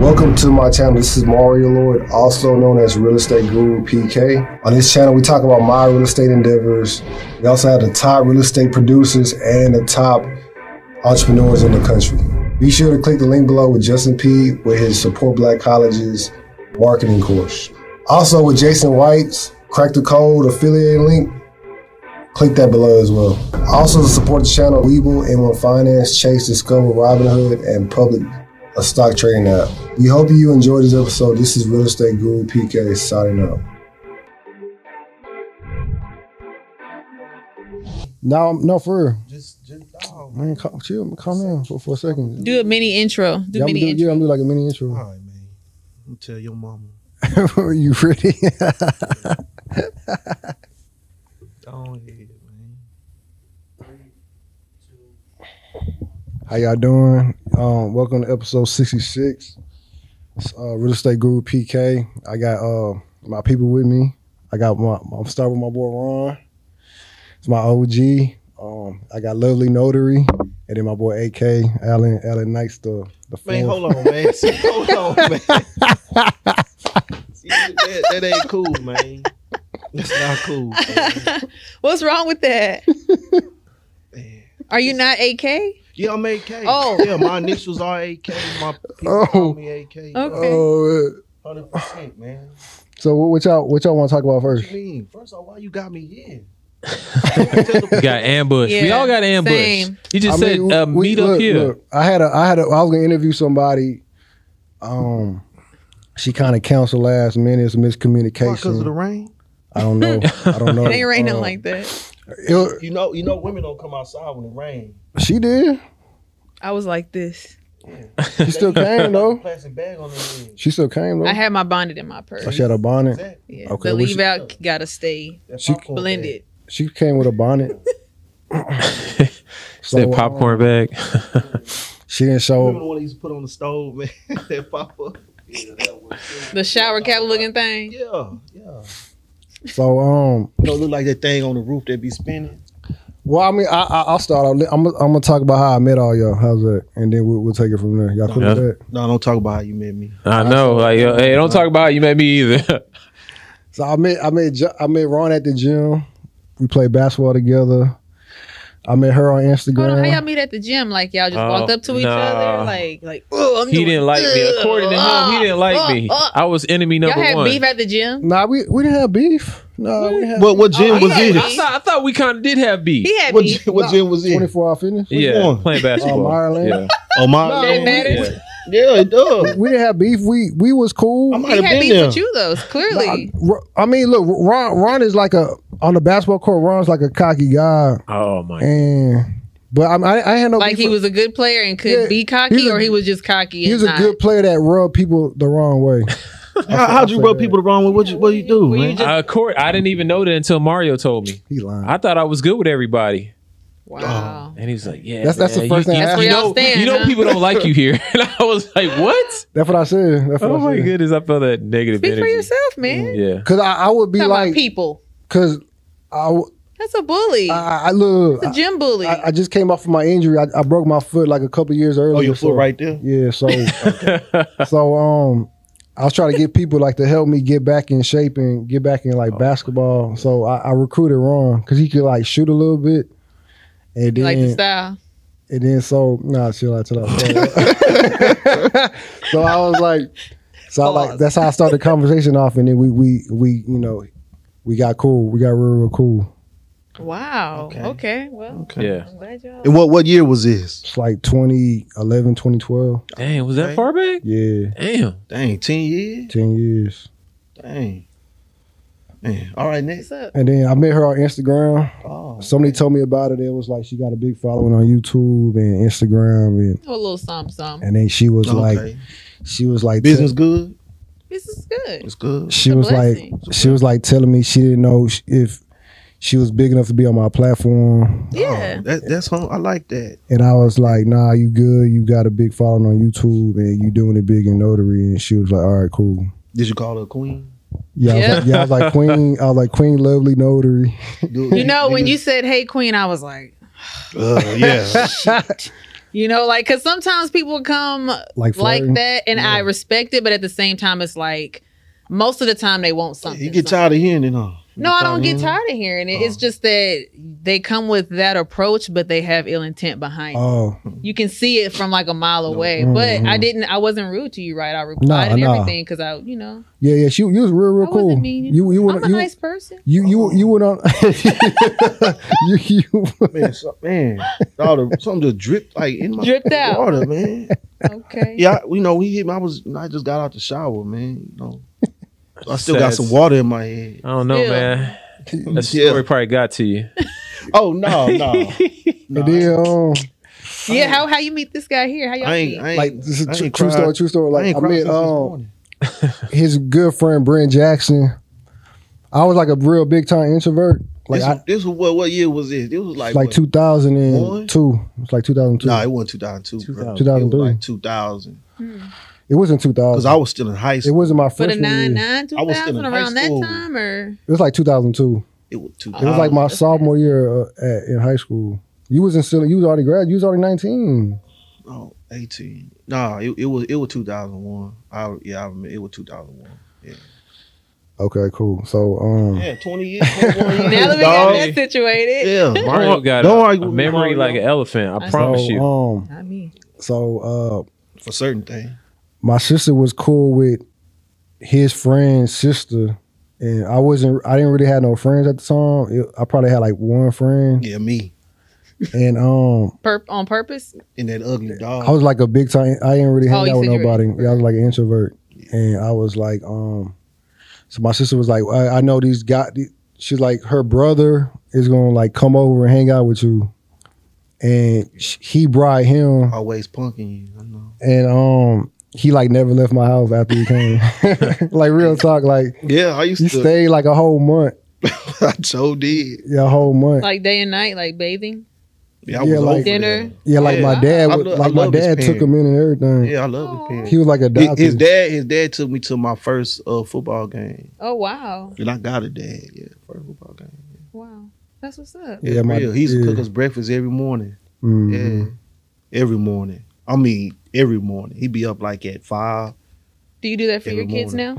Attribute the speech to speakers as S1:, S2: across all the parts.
S1: Welcome to my channel. This is Mario Lord, also known as Real Estate Guru PK. On this channel, we talk about my real estate endeavors. We also have the top real estate producers and the top entrepreneurs in the country. Be sure to click the link below with Justin P with his Support Black Colleges marketing course. Also with Jason White's Crack the Code affiliate link. Click that below as well. Also to support the channel, Weeble, M1 Finance, Chase, Discover, Robinhood, and Public a stock trading app. We hope you enjoyed this episode. This is Real Estate Guru PK signing out. No, no, for real.
S2: Just, just dog.
S1: Man, calm, chill, calm down for, for a second.
S3: Do a mini intro. Do
S1: yeah, I'm gonna
S3: mini
S1: do,
S3: intro.
S1: yeah, I'm gonna do like a mini intro.
S2: All right, man. I'm tell your mama.
S1: Are you ready?
S2: Go ahead, man.
S1: How y'all doing? Um, welcome to episode 66. It's, uh, Real Estate Guru PK. I got uh, my people with me. I got my, I'm starting with my boy Ron. It's my OG. Um, I got Lovely Notary. And then my boy AK, Alan, Alan Knights, the, the
S2: Man,
S1: fourth.
S2: hold on, man. See, hold on, man. See, that, that ain't cool, man. That's not cool. Man.
S3: What's wrong with that?
S2: Man.
S3: Are you not AK?
S2: Yeah, I'm AK.
S3: Oh.
S2: Yeah, my initials are AK. My people
S1: Oh.
S2: call me AK.
S3: Okay.
S1: Oh, uh,
S2: 100%, man.
S1: so what, what y'all what y'all want to talk about
S2: What
S1: first?
S2: you mean? First of all, why you got me here? Tell
S4: got ambushed. we
S3: Yeah,
S4: all got ambushed.
S3: same.
S4: You just
S1: I
S4: said
S1: mean,
S4: uh,
S1: we- we-
S4: meet up
S1: look,
S4: here.
S1: look, I had a I had a I was gonna interview somebody. Um, she kind of canceled last minute. It's a miscommunication.
S2: because of the rain.
S1: I don't know. I don't know.
S3: It ain't raining
S1: Um,
S3: like that.
S1: it-
S2: You know, you know, women don't come outside when it rains.
S1: she did.
S3: I was like this.
S1: She still came though.
S2: Plastic bag on their head.
S1: She still came though.
S3: I had my bonnet in my purse.
S1: Oh, she had a bonnet.
S2: That-
S3: yeah.
S1: okay,
S3: the
S1: we
S3: leave
S1: should-
S3: out gotta stay
S2: that
S1: She-
S2: popcorn bag.
S3: blended.
S1: She came with a bonnet. So,
S4: Said popcorn bag.
S1: um, she didn't show
S2: Remember
S1: up.
S2: the one they used to put on the stove, man? that pop up. Yeah, that was
S3: The shower cap looking thing.
S2: Yeah, yeah.
S1: So um,
S2: You know, look like that thing on the roof that be spinning.
S1: well, I mean, I, I I'll start. out. I'm I'm gonna talk about how I met all y'all. How's that? And then we'll, we'll take it from there. Y'all cool
S4: Yeah.
S1: with that?
S2: No, don't talk about how you met me.
S4: I know. Like, uh, hey, don't talk about it. you made me either.
S1: So I met I met Jo- I met Ron at the gym. We played basketball together. I met her on
S3: Hold on, how y'all
S1: Instagram.
S3: meet at the gym? Like y'all just
S4: Oh,
S3: walked up to each
S4: nah.
S3: other, like like oh, I'm
S4: he
S3: doing
S4: didn't like me.
S3: good.
S4: According to him, he didn't like
S3: Ah,
S4: me.
S3: ah, ah.
S4: I was enemy
S3: Y'all
S4: number
S3: had
S4: one.
S3: beef at the gym.
S1: Nah, we, we didn't have beef. No, we didn't have
S2: What what
S3: gym
S2: gym
S3: Oh,
S2: was
S3: was yeah.
S2: this?
S3: this?
S4: I thought, I thought we kind of did have beef.
S3: He had
S2: What
S3: beef.
S2: what gym was
S1: twenty
S2: it?
S1: four hour fitness. We
S4: yeah,
S2: one?
S4: playing
S1: Oh,
S4: basketball.
S1: Ireland?
S4: yeah.
S2: Oh my!
S3: That
S2: yeah,
S3: matters.
S4: yeah.
S2: it does.
S1: didn't have beef. We we was cool.
S2: I might
S3: He
S2: have
S3: had
S2: been
S3: beef
S2: there.
S3: with you though,
S1: I,
S3: clearly.
S1: Ro- I mean, look, Ron Ron is like a on the basketball court. Ron's like a cocky guy,
S4: Oh my.
S1: and but I'm- I I had no
S3: Like
S1: beef
S3: he
S1: with-
S3: was a good player and could
S1: Yeah,
S3: be
S1: he's
S3: cocky,
S1: a-
S3: or he was just cocky.
S1: He was
S3: and
S1: a
S3: not.
S1: good player that rubbed people the wrong way.
S2: How, how'd you rub people the wrong way? What you what you do,
S3: Were you
S2: man?
S3: just-
S4: Uh, court, I didn't even know that until Mario told me.
S1: He lying.
S4: I thought I was good with everybody,
S3: Wow.
S4: and he was like, "Yeah,
S1: That's- that's the
S4: man,
S1: first
S4: you,
S1: thing I
S4: you-
S1: asked
S4: you
S3: him. That's where
S4: know,
S3: y'all stand,
S4: you know
S3: huh?
S4: people don't like you here." and I was like, "What?
S1: That's what I said. That's what
S4: Oh
S1: I
S4: my
S1: said.
S4: goodness!" I felt that negative
S3: Speak for
S4: energy.
S3: yourself, man.
S4: Yeah,
S1: Cause I, I would be
S3: Talking about
S1: like,
S3: people.
S1: cause I w-
S3: That's a bully.
S1: I, I- I look.
S3: That's a gym bully.
S1: I, I just came off of my injury. I, I broke my foot like a couple years earlier.
S2: Oh, your
S1: so-
S2: foot right there.
S1: Yeah, so so um, I was trying to get people like to help me get back in shape and get back in like
S2: Oh.
S1: basketball. So I, I recruited Ron because he could like shoot a little bit, and
S3: You
S1: then
S3: like the style.
S1: and then so nah, chill out, chill out. so I was like, so I like
S3: Pause.
S1: that's how I started the conversation off, and then we we we you know we got cool, we got real real cool.
S3: Wow.
S2: Okay.
S3: Okay. Well,
S4: yeah.
S3: I'm glad y'all.
S2: And what what year was this?
S1: It's like 2011, 2012.
S4: Dang, was that far back?
S1: Yeah,
S4: Damn.
S2: Dang, ten years.
S1: ten years.
S2: Dang. Man, all right, next.
S3: What's up?
S1: And then I met her on Instagram.
S2: Oh,
S1: Somebody told me about it. It was like she got a big following on YouTube and Instagram, and
S3: A little something, something.
S1: and then she was like,
S2: okay.
S1: she was like,
S2: business good.
S3: This is good.
S2: It's good.
S1: she
S3: a
S1: was like,
S3: blessing.
S1: she was like telling me she didn't know sh- if she was big enough to be on my platform,
S3: Yeah.
S2: Oh, that, that's home. I like that.
S1: and I was like, nah, you good? You got a big following on YouTube, and you doing it big in notary. And she was like, all right, cool.
S2: Did you call her a queen?
S1: Yeah, I was like, yeah. I was like queen. I was like queen, lovely notary.
S3: You know, when you said "Hey Queen," I was like,
S2: Uh, yeah.
S3: You know, like because sometimes people come
S1: Like,
S3: like
S1: flirting.
S3: that, and I
S2: Yeah.
S3: respect it, but at the same time, it's like most of the time they want something.
S2: You get tired of hearing it, huh? You
S3: No, I don't
S2: of
S3: get
S2: hearing it?
S3: tired of hearing it. It's
S2: Oh.
S3: just that they come with that approach, but they have ill intent behind. it.
S1: Oh,
S3: You can see it from like a mile away. But I didn't. I wasn't rude to you, right? I replied
S1: Mm-hmm. Nah,
S3: and
S1: nah.
S3: everything because I, you know,
S1: yeah, yeah. She, you was real, real
S3: I
S1: cool.
S3: wasn't mean.
S1: You, you,
S3: I'm
S1: went,
S3: a
S1: you,
S3: nice person.
S1: you,
S2: Oh.
S1: you, you went on. you, you,
S2: Man, so, man, all the something just dripped like in my
S3: Dripped out.
S2: water, man.
S3: Okay.
S2: Yeah, I- you know, we hit. me- I was, I just got out the shower, man. You know, I still got
S4: Says-
S2: some water in my head.
S4: I don't know,
S3: Still.
S4: man. That
S2: Yeah.
S4: story probably got to you.
S2: Oh no, no, no.
S1: and then, um,
S3: Yeah. How how you meet this guy here? How y'all
S2: I ain't,
S3: meet?
S2: I ain't,
S1: like this is
S2: I
S1: a true,
S2: ain't
S1: true
S2: cried-
S1: story, true story.
S2: I
S1: Like
S2: ain't
S1: I,
S2: cried
S1: met
S2: since this
S1: um
S2: morning.
S1: his good friend Brent Jackson. I was like a real big time introvert. Like
S2: this,
S1: I,
S2: this was what? What year was this? It was like
S1: like
S2: what?
S1: two thousand and two. It's like two thousand two.
S2: Nah, it wasn't two thousand two.
S1: 2003.
S2: Like two thousand,
S1: it wasn't two
S2: because
S1: thousand.
S2: I was still in high
S1: It
S2: school.
S1: wasn't my
S3: For the
S1: freshman year.
S3: nine nine two
S2: I was still in
S3: thousand
S2: high
S3: around that
S2: school.
S3: time, or
S1: It was like 2002.
S2: It was two
S1: It
S2: thousand.
S1: was like my sophomore year uh, at, in high school. You was in silly. You was already grad. You was already 19.
S2: oh, 18. Nah, it, it was it was two thousand one. I yeah, I remember it was two thousand one.
S1: Okay, cool. So, um,
S2: Yeah, twenty years. 21 years,
S3: now that we got
S2: dog.
S3: that situated,
S2: Yeah,
S4: Mario
S2: Don't-
S4: got
S2: don't
S4: a,
S2: argue
S4: a
S2: with me,
S4: memory
S2: Mario.
S4: like an elephant. I
S3: I
S4: promise
S1: so,
S4: you.
S1: um,
S3: not me.
S1: so uh,
S2: for certain things.
S1: my sister was cool with his friend's sister, and I wasn't. I didn't really have no friends at the time. It- I probably had like one friend,
S2: Yeah, me
S1: and um,
S3: Perp on purpose.
S2: and that ugly dog.
S1: I was like a big time. I didn't really hang
S3: Oh, you
S1: out with
S3: said you were
S1: nobody. Yeah, I was like an introvert, and I was like, um, so my sister was like, I, I know these guys. She's like, her brother is gonna like come over and hang out with you, and sh- he brought him,
S2: always punking you. I know.
S1: and um, he like never left my house after he came. like real talk, like
S2: Yeah, I used
S1: he
S2: to.
S1: stayed like a whole month,
S2: I so did.
S1: yeah, a whole month.
S3: Like day and night, like bathing,
S2: Yeah, I
S1: Yeah,
S2: was
S1: like-
S2: over
S3: dinner.
S1: Yeah, like my
S3: yeah.
S1: dad,
S2: I
S1: would,
S2: lo- I
S1: like my
S2: love his
S1: dad took
S2: parents.
S1: him in and
S2: there.
S1: everything.
S2: Yeah, I love his
S1: He was like
S2: parents.
S1: adopted.
S2: His dad, his dad took me to my first uh, football game,
S3: Oh wow,
S2: and I got a dad. Yeah, first football game.
S3: wow, that's what's up.
S1: Yeah,
S2: Yeah,
S1: my-
S2: real. He used to
S1: yeah.
S2: cook us breakfast every morning.
S1: Mhm.
S2: Yeah, every morning. I mean, every morning. He'd be up like at five.
S3: Do you do that for
S2: Every
S3: your kids
S2: morning.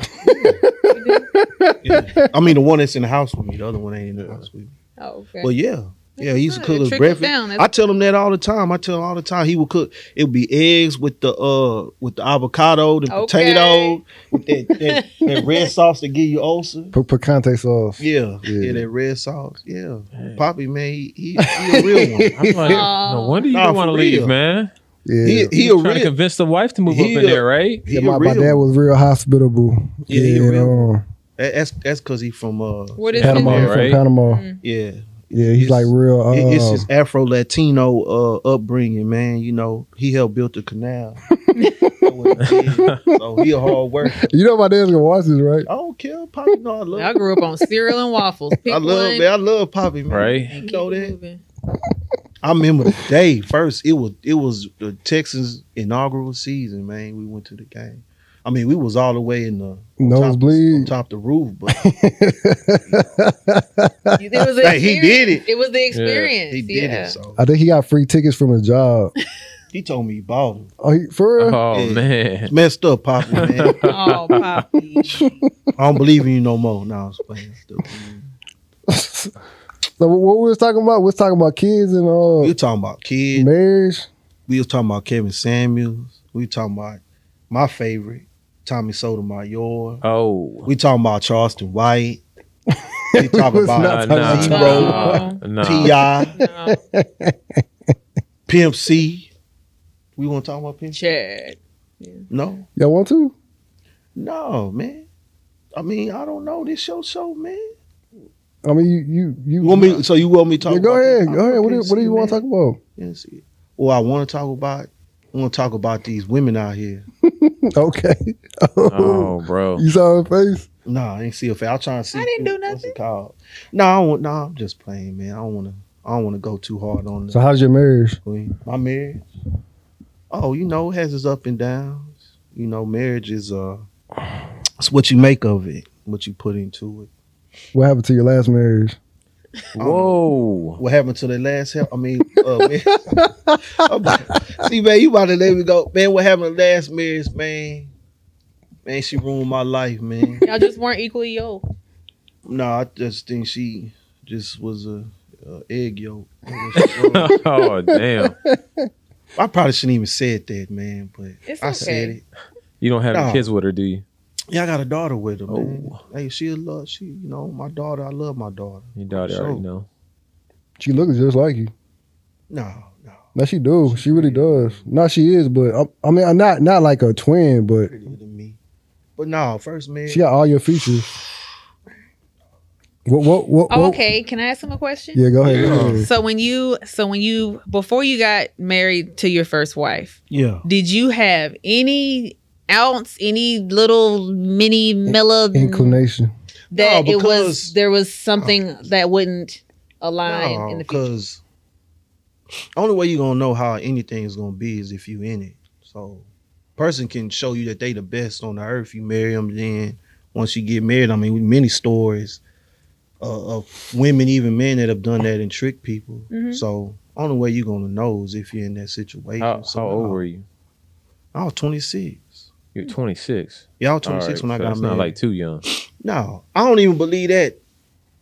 S3: now?
S2: I mean, the one that's in the house with me. The other one ain't in the house with me.
S3: Oh, okay.
S2: But yeah, yeah, he used to
S3: That's
S2: cook
S3: good. It
S2: us
S3: trickles
S2: breakfast.
S3: down. That's-
S2: I tell him that all the time. I tell him all the time. He would cook. It would be eggs with the uh with the avocado, the
S3: Okay.
S2: potato, with that, that, that red sauce to give you ulcer.
S1: P- picante sauce.
S2: Yeah, yeah,
S1: Yeah.
S2: that red sauce. Yeah,
S4: Hey.
S2: Poppy man, he, he, he a real one.
S4: I'm like,
S3: Aw.
S4: no wonder you
S2: Nah,
S4: don't want to
S2: for
S4: leave,
S2: real.
S4: man.
S1: Yeah.
S2: He he a
S4: You're trying to
S2: real.
S4: convince the wife to move up
S2: He
S4: in
S2: a-
S4: there, right?
S2: He
S1: Yeah,
S2: a
S1: my, my
S2: real
S1: dad
S2: one.
S1: was real hospitable.
S2: Yeah, he a
S1: and,
S2: real
S1: um,
S2: That- That's that's because he from uh
S3: what is
S1: Panama,
S3: it?
S1: he's
S4: right?
S1: from Panama.
S3: Mm.
S2: yeah.
S1: Yeah, he's
S2: It's-
S1: like real. Uh,
S2: It- it's his Afro Latino uh, upbringing, man. You know, he helped build the canal. so he a hard worker.
S1: you know my dad's gonna watch this, right?
S2: I don't care, Poppy. No, I love.
S3: I grew up on cereal and waffles. Pick
S2: I love,
S3: one
S2: man. I love Poppy, man.
S4: Right.
S3: and
S2: You
S3: keep
S2: know
S3: it
S2: that.
S3: moving.
S2: I remember the day first. It was it was the Texans inaugural season, man. We went to the game. I mean, we was all the way in the top, on
S1: Nosebleed.
S2: top the roof, but
S3: It was
S2: Like, he did
S3: experience. It was the experience.
S2: he did
S3: yeah.
S2: it. So
S1: I think he got free tickets from his job.
S2: he told me he bought him.
S1: Oh, he, for real?
S4: Oh
S2: Yeah.
S4: man.
S2: Messed up, Poppy, man.
S3: Oh, Poppy.
S2: I don't believe in you no more. No, I was playing. Still.
S1: so what we was talking about? We was talking about kids and
S2: We were
S1: uh,
S2: talking about kids.
S1: marriage.
S2: We was talking about Kevin Samuels. We were talking about my favorite, Tommy Sotomayor.
S4: Oh.
S2: We talking about Charleston White. We talking
S1: was not
S2: about
S4: nah,
S1: talking
S4: nah,
S3: about-
S4: nah.
S2: T.I.,
S3: No,
S2: Pimp C. We want to talk about Pimp C?
S3: Chad.
S2: No.
S1: Y'all want to?
S2: No, man. I mean, I don't know. This show show, man.
S1: I mean, you you you.
S2: You want me, so you want me to talk
S1: Yeah, go
S2: about
S1: ahead,
S2: Pimp-
S1: go ahead. What do,
S2: Pimp
S1: what do
S2: C,
S1: you want to
S2: man?
S1: talk about?
S2: Pimp C. Well, I want to talk about, I want to talk about these women out here.
S1: Okay.
S4: Oh, bro.
S2: Um,
S1: you saw her face.
S2: No, I ain't see a face. I'm trying to see.
S3: I didn't do
S2: who- What's
S3: nothing.
S2: it called? No, I don't, no, I'm just playing, man. I don't want to. I don't want to go too hard on
S1: So
S2: the
S1: how's your marriage?
S2: queen. My marriage. Oh, you know, it has its up and downs. You know, marriage is uh, it's what you make of it, what you put into it.
S1: What happened to your last marriage?
S4: Whoa.
S2: What happened to the last help? I mean, up, man. I'm about- see, man, you about to let me go, man. What happened last marriage, man? Man, she ruined my life, man.
S3: Y'all just weren't equally yoked.
S2: no, I just think she just was a, a egg yolk.
S4: oh damn!
S2: I probably shouldn't even said that, man. But
S3: It's
S2: I
S3: okay.
S2: said it.
S4: You don't have any
S2: Nah.
S4: kids with her, do you?
S2: Yeah, I got a daughter with her, man.
S1: Oh.
S2: Hey, she a love. She, you know, my daughter. I love my daughter.
S4: Your daughter
S2: Sure.
S4: already know.
S1: She looks just like you.
S2: No, no.
S1: No, she do. She really does. No, she is. But I, I mean, I'm not not like a twin, but
S2: prettier than me. But no, first man.
S1: she got all your features. What? What? What?
S3: Oh,
S1: what-
S3: okay, can I ask him a question?
S1: Yeah, go ahead. go ahead.
S3: So when you, so when you, before you got married to your first wife,
S2: yeah.
S3: did you have any ounce, any little mini milla
S1: Inclination.
S3: that
S2: No,
S3: it was
S2: because- Oh.
S3: there was something that wouldn't align in the future?
S2: because only way you're gonna know how anything is gonna be is if you in it. So, person can show you that they the best on the earth. You marry them, then once you get married, I mean, we- many stories uh, of women, even men, that have done that and tricked people.
S3: Mhm.
S2: So, only way you're gonna know is if you're in that situation.
S4: How,
S2: so,
S4: how old
S2: no.
S4: were you?
S2: I was 26.
S4: You're 26.
S2: Yeah, I was
S4: All
S2: 26
S4: right,
S2: when I
S4: so
S2: got
S4: that's
S2: married.
S4: Not like too young.
S2: No, I don't even believe that.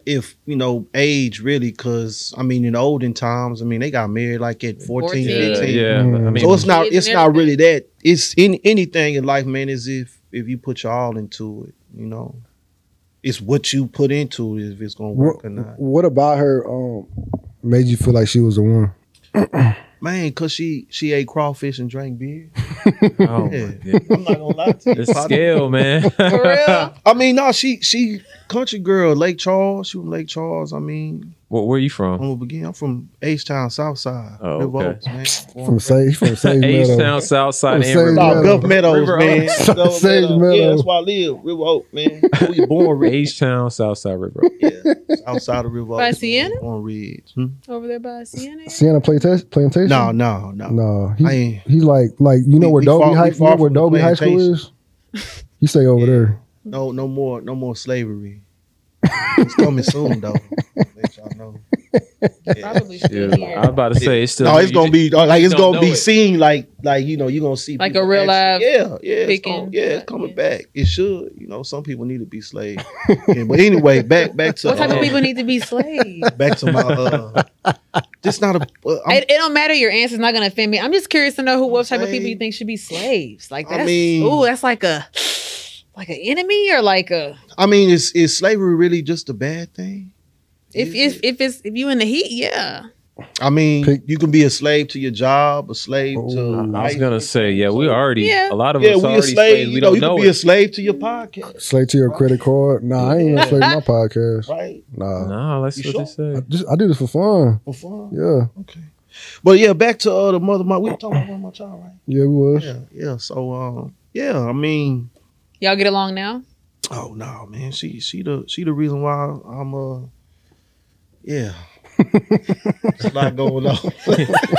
S2: If you know age, really, because I mean, in the olden times, I mean, they got married like at 14,
S3: 14.
S4: Yeah,
S2: 15.
S4: yeah. I
S1: Mm.
S4: mean,
S2: So it's not
S3: Kids
S2: it's
S3: and
S2: not
S3: everything.
S2: really that. It's in anything in life, man, is if if you put your all into it, you know. It's what you put into it if it's gonna work
S1: What,
S2: or not.
S1: what about her? Um, made you feel like she was the one?
S2: Man, cause she she ate crawfish and drank beer.
S4: oh my
S2: Yeah.
S4: goodness.
S2: I'm not gonna lie to you.
S4: The scale, man.
S3: Mm-hmm. For real?
S2: I mean, no, she she country girl, Lake Charles. She from Lake Charles. I mean,
S4: Well, where you
S2: I'm
S4: from?
S2: gonna begin. I'm from H Town, South Side.
S4: Oh,
S2: River
S4: okay.
S2: Oaks, man. Born
S1: From
S2: and
S1: Sage? From Sage
S4: H
S1: Meadow.
S4: Town, South Side,
S1: From
S4: and River.
S1: Sage
S2: No,
S1: Meadow.
S2: Gulf Meadows,
S4: River
S2: man.
S4: Oaks.
S2: Gulf
S1: Sage
S2: Meadows. Yeah,
S1: Meadows.
S2: that's where I live. River Oak, man. We was born rich
S4: H Town, South Side, River. Oaks.
S2: outside of River Oaks.
S3: By
S2: man,
S3: Sienna?
S2: On Ridge.
S3: Over there by Sienna.
S1: Sienna play test, plantation.
S2: Hmm? No, no, no.
S1: no.
S2: I
S1: He,
S2: ain't.
S1: he like like you know
S2: We-
S1: where
S2: we
S1: Dolby
S2: far-
S1: High
S2: we
S1: you know
S2: far
S1: where
S2: from the
S1: Dolby High School is. He stay over there.
S2: No, no more, no more slavery. It's coming soon, though. Let y'all know. Yeah.
S3: Probably still
S4: Yeah,
S3: here.
S4: I'm about to say it's still.
S2: No, it's gonna be uh, like it's
S4: don't
S2: gonna be
S4: know it.
S2: seen like like you know you're gonna see
S3: Like a
S2: people
S3: real live
S2: actually- Yeah, yeah, it's gonna-
S3: picking.
S2: yeah. It's coming
S3: Yeah.
S2: back. It should. You know, some people need to be slaves. Yeah, but anyway, back back to
S3: What type
S2: uh,
S3: of people need to be slaves?
S2: back to my. uh Just not a. Uh, I'm-
S3: It, it don't matter. Your answer's not gonna offend me. I'm just curious to know who what type of people you
S2: Slave.
S3: think should be slaves. Like
S2: I
S3: that's
S2: mean-
S3: ooh, that's like a like an enemy or like a
S2: I mean, is is slavery really just a bad thing?
S3: if
S2: Is
S3: if
S2: it?
S3: if it's if you in the heat, yeah.
S2: I mean,
S1: Pick-
S2: you can be a slave to your job, a slave
S1: Oh,
S2: to.
S4: I was
S2: life.
S4: gonna say, yeah, we already.
S3: Yeah.
S4: A lot of
S2: Yeah,
S4: us
S2: we a
S4: already
S2: slave.
S4: slaves. We
S2: You know,
S4: don't
S2: you
S4: know
S2: can be a
S4: it.
S2: slave to your podcast,
S1: Slay to your credit card. Nah, I ain't gonna slay my podcast.
S2: right?
S1: Nah.
S4: No, that's
S2: You
S4: what they say.
S1: I just I do this for fun.
S2: For fun.
S1: Yeah.
S2: Okay. But yeah, back to uh, the mother. My we were talking about my child, right?
S1: Yeah, we was.
S2: Yeah, yeah. So um, yeah. I mean,
S3: Y'all get along now?
S2: oh no, man. She she the she the reason why I'm uh, yeah. There's a lot going on.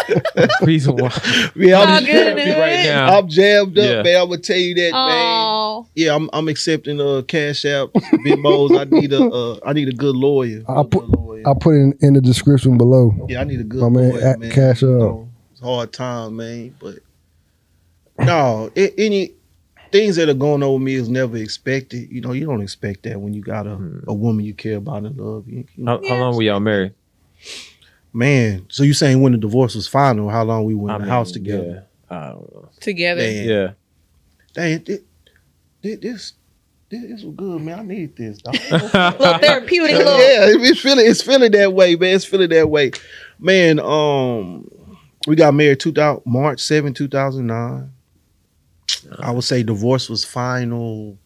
S4: Reason why.
S2: yeah,
S3: Y'all
S2: I'm,
S3: good in
S4: Happy right
S3: it?
S4: now.
S2: I'm jammed up,
S4: Yeah.
S2: man. I'm gonna tell you that, man.
S3: Oh,
S2: Yeah, I'm I'm accepting uh cash app, Bitmos. I need a uh, I need a good lawyer.
S1: I
S2: A good
S1: put-
S2: lawyer.
S1: I put it in, in the description below.
S2: Yeah, I need a good
S1: My man,
S2: lawyer,
S1: at Cash
S2: You
S1: App.
S2: know, it's a hard time, man. But no, it, any things that are going on with me is never expected. You know, you don't expect that when you got a,
S4: Hmm. Uh,
S2: a woman you care about and love. You, you know,
S4: How, how long were y'all married?
S2: man. So you saying when the divorce was final, how long we were in the house together?
S4: Yeah. I don't know.
S3: together.
S2: Man.
S4: Yeah.
S2: Dang, thi- thi- this, this this was good, man. I need this. Dog.
S3: Little therapeutic little
S2: yeah, it- it's feeling it's feeling that way, man. It's feeling that way, man. Um, we got married two thousand March 7, two thousand nine. I would say divorce was final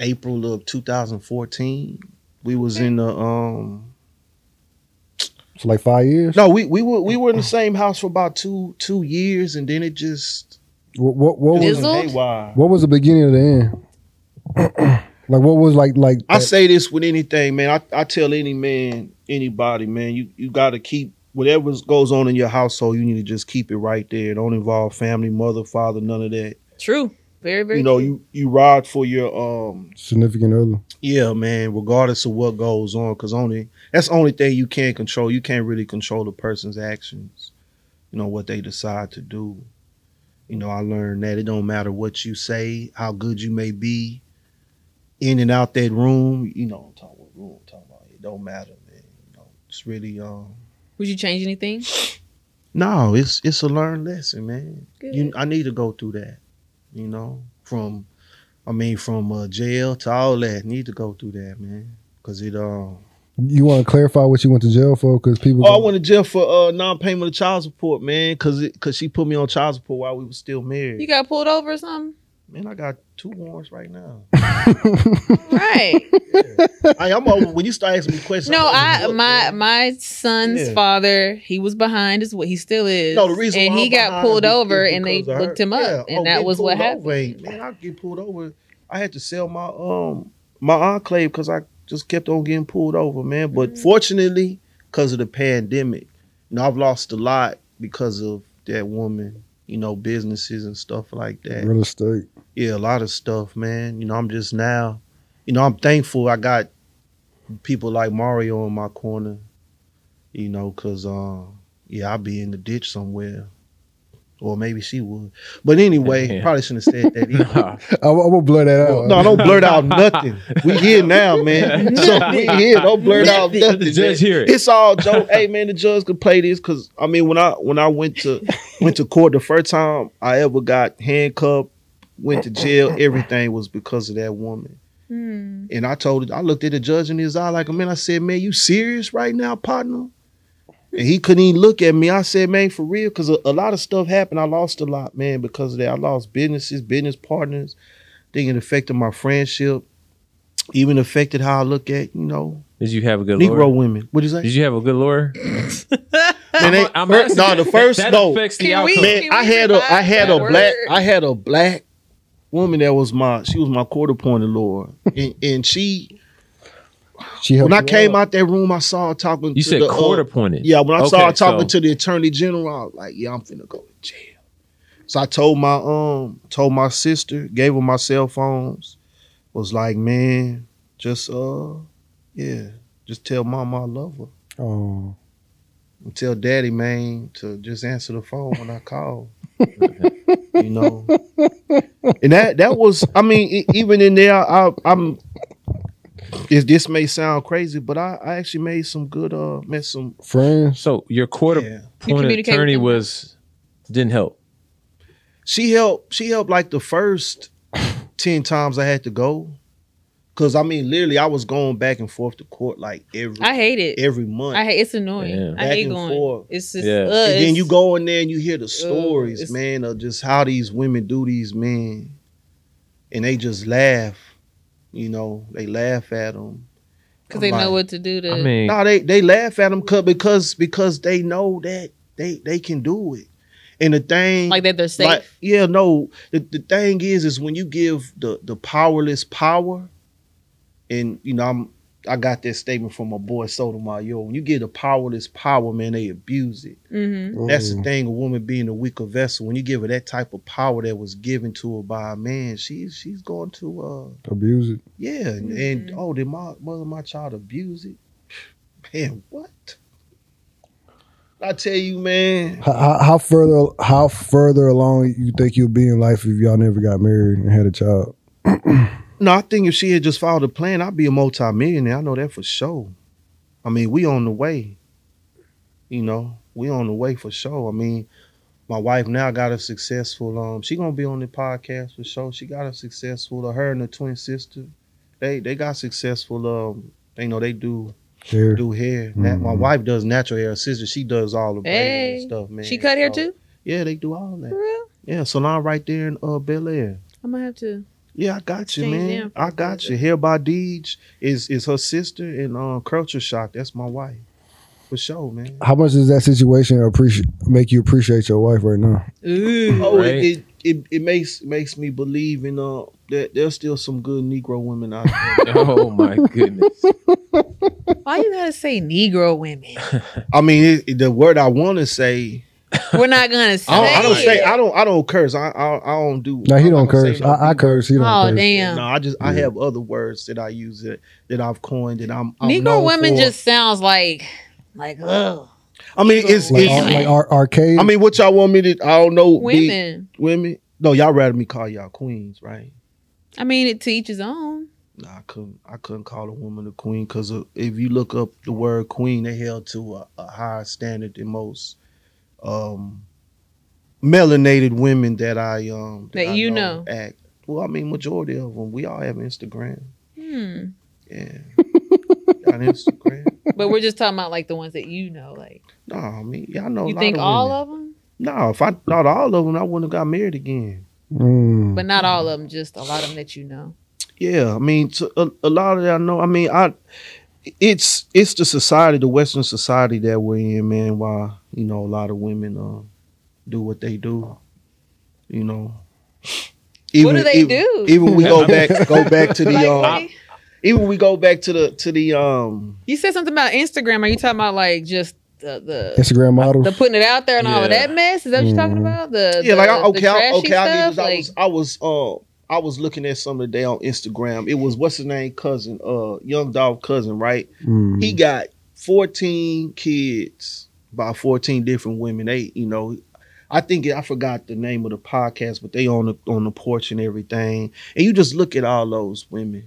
S2: April of two thousand fourteen. We was in the um
S1: For like five years.
S2: no we we were we were in the same house for about two two years and then it just
S1: What what, what
S2: it
S1: was
S2: was
S3: Fizzled?
S2: haywire.
S1: what was the beginning of the end? like what was like like
S2: I
S1: that-
S2: say this with anything, man. I, I tell any man, anybody, man, you, you got to keep whatever goes on in your household, you need to just keep it right there. Don't involve family, mother, father, none of that.
S3: True. Very, very.
S2: you know,
S3: true.
S2: you you ride for your um
S1: Significant other.
S2: yeah, man, regardless of what goes on, because only that's the only thing you can control. You can't really control the person's actions, you know, what they decide to do. You know, I learned that it don't matter what you say, how good you may be, in and out that room, you know, I'm talking about room, I'm talking about it don't matter, man. You know, it's really um
S3: Would you change anything?
S2: no, it's it's a learned lesson, man
S3: Good.
S2: you I need to go through that, you know, from I mean from uh, jail to all that. Need to go through that, man, because it um.
S1: You want to clarify what you went to jail for? Because people.
S2: Oh, I went to jail for uh non-payment of child support, man, because because she put me on child support while we were still married.
S3: you got pulled over or something?
S2: man, I got two warrants right now.
S3: Right.
S2: I, I'm over, when you start asking me questions.
S3: No,
S2: I'm
S3: I
S2: overbooked,
S3: my
S2: man.
S3: my son's
S2: Yeah.
S3: father, he was behind is what he still is.
S2: No, the reason
S3: and
S2: why
S3: he
S2: I'm
S3: got
S2: behind
S3: pulled
S2: is
S3: over
S2: because
S3: and they
S2: of her.
S3: looked him up,
S2: Yeah.
S3: and
S2: Oh,
S3: that
S2: getting
S3: was what
S2: pulled
S3: happened.
S2: over ain't- man, I get pulled over. I had to sell my um my enclave because I just kept on getting pulled over, man. But
S3: Mm-hmm.
S2: fortunately, because of the pandemic, you know, I've lost a lot because of that woman. You know, businesses and stuff like that
S1: Real estate.
S2: yeah, a lot of stuff, man. You know, I'm just now, you know, I'm thankful I got people like Mario in my corner, you know, cause um, yeah, I'll be in the ditch somewhere, or maybe she would. But anyway,
S4: Yeah.
S2: probably shouldn't have said that. Either.
S4: Nah.
S1: I, w- I will blur that out.
S2: no, don't blurt out nothing. We here now, man. So we here. Don't blurt out
S3: Nothing.
S2: nothing.
S4: The judge
S2: man.
S4: hear it.
S2: It's all joke. hey man, the judge could play this because I mean when I when I went to went to court the first time I ever got handcuffed, went to jail, everything was because of that woman.
S3: Hmm.
S2: And I told I looked at the judge in his eye like a man. I said, Man, you serious right now, partner? And he couldn't even look at me. I said, Man, for real, because a, a lot of stuff happened. I lost a lot, man, because of that. I lost businesses, business partners. Think it affected my friendship. Even affected how I look at, you know,
S4: Did you have a good
S2: Negro
S4: lawyer?
S2: women. What you say?
S4: Did you have a good lawyer?
S2: Man, they- first-
S4: asking-
S2: no, the first
S4: that, that
S2: no.
S4: affects the
S3: Can we-
S4: outcome.
S2: man,
S3: Can
S2: I had a I
S3: revise
S2: had a
S3: that
S2: black
S3: word?
S2: I had a black woman that was my she was my court appointed lawyer, and, and she
S1: She helped
S2: when I
S1: you
S2: came
S1: out.
S2: out that room, I saw her talking. to
S4: you said
S2: the,
S4: court
S2: uh,
S4: appointed.
S2: Yeah, when I saw
S4: Okay,
S2: her talking
S4: so-
S2: to the attorney general, I was like, yeah, I'm finna go to jail. So I told my um told my sister, gave her my cell phones, was like, man, just uh, yeah, just tell mama I love her.
S1: Oh,
S2: and tell daddy man to just answer the phone when I call. you know, and that that was I mean e- even in there I, I'm. If this may sound crazy, but I, I actually made some good uh met some
S1: friends.
S4: So your court
S2: yeah.
S4: appointed
S3: communicated
S4: attorney
S3: with them?
S4: was didn't help.
S2: She helped she helped like the first ten times I had to go. Cause I mean literally I was going back and forth to court like every
S3: I hate it.
S2: every month.
S3: I hate it's annoying.
S4: Yeah.
S3: I
S2: Back
S3: hate
S2: and
S3: going.
S2: forth.
S3: It's just
S4: Yeah.
S3: uh,
S2: and then
S3: it's-
S2: you go in there and you hear the stories,
S3: Uh, it's-
S2: man, of just how these women do these men, and they just laugh. You know, they laugh at them
S3: 'cause they know what to do to
S4: I mean,
S2: No, they they laugh at them because because they know that they they can do it, and the thing
S3: like that they're safe.
S2: like, yeah, no. The, the thing is, is when you give the the powerless power, and you know, I'm I got that statement from my boy Sotomayor. When you give the powerless power, man, they abuse it.
S3: hmm
S2: That's the
S1: Mm.
S2: thing, a woman being a weaker vessel. When you give her that type of power that was given to her by a man, she's she's going to uh
S1: Abuse it.
S2: yeah, and, and oh, did my mother my child abuse it? Man, what? I tell you, man.
S1: How, how, how further? How further along you think you'll be in life if y'all never got married and had a child?
S2: No, I think if she had just followed the plan, I'd be a multimillionaire. I know that for sure. I mean, we on the way. You know, we on the way for sure. I mean, my wife now got a successful. Um, she gonna be on the podcast for sure. She got a successful. uh, Her and her twin sister, they they got successful. Um, they know they do
S1: There.
S2: do hair. Nat- my
S1: Mhm.
S2: wife does natural hair. Her sister, she does all the braids
S3: Hey,
S2: and stuff, man.
S3: she cut hair
S2: So,
S3: too.
S2: Yeah, they do all
S3: For
S2: that.
S3: real?
S2: Yeah, salon right there in uh Bel Air.
S3: I'm gonna have to.
S2: Yeah, I got you,
S3: Change
S2: man.
S3: them.
S2: I got you. Here by Deej is is her sister and um Culture Shock. That's my wife. For sure, man.
S1: How much does that situation appreciate make you appreciate your wife right now?
S2: Oh,
S4: Right.
S2: it, it, it it makes makes me believe in uh that there's still some good Negro women out there.
S4: oh my goodness.
S3: Why you gotta say Negro women?
S2: I mean, it, it- the word I want to say
S3: We're not gonna say.
S2: I don't, I don't say
S3: it.
S2: I don't I don't curse. I I, I don't do.
S1: Now he
S2: I'm
S1: don't
S2: not gonna
S1: curse.
S2: say
S1: I, I curse. He don't
S3: Oh
S1: curse.
S3: damn.
S2: No, I just I
S1: Yeah.
S2: have other words that I use that that I've coined that I'm. I'm
S3: Negro
S2: known
S3: women
S2: for.
S3: just sounds like like ugh.
S2: I mean, it's,
S1: Like,
S2: it's
S1: ar- like ar- arcade.
S2: I mean, what y'all want me to? I don't know. be-
S3: Women.
S2: women. No, y'all rather me call y'all queens, right?
S3: I mean, it to each his own.
S2: No, I couldn't. I couldn't call a woman a queen because if you look up the word queen, they held to a, a higher standard than most um, melanated women that I um
S3: That
S2: I
S3: you know.
S2: act. Well, I mean, majority of them. We all have Instagram.
S3: Hmm.
S2: Yeah, on Instagram.
S3: But we're just talking about like the ones that you know. Like
S2: No, I mean, y'all know. a
S3: you
S2: lot
S3: think
S2: of
S3: all
S2: women.
S3: of them,
S2: No, if I not all of them, I wouldn't have got married again.
S1: Mm.
S3: but not all of them. Just a lot of them that you know.
S2: Yeah, I mean, to a, a lot of that I know. I mean, I it's it's the society, the Western society that we're in, man. Why you know a lot of women uh, do what they do, you know.
S3: do they
S2: even,
S3: do?
S2: Even we go back, go back to
S3: Like,
S2: the
S3: what do
S2: um,
S3: you-
S2: even we go back to the to the um.
S3: you said something about Instagram. Are you talking about like just the the,
S1: Instagram model.
S3: the putting it out there and all of
S4: Yeah.
S3: that mess? Is that what you're talking
S1: Mhm.
S2: Mm-hmm.
S3: about? The
S2: Yeah,
S3: the-
S2: like I, oh,
S3: the
S2: okay, I,
S3: trashy
S2: okay. I, did was,
S3: stuff? Like,
S2: I was I was uh I was looking at some today on Instagram. It was what's his name cousin, uh, young dog cousin, right?
S1: Mm.
S2: he got 14 kids by 14 different women they you know i think i forgot the name of the podcast but they on the on the porch and everything and you just look at all those women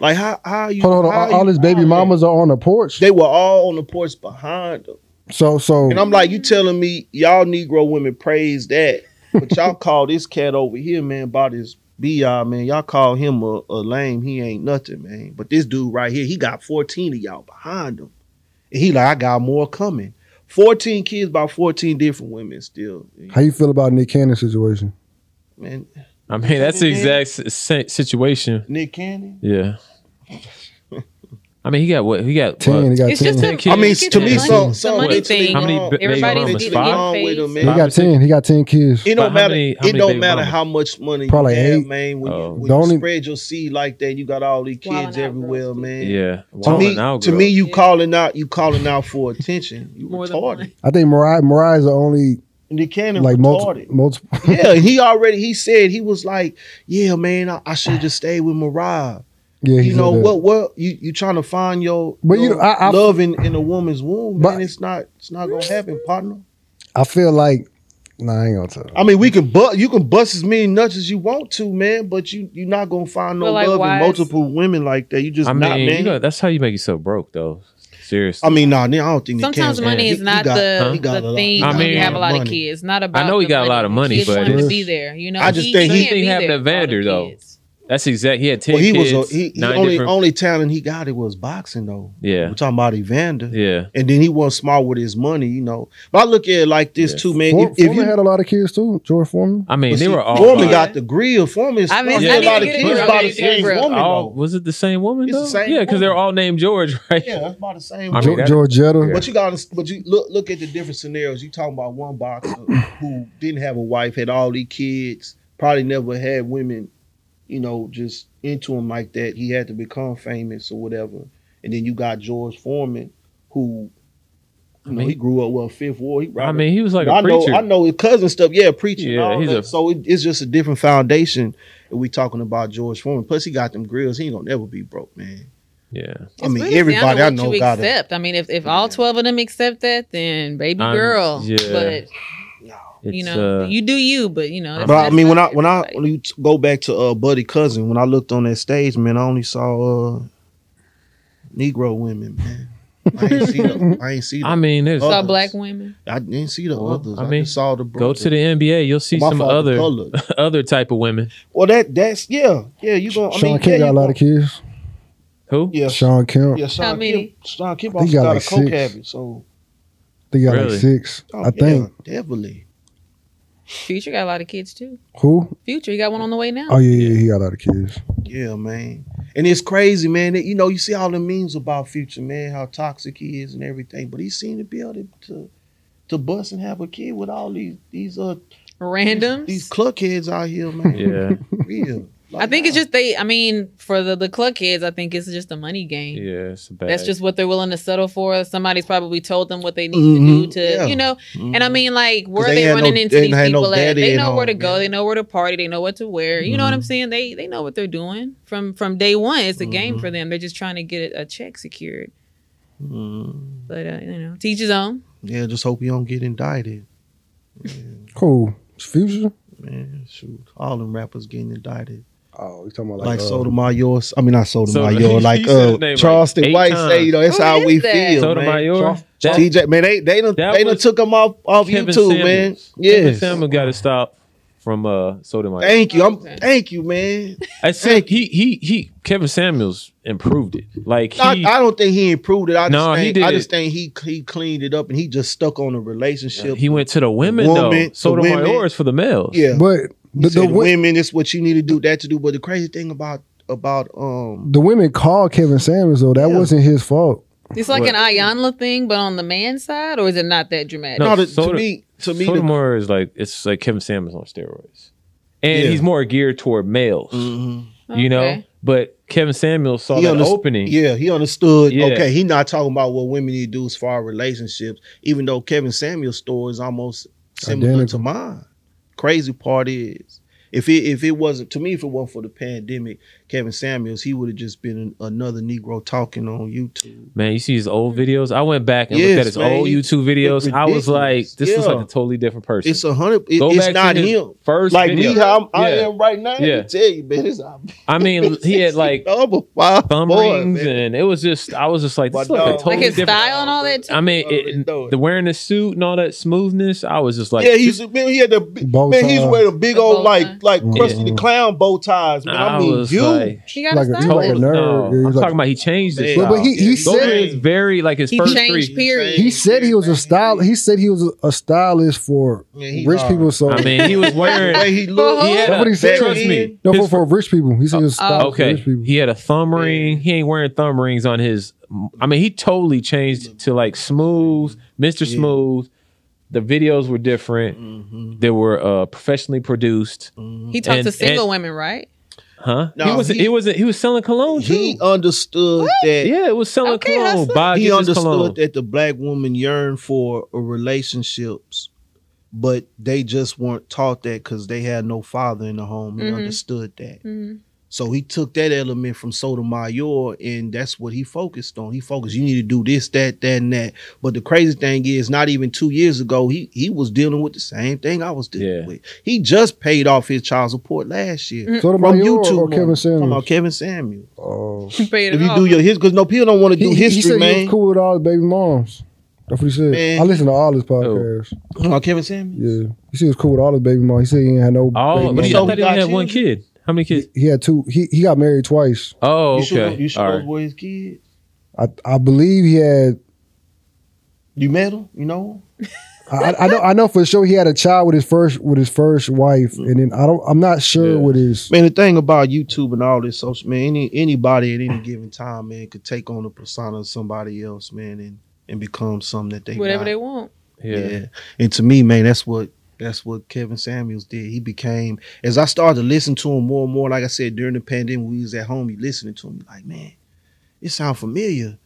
S2: like how how you
S1: Hold on, hold
S2: how
S1: on. All, all
S2: you-
S1: his baby
S2: how-
S1: mamas are on the porch.
S2: they were all on the porch behind them
S1: So so
S2: and i'm like you telling me y'all negro women praise that but y'all call this cat over here man about his bi man y'all call him a, a lame he ain't nothing man but this dude right here he got 14 of y'all behind him and he like, I got more coming. 14 kids by 14 different women still.
S1: how you feel about Nick Cannon's situation?
S2: Man,
S4: I mean, that's the exact s- sa- situation.
S2: Nick Cannon?
S4: Yeah. I mean, he got what? He got uh,
S1: Ten.
S4: what?
S1: he got
S3: it's
S1: ten.
S3: just
S1: He
S4: them-
S3: a,
S4: Ten kids.
S2: I mean,
S4: It's
S2: to me,
S4: the
S2: so,
S4: money-
S2: so
S3: the money
S2: it's
S3: thing.
S4: How many ba- baby
S3: Everybody's
S4: mamas?
S3: getting
S4: Five?
S3: in
S2: With
S3: phase.
S2: him, man.
S4: Five
S1: got
S4: or six?
S1: ten. He got ten kids.
S2: It
S4: But
S2: don't
S4: how
S2: matter.
S4: many- how
S2: it
S4: many
S2: don't
S4: baby
S2: matter
S4: mamas?
S2: how much money
S1: Probably
S2: you have,
S1: eight. e-
S2: man. When,
S4: Oh.
S2: you, when
S1: The
S2: you
S1: only-
S2: spread your seed like that, you got all these
S3: Wildin' out
S2: kids everywhere,
S3: girls, dude.
S2: man.
S4: Yeah.
S2: To me,
S4: Wildin' out,
S2: to
S4: girl.
S2: me, you
S3: Yeah.
S2: calling out, you calling out for attention. You
S3: More than
S2: retarded.
S3: one.
S1: I think Mariah Mariah's the only
S2: Nick Cannon
S1: like multi,
S2: retarded.
S1: multiple.
S2: yeah, he already he said he was like, yeah, man, I, I should just stay with Mariah.
S1: Yeah, he
S2: you
S1: said
S2: know
S1: that.
S2: what what you you trying to find your,
S1: But you
S2: your
S1: know, I- I-
S2: love in, in a woman's womb
S1: But-
S2: man it's not it's not gonna happen partner
S1: I feel like nah, I ain't gonna tell.
S2: i mean we can but you can bust as many nuts as you want to man but you you're not gonna find no
S3: But, like,
S2: love
S3: why
S2: in
S3: is-
S2: multiple women like that you just
S4: I mean,
S2: not man
S4: you know, that's how you make yourself broke, though. Seriously.
S2: i mean nah, nah i don't think Nick
S3: Sometimes
S2: Cannon-
S4: man.
S3: money
S2: he-
S3: is
S2: he
S3: not
S2: got-
S3: the,
S2: he got a
S3: the
S2: lot-
S3: thing.
S2: he got
S4: I
S3: when you
S4: mean-
S3: have a lot of
S2: money.
S3: kids. Not about.
S4: know he
S3: the
S4: got a lot of money,
S3: kids
S4: but
S3: wanting to
S1: it's-
S3: be there. You know,
S2: I just think
S4: he-
S3: can't
S4: He
S3: be
S4: have
S3: there
S4: the
S3: for all
S4: advantage, though.
S3: kids.
S4: That's exact. He had 10
S2: well, he
S4: kids.
S2: was a, he, he
S4: nine
S2: only
S4: different-
S2: only talent he got it was boxing though
S4: yeah.
S2: we're talking about evander
S4: Yeah.
S2: and then he wasn't smart with his money you know but i look at it like this
S4: Yeah.
S2: too man
S1: Foreman
S2: if, if you
S1: had a lot of kids too. George Foreman.
S4: I mean,
S2: But
S4: they
S2: see,
S4: were all.
S2: Foreman
S4: about-
S2: got the grill. Foreman is
S3: I mean,
S2: he
S4: I
S2: had a
S4: need
S2: lot
S4: to
S2: of
S4: get it
S2: kids
S4: right.
S2: by
S4: I
S2: the
S4: need to
S3: get it
S2: same
S3: right.
S2: woman.
S4: all,
S2: though.
S4: Oh, was it the same woman?
S2: It's the
S4: though?
S2: same
S4: yeah, because
S2: woman.
S4: they're all named George, right?
S2: Yeah, that's about the same.
S4: I
S2: woman.
S4: mean, that-
S1: Georgetta.
S4: yeah.
S2: but you got, but you look look at the different scenarios. You talking about one boxer who didn't have a wife, had all these kids, probably never had women, you know, just into him like that. He had to become famous or whatever. And then you got George Foreman, who, you know,
S4: mean-
S2: he grew up well, Fifth War. He
S4: I
S2: probably-
S4: mean, he was like
S2: I
S4: a preacher.
S2: know, I know his cousin stuff. Yeah, preaching.
S4: Yeah,
S2: Yeah,
S4: he's a-
S2: so it, it's just a different foundation. And we talking about George Foreman. Plus, he got them grills. He ain't gonna never be broke, man.
S4: Yeah.
S2: I
S3: It's
S2: mean,
S3: really down to
S2: everybody I
S3: what
S2: know
S3: you
S2: got it.
S3: accept. I mean, if, if all twelve of them accept that, then baby
S4: I'm-
S3: girl.
S4: yeah.
S3: But
S4: It's,
S3: you know,
S4: uh,
S3: you do you. But you know,
S4: But
S2: But I
S3: that's
S2: mean,
S3: not
S2: when I when I
S3: everybody.
S2: when you t- go back to uh, Buddy Cousin, when I looked on that stage, man, I only saw uh, Negro women, man. I ain't see the, I ain't see the,
S4: I mean, there's
S3: saw
S2: others.
S3: black women.
S2: I didn't see the
S4: Well,
S2: others.
S4: I
S2: I,
S4: mean,
S2: just saw the
S4: go
S2: brothers.
S4: to the NBA, you'll see
S2: My
S4: some
S2: fault, the
S4: other
S2: color.
S4: other type of women.
S2: Well, that that's yeah, yeah. You gonna I
S1: Sean
S2: mean,
S1: Kemp
S2: yeah,
S1: got a
S2: you
S1: lot of
S2: gonna-
S1: kids.
S4: Who?
S2: Yeah,
S1: Sean Kemp.
S2: yeah. Sean
S3: many?
S2: Kemp, Sean Kemp
S1: I think
S2: also
S1: he got
S2: got,
S1: like
S2: a coke
S1: six.
S2: habit, so
S1: They got
S4: Really?
S1: like six.
S2: oh,
S1: I think.
S2: yeah, definitely.
S3: Future got a lot of kids too.
S2: Oh,
S1: Who?
S3: Future, you got one on the way now.
S1: Oh yeah, yeah. He got a lot of kids.
S2: Yeah, man. And it's crazy, man. That, you know, you see all the memes about Future, man, how toxic he is and everything. But he seemed to be able to to, to bust and have a kid with all these these uh
S3: Randoms.
S2: these cluckheads out here, man.
S4: Yeah.
S2: Real.
S3: I think it's just they. I mean, for the the Cluck kids, I think it's just a money game.
S4: Yeah, it's a bad.
S3: That's just what they're willing to settle for. Somebody's probably told them what they need
S2: Mhm,
S3: to do to,
S2: yeah.
S3: you know. And I mean, like, where
S2: Mm. they
S3: they,
S2: had no-
S3: running into
S2: they
S3: these
S2: had no
S3: people at?
S2: daddy
S3: They
S2: at
S3: know where to
S2: home, Mm-hmm.
S3: go.
S2: yeah.
S3: They know where to party. They know what to wear. You know what I'm saying? They they know what they're doing from from day one. It's a game
S2: Mm-hmm.
S3: for them. They're just trying to get a, a check secured. But uh, you know, teach his own.
S2: Mm-hmm. Yeah, just hope you don't get indicted,
S1: Cool. It's Future.
S2: man. Shoot, all them rappers getting indicted,
S1: Oh, you talking about
S2: like,
S1: like, uh,
S2: Sotomayor. I mean, not Sotomayor,
S4: Sotomayor.
S2: like
S4: He said his
S2: uh,
S4: name like
S2: Charleston
S4: eight
S2: White.
S4: times.
S2: Say, you know, that's
S3: Who
S2: how
S3: is
S2: we
S3: that?
S2: feel, man.
S4: Sotomayor. That-
S2: TJ, man, they they done,
S4: That
S2: they done
S4: was-
S2: took him off off
S4: Kevin
S2: YouTube, man.
S4: Samuels. Kevin
S2: Yes,
S4: Samuel got to stop from uh Sotomayor.
S2: thank you, I'm
S3: Okay.
S2: thank you, man.
S4: I said he he he Kevin Samuels improved it. Like he
S2: I, I don't think he improved it. I just,
S4: No, he
S2: think,
S4: did
S2: I just
S4: it.
S2: think he he cleaned it up and he just stuck on the relationship.
S4: he went to the women
S2: Woman,
S4: though.
S2: the
S4: Sotomayor
S2: women.
S4: is for the males.
S2: yeah,
S1: But the,
S2: the,
S1: the, wo-
S2: women, it's what you need to do that to do. But the crazy thing about about um,
S1: the women called Kevin Samuels though. That
S2: Yeah.
S1: wasn't his fault.
S3: It's like
S4: What?
S3: an Ayanla thing, but on the man side, or is it not that dramatic?
S4: No.
S2: no, the,
S4: Soto-
S2: to me, to me, the,
S4: Sotomayor is like it's like Kevin Samuels on steroids, and
S2: Yeah.
S4: he's more geared toward males.
S2: Mhm.
S4: You know,
S3: Okay.
S4: but Kevin Samuels saw
S2: He
S4: that
S2: underst-
S4: opening.
S2: yeah, he understood.
S4: Yeah.
S2: Okay, he not talking about what women need to do as far as relationships. Even though Kevin Samuel's story is almost similar
S1: Identical.
S2: to mine. Crazy part is. If it if it wasn't to me, if it wasn't for the pandemic, Kevin Samuels, he would have just been an, another Negro talking on YouTube.
S4: Man, you see his old videos. I went back and
S2: Yes,
S4: looked at his
S2: man,
S4: old
S2: he-
S4: YouTube videos.
S2: look
S4: I was like,
S2: ridiculous.
S4: this looks
S2: Yeah.
S4: like a totally different person.
S2: It's a hundred. it-
S4: Go
S2: it's
S4: back to
S2: not
S4: his
S2: him.
S4: first
S2: Like
S4: video.
S2: me, how I'm, I
S4: Yeah.
S2: am right now.
S4: Yeah.
S2: I can tell you, man. It's I'm
S4: I mean, he had like
S2: number five
S4: thumb
S2: boy,
S4: rings,
S2: man.
S4: and it was just. I was just like, this
S2: My
S4: looks like a
S2: dog.
S4: totally
S3: like his
S4: different.
S3: style and all that. Too?
S4: I mean,
S2: I already
S4: it,
S2: know it.
S4: the wearing the suit and all that smoothness. I was just like,
S2: yeah, he's man, he had the big-
S1: Bow
S2: man. He's
S1: tie.
S2: wearing a big
S3: The
S2: old
S3: bow
S2: like
S3: tie.
S2: like
S1: Yeah.
S2: Krusty the Clown bow ties. Man, I,
S4: I
S2: mean,
S4: was
S2: you.
S4: like,
S3: He got
S1: Like a-
S3: a
S1: he's
S3: style.
S4: totally,
S1: like a nerd. He
S4: no.
S1: was
S4: I'm
S1: like-
S4: talking about he changed his
S2: But-
S4: style.
S1: but he- he
S4: Those
S1: said-
S4: is very like his
S3: He
S4: first
S3: changed
S4: three.
S3: period.
S1: He said he was a style. He said he was a stylist for
S2: Yeah, he
S1: rich
S2: lied.
S1: people. So
S4: I mean, he was
S2: The
S4: wearing.
S2: way he looked.
S3: He
S4: had
S1: That's what he said.
S4: Trust me.
S1: no, for,
S4: his- Oh,
S1: for rich people. He said he was a stylist for
S4: Okay,
S1: rich people.
S4: he had a thumb ring. He ain't wearing thumb rings on his. I mean, he totally changed to like smooth, Mister Smooth. The videos were different.
S2: Mm-hmm,
S4: They were uh, professionally produced,
S3: He talked
S4: And-
S3: to single
S4: and-
S3: women, right?
S4: huh?
S2: No,
S4: he was. He,
S2: he-
S4: was. He was selling cologne too.
S2: He uh, understood that.
S4: yeah, it was selling
S3: Okay,
S4: cologne.
S3: hustler.
S4: Buy,
S2: He
S4: get this
S2: understood
S4: cologne.
S2: that the black woman yearned for a relationships, but they just weren't taught that because they had no father in the home. He
S3: Mhm.
S2: understood that.
S3: Mm-hmm.
S2: So he took that element from Sotomayor, and that's what he focused on. He focused, you need to do this, that, that, and that. But the crazy thing is, not even two years ago, he he was dealing with the same thing I was dealing
S4: Yeah.
S2: with. He just paid off his child support last year
S1: So
S2: from
S1: you
S2: YouTube.
S1: or Kevin
S2: Talking about
S1: Samuels.
S2: Kevin Samuel.
S1: Oh.
S2: If
S3: Paid it
S2: you
S3: off.
S2: do your history, because no people don't want to do
S1: He, he, he
S2: history,
S1: said he
S2: man.
S1: was cool with all the baby moms. That's what he said.
S2: Man.
S1: I listen to
S4: Oh.
S1: all his podcasts.
S2: Talking about Kevin Samuel.
S1: Yeah, he said he was cool with all his baby moms. He said he ain't had no.
S4: Oh,
S1: baby
S4: but
S1: moms.
S4: he,
S2: So
S4: I thought
S2: he
S4: he only
S2: got
S4: had one
S2: children?
S4: kid. How many kids?
S1: he had two. He he got married twice.
S4: Oh,
S2: You sure,
S4: okay.
S2: you sure
S4: All
S2: those
S4: right.
S2: were his kids?
S1: I I believe he had.
S2: You met him? You know him?
S1: I, I know I know for sure he had a child with his first with his first wife,
S2: Mm.
S1: and then I don't. I'm not sure
S4: Yeah.
S1: what his.
S2: Man, the thing about YouTube and all this social man, any, anybody at any given time, man, could take on the persona of somebody else, man, and and become something that they not.
S3: whatever they want.
S4: Yeah.
S2: And to me, man, that's what that's what Kevin Samuels did. He became as I started to listen to him more and more. Like I said during the pandemic, we was at home. You listening to him, like man, it sound familiar.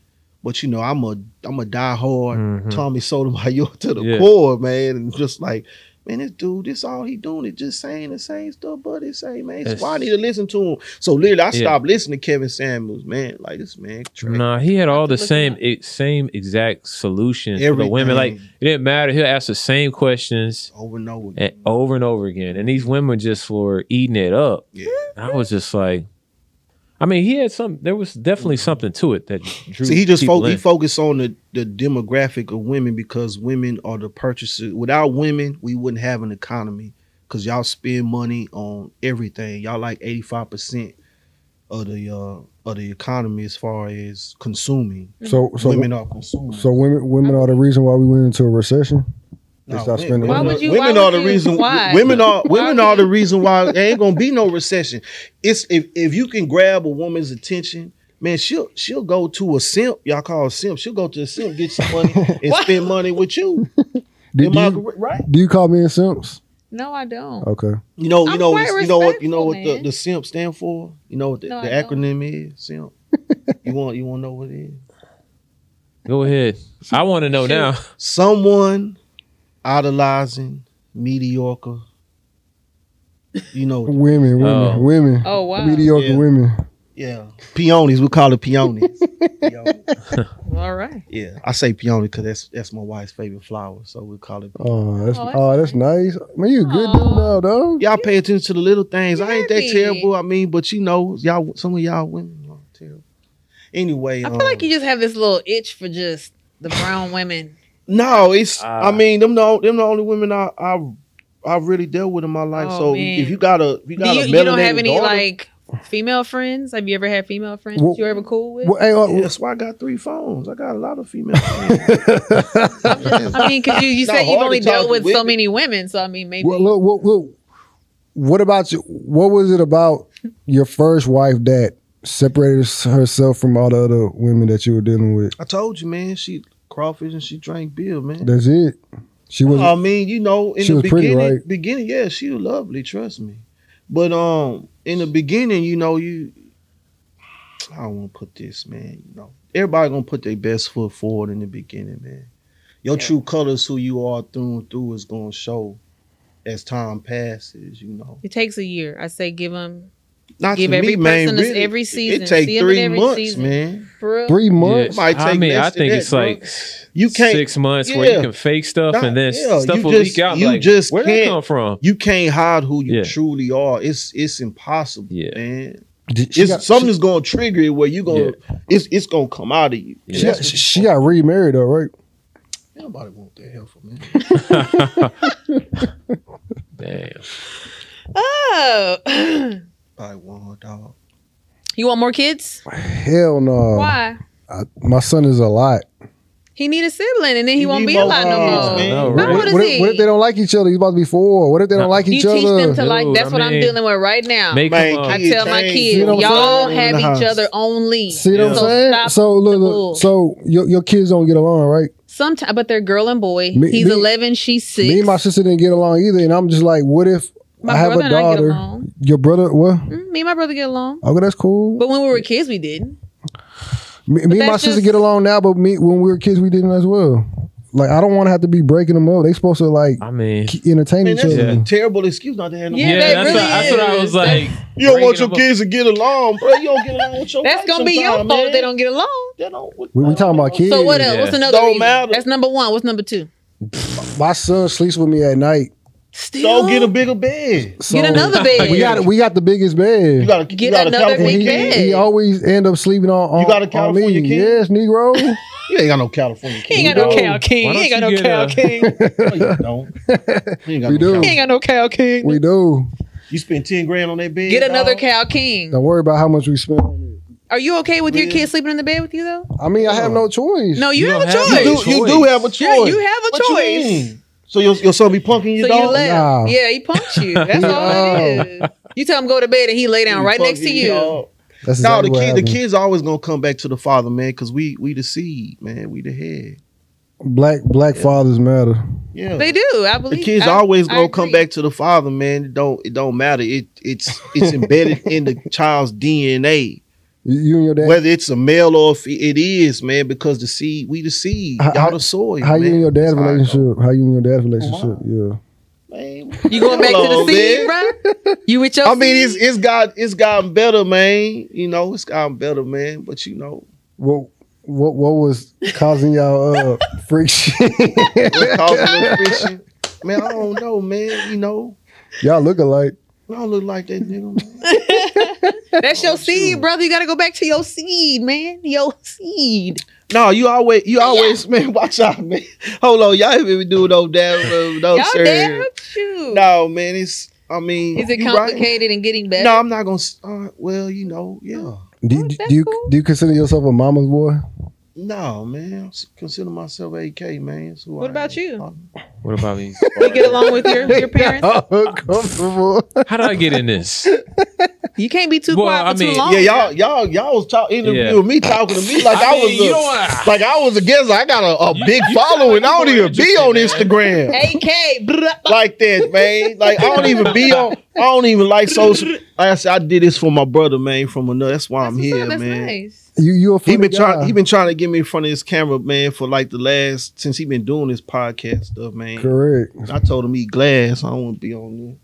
S2: But you know, I'm a I'm a diehard
S4: Mhm.
S2: Tommy Sotomayor to the
S4: Yeah.
S2: core, man, and just like. Man, this dude, this all he doing is just saying the same stuff, but it's saying, man, so
S4: That's-
S2: why I need to listen to him. So literally, I
S4: Yeah.
S2: stopped listening to Kevin Samuels, man. Like this man, trash.
S4: Nah, he had all the
S3: look it
S4: same
S3: up.
S4: e- same exact solutions for the women. Like
S2: Everything.
S4: it didn't matter. He'll ask the same questions
S2: over and over.
S4: and over and over again, and these women just were eating it up.
S2: Yeah.
S4: I was just like, I mean, he had some. There was definitely something to it that drew.
S2: Mm-hmm. See, he just
S4: people
S2: fo- he
S4: in.
S2: focused on the, the demographic of women because women are the purchasers. Without women, we wouldn't have an economy because y'all spend money on everything. Y'all like eighty five percent of the uh, of the economy as far as consuming.
S1: So so
S2: women are consumers.
S1: so women women are the reason why we went into a recession. They stopped
S2: wo-
S1: spending
S3: Why
S1: money.
S3: would you-
S2: women
S3: why
S2: are
S3: would
S2: the
S3: you-
S2: reason.
S3: why?
S2: Women are women
S3: Why
S2: are
S3: would
S2: the
S3: you-
S2: reason why there ain't gonna be no recession. It's if if you can grab a woman's attention, man, she'll she'll go to a simp. Y'all call a simp. She'll go to a simp, get some money, and spend money with you.
S1: Do,
S2: Am
S1: do
S2: I
S1: you,
S2: correct- right?
S1: do you call men simps?
S3: No, I don't.
S1: Okay.
S2: You know, you
S3: I'm
S2: know,
S3: quite
S2: what- you know what, you know what
S3: respectful,
S2: the,
S3: man.
S2: the simp stand for. You know what the,
S3: No,
S2: the
S3: I don't.
S2: acronym is? Simp. you want you want to know what it is?
S4: Go ahead. I want to know now.
S2: Someone idolizing mediocre. You know, what-
S1: Women, women,
S4: Oh.
S1: women.
S3: Oh, wow.
S1: Mediocre
S2: Yeah.
S1: women.
S2: yeah, peonies. We call it peonies. Peonies. Oh.
S3: All right.
S2: Yeah, I say peony because that's that's my wife's favorite flower, so we call it.
S1: Oh, that's
S3: Oh,
S1: oh,
S3: that's
S1: that's, nice. Man, you a good dude
S3: Aw.
S1: now, dog.
S2: Y'all pay attention to the little things. I ain't that
S3: Exactly.
S2: terrible. I mean, but you know, y'all some of y'all women are terrible. Anyway,
S3: I
S2: um,
S3: feel like you just have this little itch for just the brown women.
S2: No, it's. I
S4: Ah.
S2: mean, them the them the only women I I I really dealt with in my life.
S3: Oh,
S2: so
S3: man.
S2: if you got a if you
S3: Do
S2: got
S3: you,
S2: a
S3: you don't have
S2: melanated
S3: any
S2: daughter-
S3: like female friends? Have you ever had female friends
S1: Well-
S3: you were ever cool with?
S1: Well, hey, uh,
S2: Yeah, oh, that's why I got three phones. I got a lot of female. friends.
S3: I mean, because you, you
S2: It's
S3: said
S2: not
S3: you've
S2: hard
S3: only
S2: to talk
S3: dealt
S2: to
S3: with so
S2: women.
S3: many women, so I mean, maybe
S1: well, look, look, look. What about you? What was it about your first wife that separated herself from all the other women that you were dealing with?
S2: I told you, man. She crawfish and she drank beer, man.
S1: That's it. She was.
S2: I mean, you know, in
S1: She
S2: the
S1: was pretty,
S2: beginning,
S1: right?
S2: beginning, yeah, she was lovely. Trust me, but um, in the beginning, you know, you, I don't want to put this, man. You know, everybody gonna put their best foot forward in the beginning, man. Your true colors, who you are through and through, is gonna show as time passes. You know,
S3: it takes a year. I say give them
S2: not
S3: Give
S2: to
S3: every
S2: me, man.
S3: person this
S2: really,
S3: every season.
S2: It take
S3: See 'em in
S2: three
S3: every
S2: months,
S3: season.
S2: man.
S3: for real.
S1: Three
S4: Yeah.
S1: months.
S2: Might
S4: I
S2: take
S4: mean, I
S2: less than
S4: think
S2: that,
S4: it's
S2: bro.
S4: like
S2: You can't
S4: six months where
S2: yeah.
S4: you can fake stuff
S2: Nah,
S4: and then
S2: yeah,
S4: stuff
S2: you
S4: will
S2: just-
S4: leak out.
S2: you
S4: like,
S2: just
S4: where did that
S2: can't-
S4: come from?
S2: You can't hide who you
S4: Yeah.
S2: truly are. It's it's impossible,
S4: Yeah.
S2: man.
S1: Did-
S2: it's
S1: got-
S2: something's gonna trigger it where you gonna it's it's gonna come out of you.
S1: She, got, she, she got remarried though, right?
S2: Nobody want that help from me.
S4: Damn.
S3: Oh,
S2: I want dog.
S3: you want more kids?
S1: Hell no.
S3: Why?
S1: I, my son is a lot.
S3: He need a sibling, and then he,
S2: You
S3: won't
S2: need
S3: be a
S2: more
S3: lot
S2: kids,
S3: no more.
S2: man.
S4: No,
S1: What,
S4: Right.
S3: How old
S1: what,
S3: is
S1: what
S3: he?
S1: if, what if they don't like each other? He's about to be four. What if they don't
S4: No.
S1: like
S3: You
S1: each
S3: teach
S1: other?
S3: them to like.
S4: Dude,
S3: That's
S4: I
S3: what I'm
S4: mean,
S3: dealing with right now.
S4: Make
S2: Man,
S4: them,
S3: I
S4: uh,
S2: kids
S3: tell my
S2: change.
S3: kids,
S1: You know what I'm
S3: y'all
S2: saying?
S3: have
S2: In the
S3: each
S2: house.
S3: other only.
S1: See what I'm
S2: Yeah.
S1: saying?
S3: stop
S1: So
S3: the
S1: look,
S3: bull.
S1: look so your, your kids don't get along, right?
S3: Sometimes, but they're girl and boy.
S1: Me-
S3: He's
S1: me-
S3: 11, she's six.
S1: Me and my sister didn't get along either, and I'm just like, what if
S3: My
S1: I have
S3: brother
S1: a
S3: and I get
S1: daughter?
S3: along.
S1: your brother? What?
S3: Mm, me and my brother get along.
S1: Okay, that's cool.
S3: But when we were kids, we didn't.
S1: me me and my
S3: that's
S1: sister
S3: just-
S1: get along now, but me when we were kids, we didn't as well. Like I don't want to have to be breaking them up. They supposed to like
S4: I mean,
S1: k- entertain
S2: Man,
S1: each
S2: that's
S1: other.
S2: a terrible excuse not to have no
S3: Yeah,
S4: yeah,
S3: that
S4: that's,
S3: really
S4: what, that's what I
S3: is.
S4: was like.
S2: You don't want your
S4: bringing
S2: kids to get along, bro. You don't get along with your
S3: That's
S2: wife
S3: gonna be your fault
S2: sometime,
S3: if they
S2: man.
S3: don't get along.
S2: That don't- what-
S1: We, we talking about kids.
S3: So what else?
S4: Yeah.
S3: What's another
S2: Don't
S3: reason?
S2: matter.
S3: That's number one. What's number two?
S1: My son sleeps with me at night.
S3: Still
S2: Don't get a bigger bed.
S1: So
S3: Get another bed.
S1: We got we got the biggest bed.
S2: You gotta
S3: Get
S2: you gotta
S3: another
S1: and
S2: California
S1: he,
S2: king.
S3: big bed.
S1: he always end up sleeping on, on
S2: You got a
S1: on
S2: California
S1: me.
S2: king?
S1: Yes, Negro.
S2: You ain't got no California king.
S3: He ain't got no
S1: We
S3: cow king.
S4: Why
S3: He ain't got
S4: don't
S3: no
S4: you
S3: cow
S4: get
S3: king.
S2: No, you don't. You ain't got
S1: We do.
S2: no
S3: He
S2: California.
S3: ain't got no cow king.
S1: we do.
S2: You spend ten grand on that bed.
S3: Get another
S2: dog.
S3: cow king.
S1: Don't worry about how much we spend on
S3: Are you okay with your
S2: Man.
S3: kid sleeping in the bed with you though?
S1: it. I mean, I have no choice.
S3: No, you,
S4: You
S3: have a
S4: don't have-
S3: choice.
S2: You
S4: Hey,
S2: do, you do
S4: choice.
S2: have a choice.
S3: Yeah, you have a
S2: What you
S3: choice.
S2: mean? so your, your son be punking your
S3: so
S2: dog?
S3: you left.
S1: Nah.
S3: Yeah, he punched you. That's all it is. You tell him go to bed and he lay down
S2: He
S3: right
S2: punking
S3: next to
S2: your
S3: you.
S2: dog.
S1: That's
S2: No,
S1: exactly
S2: the
S1: what
S2: kid, the
S1: happened.
S2: kids always gonna come back to the father, man, because we we the seed, man, we the head.
S1: Black black fathers matter.
S2: Yeah,
S3: They do. I believe
S2: the kids
S3: I-
S2: always
S3: I
S2: gonna come
S3: agree.
S2: back to the father, man. It don't it don't matter. It it's it's embedded in the child's DNA,
S1: You, you and your dad.
S2: whether it's a male or if it is, man, because the seed, we the seed,
S1: How-
S2: y'all the soil.
S1: how you
S2: man.
S1: and your dad's
S2: That's how I go.
S1: relationship? How you and your dad's relationship?
S2: Oh,
S1: Yeah.
S2: Man,
S3: You going back
S2: Hello,
S3: to the seed,
S2: man.
S3: bro? You with your
S2: I mean, it's
S3: seed?
S2: it's got it's gotten better, man. You know, it's gotten better, man. But you know,
S1: What what what was causing y'all uh, friction?
S2: what caused the friction? Man, I don't know, man. You know,
S1: y'all look alike.
S2: I don't look like that nigga. Man.
S3: that's
S2: Oh,
S3: your seed, brother. You gotta go back to your seed, man. Your seed.
S2: No, you always, you
S3: Oh,
S2: always, man. Watch out, man. Hold on, y'all ain't even doing no damn, no,
S3: Y'all damn
S2: sir.
S3: shoot.
S2: No, man. It's, I mean,
S3: Is it
S2: you right.
S3: complicated and getting better?
S2: No, I'm not gonna. s- Uh, well, you know, yeah.
S1: Do,
S3: Oh,
S1: do
S3: that's
S1: you
S3: cool.
S1: do you consider yourself a mama's boy?
S2: No, man. I s- consider myself AK, man. That's who
S3: What
S2: I
S3: about
S2: am.
S3: you?
S4: What about me?
S3: You get along with your, your parents?
S1: Oh, comfortable.
S4: How did I get in this?
S3: You can't be too
S4: Well,
S3: quiet for
S4: I mean,
S3: too long.
S2: Yeah, y'all, y'all, y'all was talking
S4: Yeah.
S2: interviewing me, talking to me like
S4: I
S2: I,
S4: mean, you
S2: was, a,
S4: don't wanna-
S2: like I was against. I got a, a
S4: You-
S2: big
S4: you sound
S2: following.
S4: like
S2: I don't
S4: you
S2: even
S4: were
S2: be on
S4: interested,
S2: Instagram
S3: AK. bruh.
S2: like that, man. Like I don't even be on. I don't even like social. Like I said, I did this for my brother, man. From another. That's why I'm
S3: That's what's
S2: here,
S3: up. That's
S2: man.
S3: nice.
S1: You you a funny
S2: He been trying.
S1: guy.
S2: He been trying to get me in front of this camera, man, for like the last since he been doing this podcast stuff, man.
S1: correct.
S2: I told him eat glass. I don't want to be on
S3: Mm.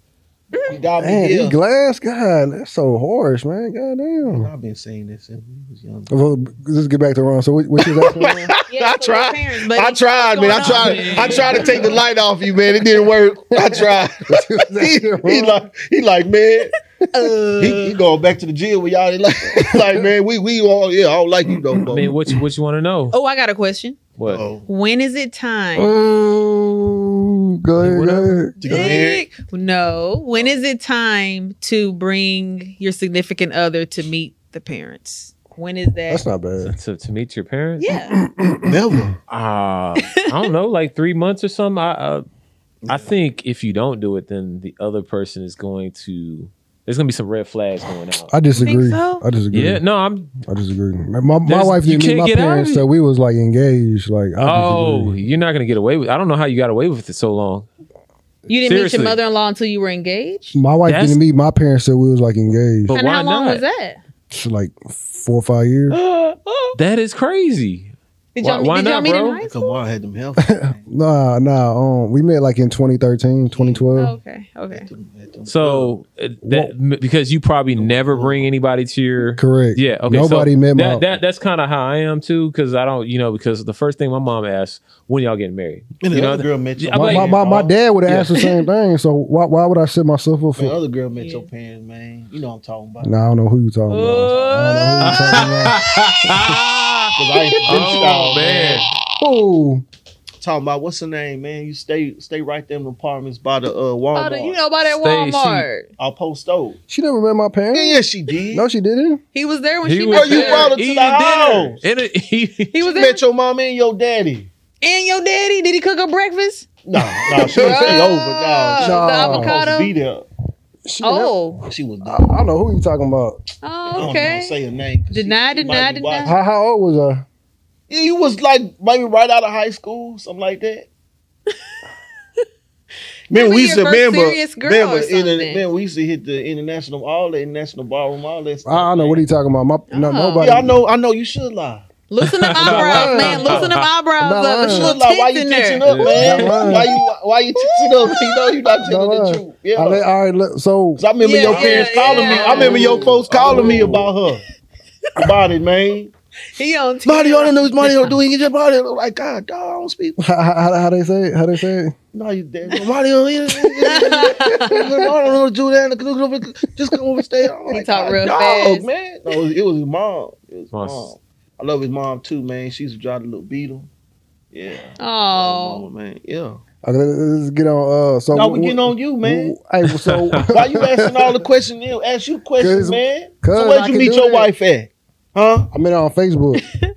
S2: there. He got me
S1: Man,
S2: here.
S1: he glass God, that's so harsh, man. Goddamn.
S2: I've been saying this since we was young.
S1: Well, let's get back to Ron. So what, what you asking? Ron?
S3: Yeah,
S2: I
S3: for your
S2: tried.
S3: parents, but
S2: I
S3: it's-
S2: tried,
S3: what's
S2: man. I
S3: going
S2: tried.
S3: on?
S2: I tried to take the light off you, man. It didn't work. I tried. he, he like, he like, man.
S3: Uh,
S2: he, he going back to the gym with y'all. He like, he like, man, we we all yeah, I don't like you no
S4: I
S2: more.
S4: mean, what you, what you want to know?
S3: Oh, I got a question.
S4: What?
S2: Oh,
S3: When is it time?
S1: Oh, go ahead, go ahead.
S2: to go ahead.
S3: No. When is it time to bring your significant other to meet the parents? When is
S1: That's
S3: that?
S1: not
S4: To,
S1: bad.
S4: to, to meet your parents?
S3: Yeah.
S2: Never.
S4: Uh, I don't know, like three months or something. I, uh, I think if you don't do it, then the other person is going to. There's gonna be some red flags going out.
S1: I disagree.
S3: so?
S1: I disagree.
S4: Yeah, no, I'm.
S1: I disagree. My, my, my
S4: There's-
S1: wife
S4: you
S1: didn't meet
S4: can't
S1: my
S4: get out of
S1: parents,
S4: it.
S1: so we was like engaged. Like, I
S4: Oh,
S1: oh,
S4: you're not gonna get away with. I don't know how you got away with it so long.
S3: You didn't meet
S4: Seriously.
S3: your mother in law until you were engaged?
S1: my wife
S4: That's-
S1: didn't meet my parents, so we was like engaged.
S4: But
S3: and
S4: why
S3: how long
S4: not?
S3: was that?
S1: It's
S4: Oh.
S1: like four or five years.
S2: Oh.
S4: That is crazy.
S3: Did
S4: Why-
S3: y'all,
S4: why
S3: did y'all
S4: not,
S3: meet
S4: bro?
S3: in high school?
S2: Kamar had them health.
S1: Nah, nah. Um, we met like in 2013, 2012.
S3: Oh, okay. Okay.
S4: So uh, that m- because you probably never bring anybody to your
S1: Correct.
S4: Yeah. Okay. so
S1: Nobody met my.
S4: that, that. That's kind of how I am too, because I don't, you know, because the first thing my mom asks, when y'all getting married?
S2: and the
S4: You know,
S2: other girl met your Oh.
S4: I'm
S1: my,
S4: like- oh,
S1: my, my, my dad would have asked the same thing. So why why would I set myself up
S2: The
S1: for?
S2: other girl met
S3: Yeah.
S2: your parents, man. You know what I'm talking about.
S1: Nah, I don't know who you talking about. I don't know who you talking
S4: Uh.
S1: about.
S4: Ah!
S2: 'Cause I ain't been to y'all,
S4: oh man.
S1: Oh,
S2: Talking about what's her name, man? You stay stay right there in the apartments by the uh, Walmart.
S3: Oh, the- you know about that
S4: Stay-
S3: Walmart.
S2: I'll post those.
S1: she never met my
S2: Yeah,
S1: parents.
S2: yeah, she did.
S1: Mm-hmm. No, she didn't.
S3: He was there when
S4: He
S3: she
S4: was
S2: Bro, Oh, you
S3: there.
S2: brought her to
S4: eating
S2: the
S4: dinner.
S2: house.
S4: And it- he-
S3: He was there.
S2: met your mom and your daddy.
S3: And your daddy, did he cook her breakfast?
S2: No, no, she didn't stay over. No,
S3: Oh,
S1: No.
S2: she was
S3: The
S2: supposed to be
S3: avocado.
S2: there.
S1: She
S3: Oh.
S2: She was.
S1: never-
S2: There.
S1: I, I don't know who you talking about.
S2: I don't
S3: Oh,
S2: know,
S3: okay.
S2: say her name. 'cause
S3: Deny,
S2: might
S3: deny,
S2: be
S3: deny.
S2: watching.
S1: How, how old was I?
S2: Yeah, you was like maybe right out of high school, something like that. Man,
S3: Remember
S2: we
S3: your
S2: used to
S3: first
S2: remember,
S3: serious girl
S2: remember,
S3: or
S2: in the,
S3: something.
S2: man, we used to hit the international, all the international ballroom, all that. Stuff,
S1: I, I know what he talking about. My, no,
S3: Oh.
S1: nobody.
S2: Yeah, I know, I know. You should lie.
S3: Loosen the
S1: lying.
S3: eyebrows, man. Loosen the eyebrows
S1: not
S3: up.
S1: lying.
S3: There's
S2: You
S3: little
S2: should lie. Why you
S3: tits in there.
S2: teaching up,
S4: Yeah.
S2: man?
S1: Not lying.
S2: Why you why you teaching up? You know you not
S1: Not
S2: telling the
S1: lying.
S2: truth. Yeah.
S1: I let, all right, look, so
S2: Cause I remember
S3: Yeah,
S2: your
S3: yeah,
S2: parents calling me. I
S3: yeah.
S2: remember your folks calling
S1: Oh.
S2: me about her. About it, man.
S3: He on TV.
S2: Marty, all I know is Marty don't do it. Get your body. I'm like, God, dog, I don't speak.
S1: how, how, how they say it? How they say it?
S2: No, you dead. Marty don't eat I don't know what to do that. Just come over and stay. I'm like,
S3: He talk
S2: God,
S3: real
S2: dog,
S3: fast.
S2: man. No, it, was, it was his mom. It was his
S4: Must-
S2: mom. I love his mom too, man. She used to drive the little Beetle. Yeah.
S3: Oh.
S2: Mama, man. Yeah.
S1: Okay, let- let's get on. Uh, so
S2: No,
S1: wh-
S2: we
S1: wh-
S2: getting on you, man.
S1: wh- Hey, so
S2: Why you asking all the questions? They'll ask you questions,
S1: 'Cause-
S2: man.
S1: 'cause
S2: So
S1: I
S2: where'd you
S1: can
S2: meet
S1: do
S2: your
S1: that.
S2: wife at? Huh?
S1: I met her on Facebook.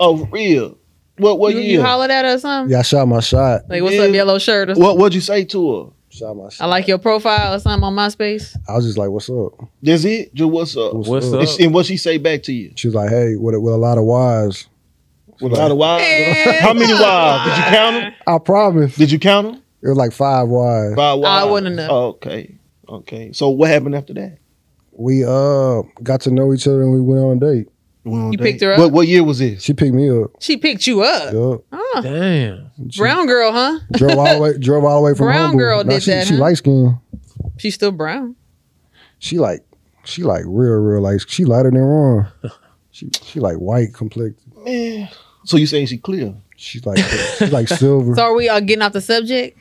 S2: Oh, real. What what
S3: you,
S2: year?
S3: you hollered at her or something?
S1: Yeah, I shot my shot.
S3: Like, what's
S2: Yeah.
S3: up, yellow shirt? Or something?
S2: What what'd you say to her?
S1: Shot my
S3: I
S1: shot.
S3: like your profile or something on MySpace.
S1: I was just like, "What's up?"
S2: That's it? Just what's up?
S4: What's up?
S2: And she- and what she say back to you?
S1: She was like, "Hey, with a, with a lot of whys,
S2: With a lot of wives.
S3: And-
S2: How many wives? Did you count them?
S1: I promise."
S2: Did you count them?
S1: It was like five whys.
S2: Five wives.
S3: wouldn't know.
S2: Oh, okay. Okay. So what happened after that?
S1: We uh got to know each other and we went on a date.
S3: You picked her up?
S2: What what year was this?
S1: She picked me up.
S3: She picked you up.
S1: Yup.
S3: Oh,
S4: Damn.
S3: brown girl, huh?
S1: Drove all the way. Drove all the way from
S3: Brown
S1: Humble.
S3: girl did
S1: she,
S3: that,
S1: She
S3: huh?
S1: light skinned.
S3: She's still brown.
S1: She like. She like real, real light. She lighter than Ron. She she like white complexion.
S2: Man. So you saying she clear?
S1: She's like she's like silver.
S3: So are we uh, getting off the subject?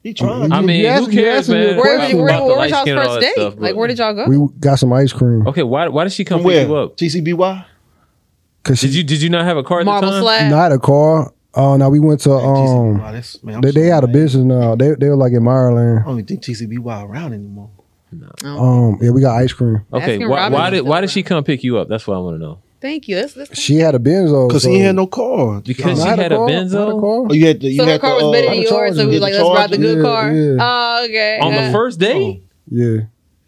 S2: He trying.
S4: I
S1: You-
S4: mean,
S1: you ask-
S4: who
S1: you
S4: cares,
S1: asking me a
S4: man?
S1: question. Well, I
S3: Where, where, where,
S4: About the
S3: was
S4: light
S3: y'all's
S4: skin and all
S3: first
S4: that
S3: date?
S4: stuff,
S3: like,
S4: but-
S3: where did y'all go?
S1: we got some ice cream.
S4: Okay, why why did she come
S2: From where?
S4: pick you up?
S2: TCBY?
S1: Cause
S4: Did you did you not have a car at
S3: Marble
S4: the time?
S3: slab.
S1: not a car? Oh no, we went to um.
S2: TCBY, that's- man, I'm
S1: They, they
S2: sorry,
S1: out of
S2: man.
S1: business now. They they were like in Maryland.
S2: I don't even think TCBY around anymore.
S3: Uh-huh.
S1: Um, yeah, we got ice cream.
S4: Okay,
S3: Baskin
S4: why,
S3: Robbins
S4: why
S3: is
S4: did
S3: still
S4: why did she
S3: around.
S4: come pick you up? That's what I want to know.
S3: Thank you. That's, that's
S1: She had a Benzo.
S2: Because
S1: Oh, so-
S2: he ain't had no car.
S4: Because
S1: Not
S4: she had a
S1: car,
S4: Benzo?
S1: not a car.
S2: Oh, you had to. You
S3: so her
S2: had
S3: car
S2: to,
S3: was better
S2: uh,
S3: than
S1: the
S3: yours, so
S1: Charger.
S3: we
S2: Yeah,
S3: was like,
S2: the
S3: let's ride the good Oh,
S1: Charger.
S3: car.
S1: Yeah, yeah.
S3: Oh, okay.
S4: On
S3: Uh,
S4: the first date?
S1: Yeah,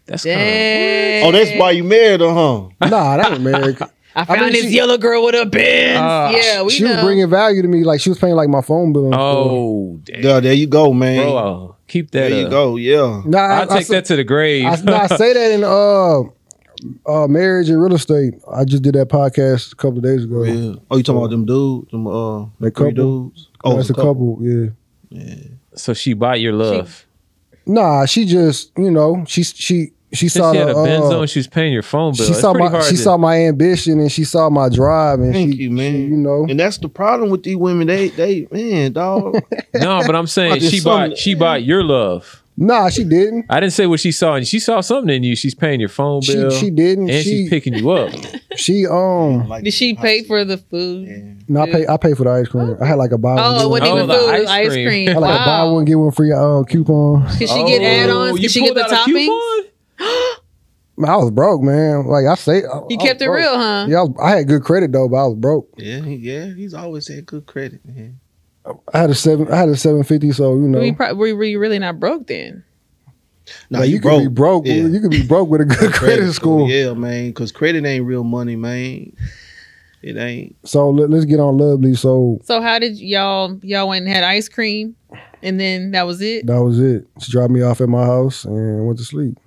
S4: That's kind
S3: Dang.
S2: Oh, that's why you married her, huh?
S1: Nah, that ain't America.
S3: I found
S1: mean,
S3: this
S1: she-
S3: yellow girl with a Benz.
S4: Uh,
S3: yeah, we
S1: she
S3: know.
S1: was bringing value to me. Like she was paying like my phone bill. and stuff.
S4: Oh, damn.
S2: Yeah, there you go, man.
S4: Bro, keep that
S2: there you
S4: up.
S2: go. Yeah.
S1: Nah, I,
S4: I'll
S1: I
S4: take
S1: sa-
S4: that to the grave.
S1: I, nah, I say that in uh, uh, marriage and real estate. I just did that podcast a couple of days ago.
S2: Yeah. Oh, you talking about them dudes? Them uh,
S1: That
S2: three
S1: couple?
S2: dudes?
S1: Oh,
S2: it's
S1: that's a couple. Yeah.
S4: so she bought your love.
S1: Nah, she just you know she she she
S4: Since
S1: saw
S4: she had
S1: the,
S4: a Benzo
S1: uh,
S4: and she was paying your phone bill.
S1: she
S4: it's
S1: saw
S4: pretty
S1: my
S4: hard
S1: she
S4: to-
S1: saw my ambition and she saw my drive and
S2: Thank
S1: she,
S2: you, man.
S1: she, you know
S2: And that's the problem with these women. They, they, man, dog.
S4: no, but I'm
S2: Like,
S4: saying
S2: there's
S4: she
S2: some-
S4: bought she bought your love.
S1: nah she didn't
S4: I didn't say what she saw, and she saw something in you. She's paying your phone
S1: she
S4: bill.
S1: she didn't
S4: and
S1: she
S4: she's picking you up.
S1: she um
S2: like,
S3: Did she pay for the food?
S1: no I pay I pay for the ice cream I had like a buy one
S3: Oh, it
S1: get one.
S3: wasn't even
S4: Oh, the
S3: food. Ice,
S4: ice
S3: ice
S4: cream.
S3: cream.
S1: I had like a buy
S3: Wow.
S1: one get one free uh, coupon.
S3: Did she get
S4: Oh,
S3: add-ons?
S4: you
S3: Did she get
S4: pulled
S3: the
S4: out a
S3: toppings?
S4: coupon?
S1: Man, I was broke man like I say I,
S3: You
S1: I
S3: kept
S1: was
S3: it
S1: broke.
S3: real, huh?
S1: Oh, Yeah, I, was- I had good credit though, but I was broke.
S2: Yeah, he- yeah. He's always had good credit, man.
S1: I had a seven. I had a seven fifty. So you know,
S3: We pro- were, were you really not broke then?
S2: Now
S1: like, you, could be broke.
S2: Yeah.
S1: You could be broke with a good credit score.
S2: Yeah, man. Because credit ain't real money, man. It ain't.
S1: So let, let's get on lovely. So
S3: So how did y'all y'all went and had ice cream, and then that was it?
S1: that was it. She dropped me off at my house and went to sleep.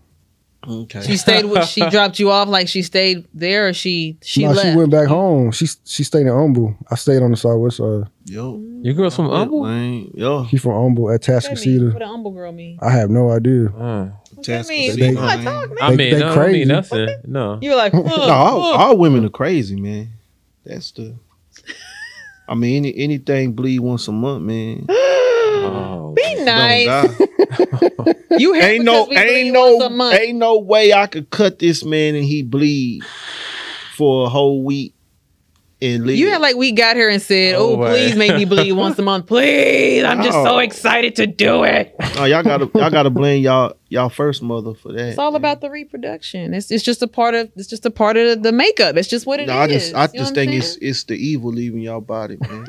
S3: She
S2: Okay.
S3: stayed. With, she dropped you off like she stayed there, or she she
S1: no,
S3: left.
S1: she went back home. She she stayed in Humble. I stayed on the southwest side.
S2: Yo.
S4: Your girl's from Humble.
S2: Man. Yo.
S1: She from Humble at
S3: What that mean?
S1: Tascasita.
S3: What a humble girl mean?
S1: I have no idea.
S4: Uh,
S3: What that
S2: Tascasita,
S3: mean?
S1: they-
S3: Come on, talk, man.
S4: I
S1: They-
S4: mean,
S1: they
S4: no, I don't mean
S1: crazy.
S4: nothing. No.
S3: You were like,
S2: No,
S3: "Ugh,
S2: all,
S3: ugh."
S2: all women are crazy, man. That's the. I mean, any, anything bleed once a month, man.
S4: Oh,
S3: be nice.
S2: Don't die.
S3: You here
S2: ain't no,
S3: because we
S2: ain't
S3: bleed once a
S2: no,
S3: month.
S2: ain't no way I could cut this man and he bleed for a whole week and leave.
S3: You had like we got here and said,
S4: Oh,
S3: "Oh,
S4: boy.
S3: please make me bleed once a month, please." I'm just so
S2: No.
S3: excited to do it.
S2: oh, y'all gotta, y'all gotta blame y'all, y'all first mother for that.
S3: It's all about the reproduction. It's it's just a part of it's just a part of the makeup. It's just what it is.
S2: No, I just, I
S3: You know
S2: just
S3: what I'm
S2: think it's,
S3: saying?
S2: it's the evil leaving y'all body, man.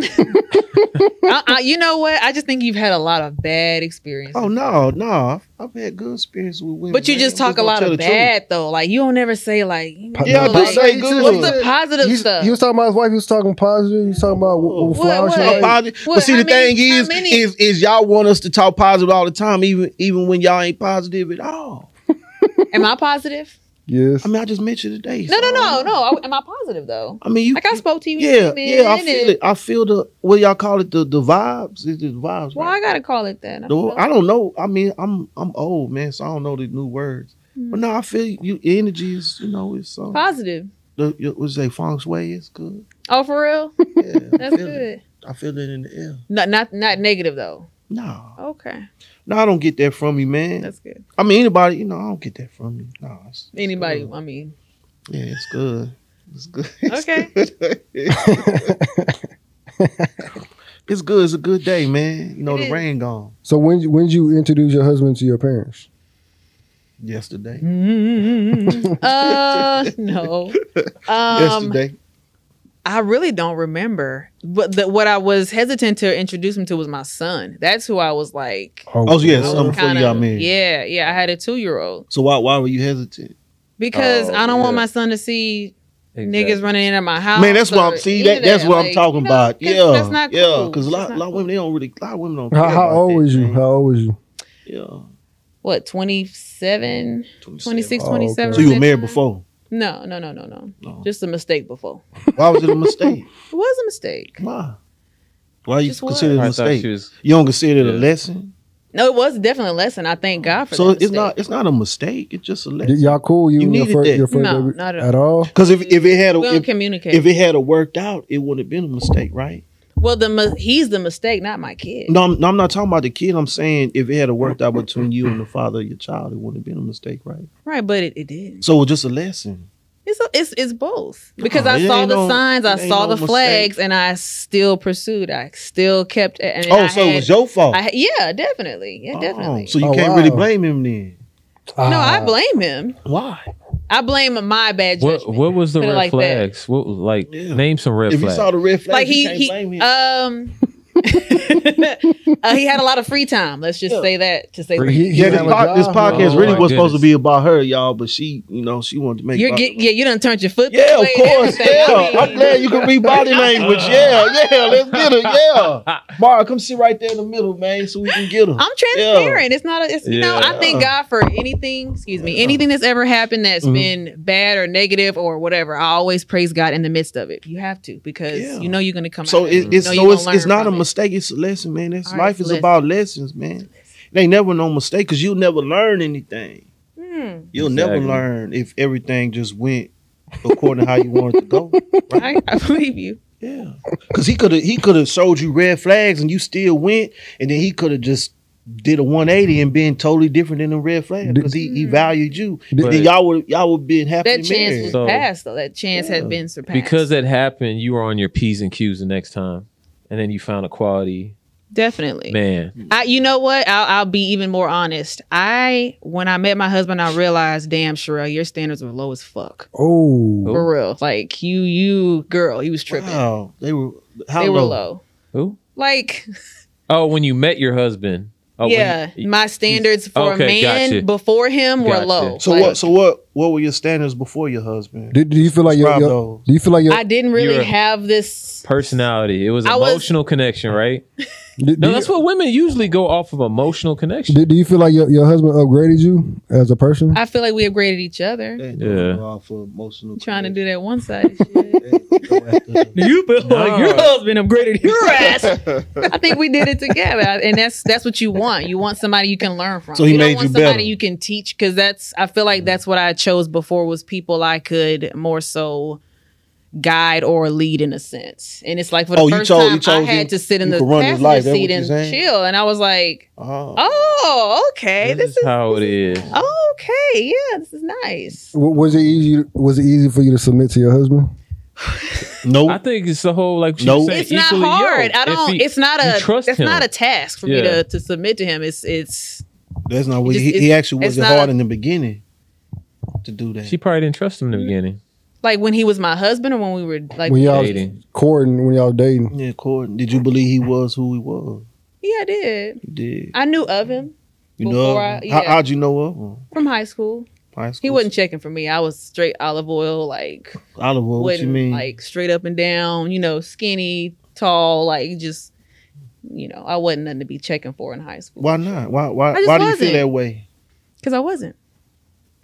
S3: I, I, you know what? I just think you've had a lot of bad experiences.
S2: oh no, no, I've, I've had good experience with women,
S3: But you
S2: man.
S3: just
S2: I'm
S3: talk a
S2: gonna
S3: lot
S2: tell
S3: of
S2: the truth.
S3: bad though. Like you don't ever say like, you
S1: Po-
S3: know,
S2: Yeah,
S1: no,
S2: but
S3: like,
S1: that's what
S2: say
S1: he
S2: good
S1: said.
S2: look.
S3: what's the positive
S1: You-
S3: stuff?
S1: He was talking about his wife. He was talking positive. He was talking about w-
S2: What,
S1: flowers.
S3: what?
S1: she
S2: Talk
S1: liked.
S2: positive.
S3: What,
S2: but see,
S3: how
S2: the
S3: many-
S2: thing
S3: how
S2: is,
S3: many-
S2: is, is y'all want us to talk positive all the time, even, even when y'all ain't positive at all.
S3: am I positive?
S1: Yes.
S2: I mean, I just mentioned today.
S3: No,
S2: so-
S3: no, no, no. I, am I positive though?
S2: I mean, you.
S3: Like I spoke to you.
S2: yeah,
S3: this
S2: yeah, I
S3: minute.
S2: feel it. I feel the what y'all call it the the vibes. It's the vibes.
S3: Well,
S2: right?
S3: I gotta call it that. I
S2: The-
S3: feel-
S2: I don't know. I mean, I'm I'm old man, so I don't know the new words. But no, I feel you. Energy is you know it's um,
S3: Mm-hmm. Hmm. positive.
S2: the you- what's it say feng shui is good.
S3: Oh, for real?
S2: Yeah,
S3: That's
S2: I feel It.
S3: good.
S2: I feel it in the air.
S3: Not not not negative though.
S2: No,
S3: Okay,
S2: no, I don't get that from you, man.
S3: that's good.
S2: I mean, anybody, you know, I don't get that from you. No, it's, it's
S3: Anybody?
S2: good.
S3: I mean,
S2: Yeah, it's good. It's good. It's
S3: Okay.
S2: good. it's good. It's a good day, man. You know,
S3: It
S2: the
S3: is.
S2: rain gone
S1: So when when you introduce your husband to your parents?
S2: yesterday.
S3: uh, no. Um,
S2: yesterday.
S3: I really don't remember. But the, what I was hesitant to introduce him to was my son. That's who I was like.
S2: Oh, yes.
S3: I was
S2: Something before you
S3: kinda-
S2: got married.
S3: Yeah, yeah. I had a two year old
S2: So why why were you hesitant?
S3: because
S4: Oh,
S3: I don't want
S4: yeah.
S3: my son to see
S4: exactly.
S3: niggas running into my house.
S2: Man, that's what
S3: or
S2: I'm see
S3: any
S2: that,
S3: of
S2: that's what I'm
S3: Like,
S2: talking
S3: you know,
S2: about.
S3: 'cause
S2: Yeah,
S3: that's not
S2: yeah.
S3: cool.
S2: Because a lot,
S3: That's
S2: lot
S3: not
S2: of women they don't really a lot of women don't.
S1: How,
S2: care
S1: how
S2: about
S1: old
S2: that,
S1: was you?
S2: man.
S1: How old was you?
S2: Yeah,
S3: what 27 26
S1: Oh, okay. Oh.
S3: 27
S2: So you were
S3: around that
S2: married
S3: time?
S2: before?
S3: no no no no no
S2: No.
S3: just a mistake before
S2: Why was it a mistake?
S3: it was a mistake
S2: Why? Why you
S3: Just what?
S2: consider it a
S4: I thought
S2: mistake?
S4: she was.
S2: You don't consider it a
S4: Yeah.
S2: lesson.
S3: no it was definitely a lesson i thank god for
S2: So
S3: that
S2: it's
S3: mistake.
S2: not it's not a mistake. It's just a
S1: Y-
S2: lesson.
S1: y'all cool? You,
S2: You
S1: and your
S2: needed
S1: first,
S2: that.
S1: your first
S3: No,
S1: baby?
S3: not at
S1: at all.
S2: Because if, if it had a,
S3: we don't
S2: if,
S3: communicate
S2: if it had a worked out, it wouldn't have been a mistake, right?
S3: well the mis- he's the mistake not my kid
S2: No, I'm, no, I'm not talking about the kid. I'm saying if it had a worked out between you and the father of your child, it wouldn't have been a mistake, right?
S3: right but it, it did
S2: So it was just a lesson.
S3: it's, a, it's it's both because
S2: No,
S3: i
S2: it
S3: saw
S2: ain't
S3: the
S2: no-
S3: signs
S2: it
S3: i
S2: ain't
S3: saw
S2: no
S3: the flags
S2: mistake.
S3: and i still pursued i still kept it, and
S2: oh,
S3: I
S2: so
S3: had,
S2: it was your fault.
S3: I had- yeah definitely yeah
S2: Oh,
S3: definitely
S2: so you
S1: Oh,
S2: can't
S1: wow.
S2: really blame him then.
S3: no
S1: Ah,
S3: i blame him
S2: Why?
S3: i blame my bad judgment
S4: What What was the
S3: Put it
S4: red
S3: like that.
S4: flags? What was- like
S2: Yeah.
S4: name some red
S2: If you
S4: flags?
S2: saw the red flag,
S3: like
S2: you
S3: he uh,
S2: can't blame
S3: he
S2: him.
S3: um uh, he had a lot of free time. Let's just say that to say
S1: He- he
S2: Yeah,
S1: had
S2: this,
S1: a
S2: pod, this
S1: job.
S2: podcast
S4: Oh,
S2: really
S4: my
S2: was supposed to
S4: goodness.
S2: be about her, y'all, but she, you know, she wanted to make.
S3: you're
S2: my-
S3: get, yeah, you done turned your foot.
S2: yeah,
S3: this
S2: of
S3: way and
S2: course.
S3: everything.
S2: Yeah,
S3: I mean,
S2: I'm glad you can read body language. Yeah, yeah, let's get her. Yeah, Mara, come sit right there in the middle, man, so we can get her.
S3: I'm transparent. It's not a, it's, you know, I
S2: Yeah.
S3: thank God for anything, excuse me, anything that's ever happened
S4: Mm-hmm.
S3: that's been bad or negative or whatever. I always praise God in the midst of it. You have to because
S2: Yeah.
S3: you know you're going to come
S2: So
S3: out.
S2: it, it's
S3: No,
S2: so
S3: you gonna
S2: it's,
S3: learn
S2: it's not a
S3: from it.
S2: mistake. It's a lesson, man. That's
S3: All right,
S2: life is
S3: lesson.
S2: about lessons, man. It ain't never no mistake because you'll never learn anything.
S3: Hmm.
S2: You'll never
S4: Exactly.
S2: learn if everything just went according to how you wanted to go.
S3: I, I believe you.
S2: Yeah, because he could have he could have showed you red flags and you still went, and then he could have just did a one eighty and been totally different than the red flag because he, he valued you.
S4: But-
S2: then y'all would y'all would been happy
S3: Mm-hmm. That
S2: married.
S3: chance was
S4: So-
S3: passed, though. That chance
S2: Yeah.
S3: had been surpassed.
S4: because that happened, you were on your P's and Q's the next time. And then you found a quality
S3: Definitely.
S4: man.
S3: I, you know what? I'll, I'll be even more honest. I, when I met my husband, I realized, damn, Sherelle, your standards were low as fuck.
S1: Oh,
S3: For real. Like, you, you, girl, he was tripping.
S2: Wow, they were how
S3: they were
S2: low?
S3: low.
S4: Who?
S3: Like,
S4: Oh, when you met your husband. Oh, when-
S3: yeah, my standards for
S4: Okay,
S3: a man
S4: gotcha.
S3: before him were
S4: Gotcha.
S3: low.
S2: So
S3: Like,
S2: what so what what were your standards before your husband?
S1: do, do you feel like your,
S2: Describe
S1: your
S2: those.
S1: do you feel like your
S3: I didn't really
S4: You're-
S3: have this.
S4: personality. It was
S3: I was-
S4: emotional connection, right?
S1: do, do
S4: No,
S1: you-
S4: that's what women usually go off of emotional connection.
S1: do, do you feel like your, your husband upgraded you as a person?
S3: I feel like we upgraded each other.
S2: They
S4: Yeah.
S2: go off of emotional
S3: Trying to do that one sided shit.
S2: that.
S4: You feel like your husband upgraded
S3: Your ass. I think we did it together, and that's that's what you want. You want somebody you can learn from.
S2: So he
S3: you
S2: made
S3: don't want
S2: you
S3: somebody
S2: better.
S3: you can teach because that's. I feel like that's what I chose before was people I could more so guide or lead in a sense. And it's like for the
S2: Oh, you
S3: first
S2: chose- you
S3: time I
S2: chose him-
S3: had to sit in
S2: you
S3: the
S2: could run his
S3: passenger
S2: life, that's
S3: seat
S2: what
S3: and
S2: you're saying?
S3: chill, and I was like,
S2: oh.
S3: oh, okay,
S4: This, is, how it is.
S3: okay, yeah, this is nice.
S1: W- Was it easy? Was it easy for you to submit to your husband?
S2: No.
S4: I think it's the whole like she
S2: No.
S4: was saying,
S3: It's not
S4: equally
S3: hard.
S4: yoked.
S3: I
S4: If
S3: don't.
S4: he-
S3: it's not
S4: you
S3: a.
S4: trust
S3: It's
S4: him.
S3: not a task for
S4: Yeah.
S3: me to to submit to him. It's it's.
S2: That's not what
S3: It just-
S2: he, he
S3: it's-
S2: actually
S3: it's
S2: wasn't
S3: not
S2: hard
S3: a-
S2: in the beginning to do that.
S4: She probably didn't trust him in the beginning.
S3: Like when he was my husband, or when we were like,
S1: when y'all
S4: dating.
S1: courting, when y'all dating,
S2: yeah, Corden. Did you believe he was who he was?
S3: yeah, I did.
S2: You did.
S3: I knew of him
S2: You know
S3: Before
S2: of him?
S3: I-
S2: How,
S3: yeah.
S2: how'd you know of him?
S3: from high school.
S2: High school.
S3: He wasn't checking for me. I was straight olive oil, like
S2: Oliver, what you
S3: wouldn't
S2: mean?
S3: like straight up and down. You know, skinny, tall, like just you know, I wasn't nothing to be checking for in high school
S2: why not? Why why
S3: I just
S2: why do you
S3: wasn't.
S2: feel that way?
S3: because I wasn't.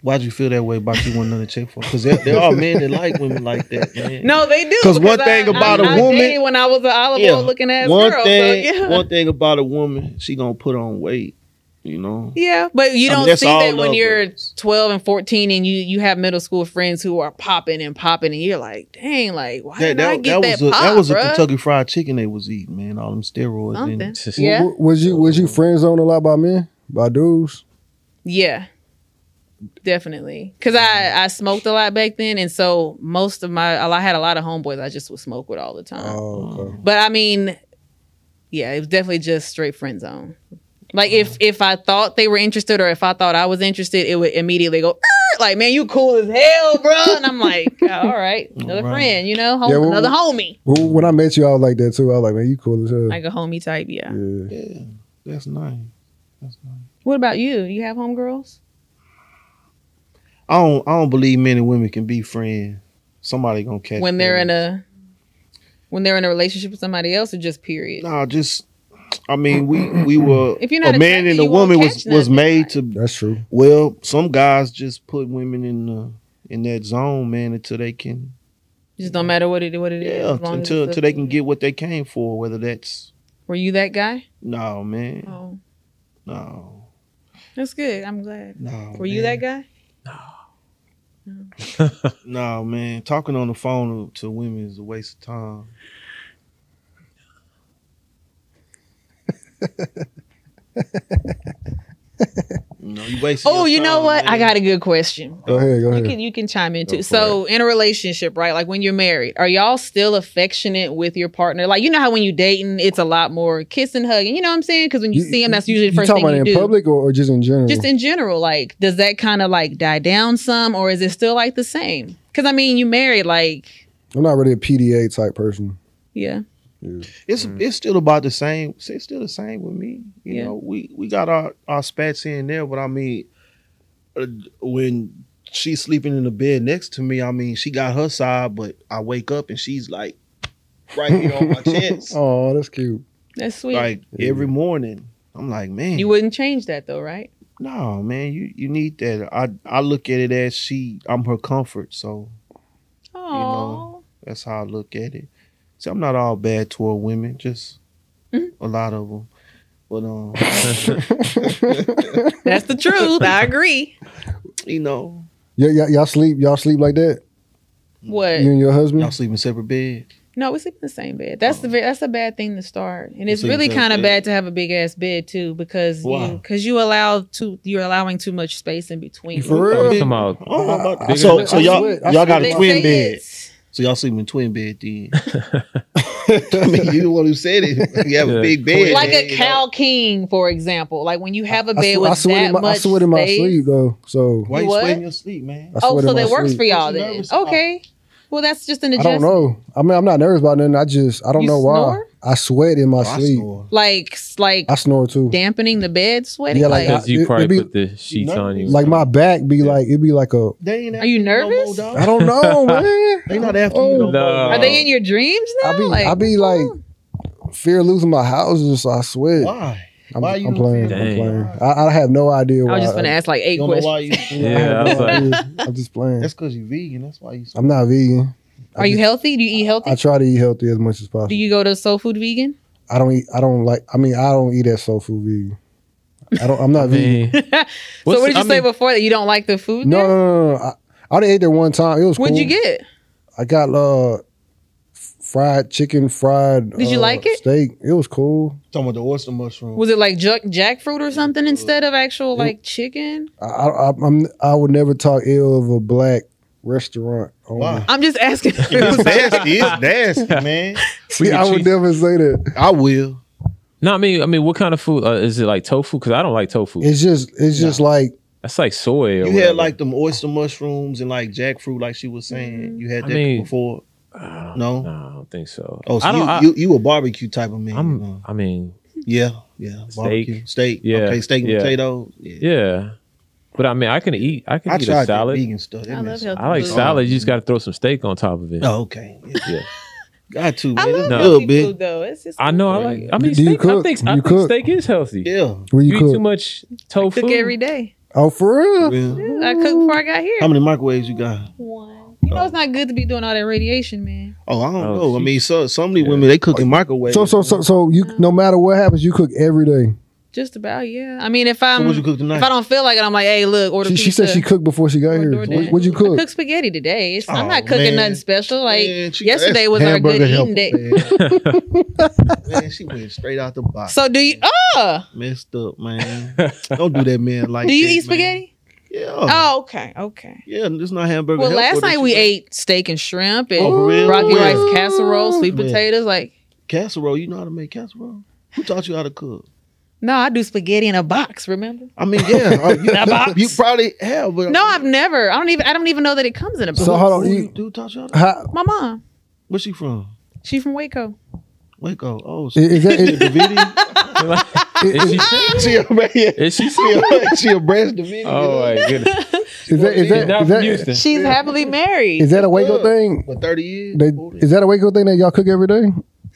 S2: Why'd you feel that way about you wanting to check for? Because there, there are men that like women like that, man.
S3: No, they do.
S2: 'Cause one
S3: because
S2: thing
S3: I-
S2: about
S3: I-
S2: a
S3: I
S2: woman-
S3: dated when I was an olive
S2: Yeah.
S3: oil looking ass
S2: one
S3: girl.
S2: thing,
S3: so yeah.
S2: one thing about a woman, she gonna put on weight. You know,
S3: Yeah, but
S2: I mean,
S3: you don't
S2: that's
S3: see
S2: all
S3: that when
S2: love
S3: you're
S2: is.
S3: 12 and 14 and you you have middle school friends who are popping and popping and you're like, dang, like why did I get that,
S2: was a,
S3: pop,
S2: that was a
S3: bruh?
S2: Kentucky Fried Chicken they was eating, man. All them steroids. in
S3: Something.
S2: it.
S3: Yeah,
S1: W- was you was you friend zoned a lot by men, by dudes?
S3: yeah, definitely. Because I I smoked a lot back then, and so most of my I had a lot of homeboys I just would smoke with all the time.
S1: Oh, okay.
S3: But I mean, yeah, it was definitely just straight friend zone. Like if if I thought they were interested or if I thought I was interested, it would immediately go "Er," like, "Man, you cool as hell, bro." And I'm like, "Oh, "All right, another
S2: Right.
S3: friend, you know, home,
S1: Yeah, well-
S3: another homie,
S1: Well, when I met you, I was like that too. I was like, man, you cool as hell.
S3: like a homie type." Yeah.
S1: yeah.
S2: Yeah, that's nice.
S3: What about you? You have homegirls?
S2: I don't. I don't believe men and women can be friends. Somebody gonna catch
S3: When they're
S2: feelings.
S3: in a when they're in a relationship with somebody else, or just period?
S2: Nah, just I mean, we we were
S3: If you're not
S2: a man
S3: attracted,
S2: and a
S3: you won't
S2: woman was
S3: catch
S2: was
S3: nothing,
S2: made
S3: like-
S2: to.
S1: That's true.
S2: Well, some guys just put women in the in that zone, man, until they can
S3: Just don't matter what it what it is.
S2: yeah,
S3: as long as
S2: until
S3: it's a-
S2: until they can get what they came for. Whether that's
S3: Were you that guy?
S2: no, man,
S3: Oh,
S2: no,
S3: that's good. I'm glad.
S2: no.
S3: Were you
S2: man.
S3: that guy?
S2: No, man. Talking on the phone to, to women is a waste of time. no, you wasting
S3: Oh,
S2: your
S3: you know
S2: time,
S3: what? I
S2: man.
S3: got a good question.
S1: Go ahead, go
S3: You
S1: ahead.
S3: can you can chime in
S4: Go
S3: too.
S4: for
S3: So in a relationship, right? Like when you're married, are y'all still affectionate with your partner? Like you know how when you dating, it's a lot more kissing, hugging. You know what I'm saying? Because when you, see him, that's usually the first
S1: talking
S3: thing
S1: about
S3: you
S1: in
S3: do.
S1: public or, or just in general?
S3: Just in general, like does that kind of like die down some, or is it still like the same? Because I mean, you married, like
S1: I'm not really a PDA type person.
S3: yeah,
S2: It's it's still about the same. It's still the same with me. You
S3: Yeah.
S2: know, we we got our our spats in there, but I mean, uh, when she's sleeping in the bed next to me, I mean, she got her side, but I wake up and she's like right here on my chest.
S1: Oh, that's cute.
S3: That's sweet.
S2: Like hmm. every morning, I'm like, man,
S3: you wouldn't change that though, right?
S2: no, man, you you need that. I I look at it as she, I'm her comfort, so
S3: Oh,
S2: That's how I look at it. See, I'm not all bad toward women, just
S3: Mm-hmm.
S2: a lot of them. But um,
S3: that's the truth. I agree.
S2: you know,
S1: Y- y- y'all sleep, y'all sleep like that.
S3: What?
S1: You and your husband.
S2: y'all sleep in separate beds.
S3: No, we sleep in the same bed. That's
S1: Oh.
S3: the the that's a bad thing to start, and it's
S2: sleep in
S3: really
S2: the same
S3: kind of
S2: bed.
S3: bad to have a big ass bed too, because
S2: Why?
S3: you because you allow too you're allowing too much space in between.
S1: For real?
S4: Oh, come out.
S2: I don't know about
S4: I- I
S2: so
S4: split-
S2: so
S1: I
S2: y'all
S1: split- I
S2: y'all got
S1: split.
S2: a
S3: They
S2: twin
S3: say
S2: bed.
S3: it's-
S2: So y'all sleep in twin bed then. I mean, you the one who said it. You have
S4: Yeah.
S2: a big bed.
S3: Like
S2: man,
S3: a
S2: you know.
S3: cow king, for example. Like when you have a
S1: I,
S3: bed
S1: sw-
S3: with
S1: I sweat
S3: that
S1: in my,
S3: much
S1: I sweat in my
S3: space-
S1: sleep though. So
S2: Why you
S3: What?
S2: sweating your sleep, man?
S1: I
S3: Oh,
S1: sweat
S3: so
S1: in my
S3: that works
S1: sleep.
S3: for y'all
S2: What you
S3: then?
S2: nervous about?
S3: Okay. Well, that's just an
S1: I
S3: adjustment.
S1: don't know. I mean, I'm not nervous about nothing. I just I don't
S3: You
S1: know why.
S3: snore?
S1: I sweat in my
S2: Oh, I
S1: sleep.
S2: snore.
S3: Like like
S1: I snore too.
S3: dampening the bed, sweating.
S1: Yeah,
S3: like,
S1: like
S4: Because
S1: I-
S4: you
S1: it-
S4: probably
S1: it be-
S4: put the sheets on you.
S1: Like my back be like it be like a
S2: They ain't
S3: Are you
S2: after no more,
S3: nervous?
S2: dog.
S1: I don't know, man.
S2: They not after you.
S1: Oh,
S2: No. more,
S4: no.
S2: dog.
S3: are they in your dreams now?
S1: I be
S3: like,
S1: I be like fear of losing my houses. So I swear.
S2: Why?
S1: I'm,
S2: Why
S1: I'm
S2: you
S1: playing.
S2: feel-
S1: I'm
S4: Dang.
S1: playing. I, I have no idea
S3: I
S1: why.
S3: was just gonna ask like eight
S2: You don't know why
S3: questions.
S2: you.
S1: I have
S4: Yeah, I was
S1: no
S4: like-
S1: idea. I'm just playing.
S2: That's because you vegan. That's why you.
S1: I'm not vegan.
S3: Are you healthy? Do you eat healthy?
S1: I try to eat healthy as much as
S3: Do
S1: possible.
S3: you go to soul food vegan?
S1: I don't eat. I don't like. I mean, I don't eat at soul food vegan. I don't. I'm not vegan.
S4: Man.
S3: so
S4: What's-
S3: what did you
S4: I
S3: say
S4: mean-
S3: before that you don't like the food?
S1: No,
S3: there?
S1: no, no, no, no. I, I done ate there one time. It was.
S3: What'd
S1: cool.
S3: you get?
S1: I got uh, f- fried chicken, fried.
S3: Did you
S1: uh,
S3: like it?
S1: Steak. It was cool.
S2: Talking about the oyster mushroom.
S3: Was it like jack jackfruit or something instead of actual like chicken?
S1: I, I, I'm. I would never talk ill of a black restaurant. owner.
S2: Why?
S3: I'm just asking.
S2: It's nasty. It's nasty, man.
S1: See, I would never say that.
S2: I will.
S4: No, I mean, I mean, what kind of food uh, is it? Like tofu? Because I don't like tofu.
S1: It's just. It's just like.
S4: That's like soy. Or
S2: You
S4: whatever.
S2: had like them oyster mushrooms and like jackfruit, like she was
S3: Mm-hmm.
S2: saying. You had
S4: I
S2: that
S4: mean-
S2: before.
S4: I don't-
S2: No?
S4: no, I don't think so.
S2: Oh, so
S4: I don't.
S2: you,
S4: I,
S2: you you a barbecue type of man.
S4: I'm.
S2: huh?
S4: I mean,
S2: yeah, yeah. Barbecue, steak.
S4: Yeah,
S2: Okay, steak and
S4: yeah.
S2: potato. Yeah.
S4: yeah, but I mean, I can eat. I can
S2: I
S4: eat
S2: tried that
S4: a salad.
S2: vegan stuff. That
S3: I love
S2: mess-
S3: healthy
S4: I like
S3: food.
S4: salad. You just got to throw some steak on top of it.
S2: Oh, okay. Yeah.
S4: Yeah.
S2: Got to,
S3: I
S2: man.
S3: love
S2: Just a
S4: No.
S2: little
S3: healthy
S2: bit.
S3: food though. It's just
S4: I know. I like. I mean,
S1: Do you
S4: steak, I
S1: cook?
S4: think,
S1: Do
S4: I
S1: you
S4: think
S1: cook?
S4: steak is healthy.
S2: Yeah.
S1: Where
S4: You,
S1: you
S4: eat too
S1: cook?
S4: much tofu.
S3: cook every day.
S1: Oh, for real?
S2: yeah.
S3: I cooked before I got here.
S2: How many microwaves you got?
S3: One. You know it's not good to be doing all that radiation, man.
S2: Oh, I don't
S4: Oh,
S2: know. I
S4: she-
S2: mean, so so many
S4: Yeah.
S2: women they cook in microwaves.
S1: Oh, So, so, so, so you.
S3: Uh-huh.
S1: No matter what happens, you cook every day.
S3: Just about, yeah. I mean, if I'm
S2: what you cook tonight?
S3: Um, if I don't feel like it, I'm like, hey, look, order
S1: She,
S3: pizza.
S1: she said she cooked before she got
S3: or
S1: here.
S3: DoorDash.
S1: What, would you
S3: I
S1: cook?
S3: cooked spaghetti today. It's, I'm
S2: Oh,
S3: not
S2: man.
S3: cooking nothing special. Like
S2: Man, she-
S3: yesterday
S2: that's
S3: was our good
S5: hamburger
S3: eating day.
S2: man, she went straight out the box.
S3: So do you? Oh,
S2: Messed up, man. Don't do that, man. Like,
S3: do you
S2: that,
S3: eat
S2: man.
S3: spaghetti?
S2: Yeah.
S3: Oh, okay, okay.
S2: Yeah, it's not hamburger.
S3: Well,
S2: helper
S3: last
S2: that
S3: night
S2: you
S3: we
S2: make.
S3: ate steak and shrimp and
S2: Oh, for real?
S3: broccoli
S2: Where?
S3: rice casserole, sweet
S2: Where?
S3: potatoes. Like,
S2: casserole. You know how to make casserole? Who taught you how to cook?
S3: no, I do spaghetti in a box. Remember?
S2: I mean, yeah, uh, you,
S3: That box?
S2: you probably have, but
S3: No, I've never. I don't even. I don't even know that it comes in a box.
S1: So hold
S2: Who
S1: on.
S2: you
S1: You,
S2: do taught you how to?
S1: how,
S3: My mom.
S2: Where's she from?
S3: She from Waco.
S2: Waco. Oh, she
S1: is that? Is,
S2: Davidi.
S4: is, she,
S2: she a man. She
S4: is she?
S2: a, she a branch Davidi.
S4: Oh my goodness!
S1: is that? Is
S4: She's
S1: that?
S4: not
S1: Is
S4: from
S1: that,
S4: Houston.
S3: She's happily married.
S1: is that a Waco
S2: Look.
S1: thing?
S2: for thirty years.
S1: They,
S2: 40.
S1: is that a Waco thing that y'all cook every day?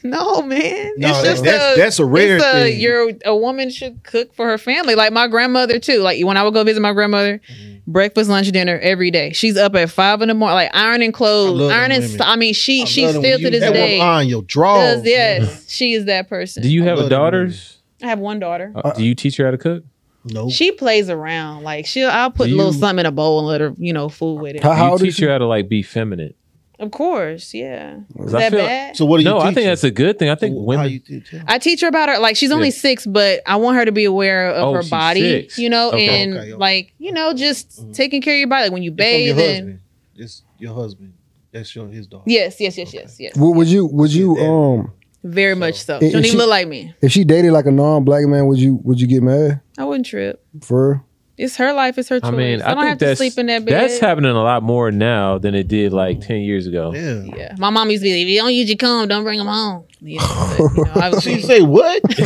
S3: no, man.
S2: No,
S3: it's just
S2: that's-
S3: a,
S2: that's a rare
S3: it's
S2: thing.
S3: You're a woman should cook for her family. Like my grandmother too. Like when I would go visit my grandmother,
S2: Mm-hmm.
S3: breakfast, lunch, dinner every day. She's up at five in the morning, like ironing
S2: I
S3: clothes,
S2: love them
S3: ironing.
S2: women.
S3: st- I mean, she
S2: I
S3: she
S2: love
S3: still
S2: them when
S3: to
S2: you-
S3: this
S2: that
S3: day
S2: one on your
S3: does.
S2: drawers.
S3: Yes, she is that person.
S4: Do you
S2: I
S4: have a
S2: love that
S4: daughters?
S3: I have one daughter.
S4: Uh, do you teach her how to cook?
S2: No.
S3: She plays around. Like she'll, I'll put
S4: Do
S3: a little
S4: you-
S3: something in a bowl and let her, you know, fool with it.
S1: How,
S4: Do
S1: how
S4: you
S1: old
S4: teach
S1: is you?
S4: her how to like be feminine?
S3: Of course, yeah. Is
S4: 'Cause I
S3: that
S4: feel-
S3: bad?
S2: So what do you?
S4: No, I
S2: teach
S4: think
S2: her?
S4: that's a good thing. I think
S2: How
S4: women
S2: you teach her?
S3: I teach her about her like she's only
S4: Yeah.
S3: six, but I want her to be aware of
S4: Oh,
S3: her
S4: she's
S3: body,
S4: six.
S3: you know,
S4: Okay.
S3: and
S2: Okay, okay.
S3: like you know, just taking care of your body like when you
S2: It's from your
S3: bathe and
S2: husband. It's your husband. That's your his daughter.
S3: yes, yes, yes, yes, yes,
S1: Would would you? Would you?
S2: She's dead.
S1: Um,
S3: very much so.
S1: And-
S3: She don't
S1: and
S3: even
S1: she-
S3: look like me.
S1: if she dated like a non-black man, would you? Would you get mad
S3: I wouldn't trip.
S1: for? her?
S3: It's her life. It's her choice.
S4: I
S3: I,
S4: mean, I,
S3: don't
S4: think
S3: have to
S4: that's
S3: sleep in that bed.
S4: that's happening a lot more now than it did like ten years ago.
S2: Yeah.
S3: Yeah, my mom used to be like, if you don't use your comb, don't bring them home. Yeah, but, you know, I was
S2: So you
S3: like,
S2: say what?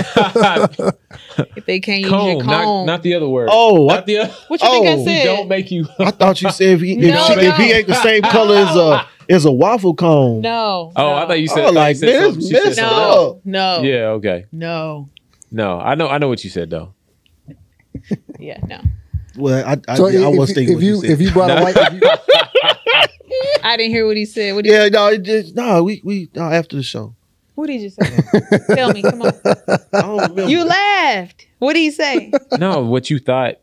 S3: if they can't use
S4: comb,
S3: your
S4: not,
S3: comb,
S4: not the other word.
S2: Oh,
S4: not
S2: I,
S4: the other.
S3: what you think
S2: Oh,
S3: I said?
S4: Don't make you. oh,
S2: I thought you said if he, if,
S3: No,
S2: she- if he
S3: no.
S2: ain't the same color as a as a waffle cone.
S3: no.
S4: Oh, I
S3: no.
S4: thought you
S2: I
S4: said. I
S2: was
S4: thought
S2: like,
S4: you said
S2: this
S4: something- she said
S2: messed
S4: something
S2: up.
S4: else.
S3: No, no,
S4: Yeah. Okay.
S3: no.
S4: No, I know. I know what you said though.
S3: Yeah, no.
S2: Well, I I,
S1: So
S2: I
S1: if,
S2: was
S1: if,
S2: thinking
S1: if
S2: what you,
S1: you
S2: said.
S1: if you brought a white if you,
S3: I didn't hear what he said. What did,
S2: yeah, no, it just no. We we no, after the show.
S3: what did you say? Tell me. Come on.
S2: I don't remember.
S3: You laughed. What did he say?
S4: No, what you thought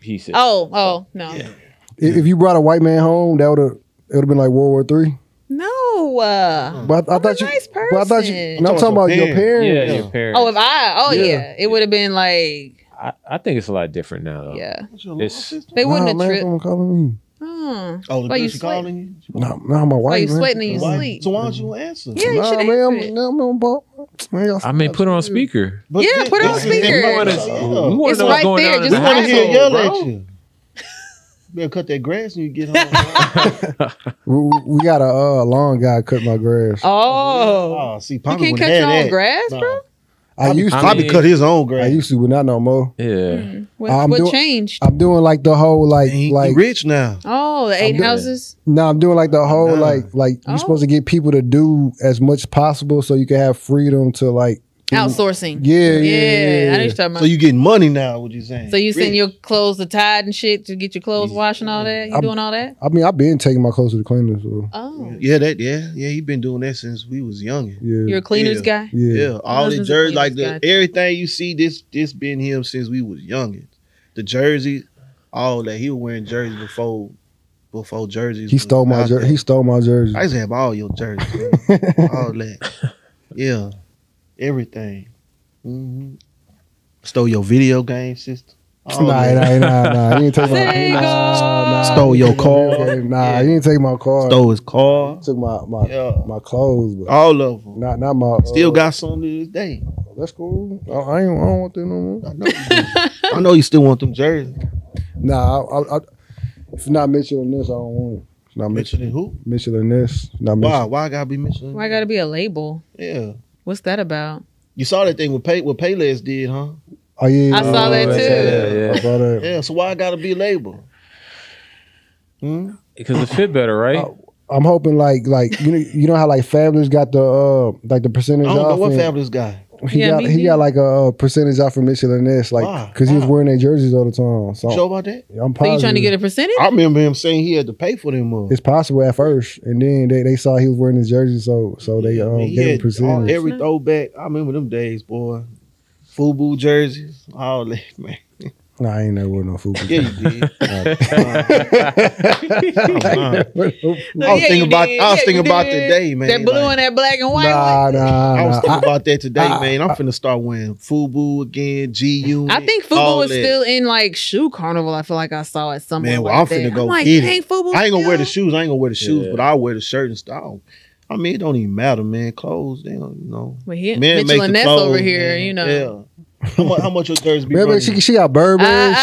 S4: he said.
S3: Oh, oh, no.
S1: if if you brought a white man home, that would have it would have been like World War Three.
S3: No. Uh,
S1: But I, I
S3: I'm a
S1: thought you.
S3: nice
S1: But I thought you.
S3: person.
S1: No, I'm talking about your parents.
S4: yeah,
S2: Yeah.
S4: your parents.
S3: oh, if I, oh, yeah.
S1: Yeah.
S3: It would have been like,
S4: I, I think it's a lot different now. Though.
S3: yeah.
S4: It's-
S3: They wouldn't have
S1: man,
S3: tripped.
S1: someone calling me.
S3: Hmm.
S2: Oh, the
S3: Why
S2: girl
S3: you
S2: she
S3: sweat?
S2: calling you.
S1: No, no, my
S3: Why
S1: wife.
S3: you
S1: man.
S3: sweating and you
S2: Why-
S3: sleep?
S2: So why don't you answer?
S3: Yeah, you
S1: Nah,
S3: should
S1: man,
S3: answer
S1: I'm,
S3: it.
S1: no, I'm on ball. Man, y'all-
S4: I mean, put it
S3: Mm.
S4: on speaker.
S2: But
S3: Yeah,
S2: thi-
S3: put it on
S2: this is
S3: speaker.
S4: We want to
S2: important.
S4: know
S3: It's
S4: what's
S3: right
S4: going
S3: there,
S4: on. in
S3: just
S4: the
S2: We want to
S3: wanna
S2: hear
S4: household,
S2: yell
S4: bro.
S2: at you. Better cut that grass when you get home.
S1: we, we- we got a uh, lawn guy cut my grass.
S3: Oh.
S2: oh, see,
S3: You
S2: Poppy
S3: can't
S2: would
S3: cut your
S2: have
S3: own
S2: that.
S3: grass,
S2: No.
S3: bro?
S1: I used to,
S4: I
S1: I,
S2: Poppy
S4: mean-
S2: cut his own grass.
S1: used to, but not no more.
S4: Yeah.
S3: Hmm. What,
S1: I'm
S3: what
S1: doing-
S3: changed?
S1: I'm doing like the whole like
S2: He- he
S1: like
S2: rich now.
S3: Oh, the eight
S4: doing it.
S3: houses.
S1: no, I'm doing like the whole
S2: Nah.
S1: like like
S3: Oh.
S1: you're supposed to get people to do as much possible so you can have freedom to like
S2: Mm-hmm.
S1: do-
S3: Outsourcing.
S1: Yeah, yeah,
S3: Yeah. I know
S1: yeah.
S3: what you're talking about.
S2: So you getting money now? What you saying?
S3: So you send
S2: Rich.
S3: your clothes to Tide and shit to get your clothes washed and all that? You
S1: I'm-
S3: doing all that?
S1: I mean, I've been taking my clothes to the cleaners. So,
S3: Oh.
S2: yeah that yeah yeah he been doing that since we was young.
S1: yeah,
S3: You're a cleaners guy?
S1: yeah.
S2: Yeah, all the
S3: husband's a
S2: jerseys,
S3: clean
S2: like the
S3: guy.
S2: everything you see, this this been him since we was youngins. The jerseys, all that he was wearing jerseys before before jerseys.
S1: He
S2: was
S1: stole my
S2: out
S1: jer-
S2: there.
S1: he stole my jersey.
S2: I oh, used to have all your jerseys, man. all that. Yeah, everything. hmm Stole your video game system. All
S1: Nah,
S2: that.
S1: nah, nah, nah. He didn't take my
S3: Sega.
S1: nah, nah,
S2: Stole
S1: he
S2: your
S1: didn't take my
S2: car.
S1: video game. Nah,
S2: Yeah.
S1: he didn't take my car.
S2: Stole his car.
S1: He took my my
S2: Yeah.
S1: my clothes, but
S2: All of them.
S1: not not my.
S2: Still
S1: uh,
S2: got some to this day.
S1: That's cool. I, I ain't. I don't want that no more.
S2: I know. You do. I know you still want them jerseys.
S1: Nah, I, I, I, if not Mitchell and this, I don't want it. If not Mitchell,
S2: Mitchell and who?
S1: Mitchell and this, not Mitchell.
S2: Why? Why I gotta be Mitchell? and-
S3: Why gotta be a label?
S2: Yeah.
S3: What's that about?
S2: You saw that thing with Pay what Payless did, huh?
S1: Oh yeah,
S3: I saw that
S1: yeah,
S3: too.
S1: yeah, I saw that.
S2: Yeah, so why I gotta be labeled? Hmm?
S4: Because it fit better, right?
S1: Oh, I'm hoping like like you know you know how like Fabulous got the uh like the
S2: I
S1: percentage
S2: don't know
S1: off.
S2: what
S1: and
S2: fabulous guy.
S1: He
S3: Yeah,
S1: got
S3: me
S1: he
S3: neither.
S1: got like a uh, percentage off from Mitchell and this
S2: Why?
S1: like because he was
S2: Why?
S1: wearing their jerseys all the time. So
S2: You sure about that?
S1: I'm
S3: So
S1: positive.
S3: you trying to get a percentage?
S2: I remember him saying he had to pay for them. Uh,
S1: It's possible at first, and then they, they saw he was wearing his jersey, so so they
S2: I
S1: um,
S2: mean, he
S1: gave him
S2: had all,
S1: percentage.
S2: every throwback. I remember them days, boy. Fubu jerseys, all that man.
S1: nah, I ain't never wearing no food.
S2: Yeah, you did.
S3: No,
S2: I was
S3: yeah, you
S2: thinking about.
S3: did.
S2: I was
S3: Yeah,
S2: thinking
S3: you
S2: about
S3: did.
S2: today, man.
S3: That blue
S2: like-
S3: and that black and white
S1: Nah, nah,
S2: I was
S1: nah.
S2: thinking
S1: I-
S2: about that today,
S1: I-
S2: man. I'm finna start wearing Fubu again, GU.
S3: one. I think Fubu was still in like shoe carnival. I feel like I saw it somewhere.
S2: Man, well,
S3: like
S2: I'm finna
S3: that.
S2: go
S3: I'm like,
S2: get it.
S3: dang, Fubu.
S2: I ain't gonna wear the
S3: still-
S2: shoes. I ain't gonna wear the shoes,
S4: Yeah.
S2: but I'll wear the shirt and stuff. I don't- I mean, it don't even matter, man. Clothes, they don't, you know.
S3: But here,
S2: Men
S3: Mitchell
S2: make
S3: and
S2: the
S3: Ness
S2: clothes,
S3: over here,
S2: man.
S3: you know.
S2: Yeah. How much? How much your jersey be
S1: Remember,
S2: running?
S1: she, she got
S3: Uh,
S1: Burberry shirts.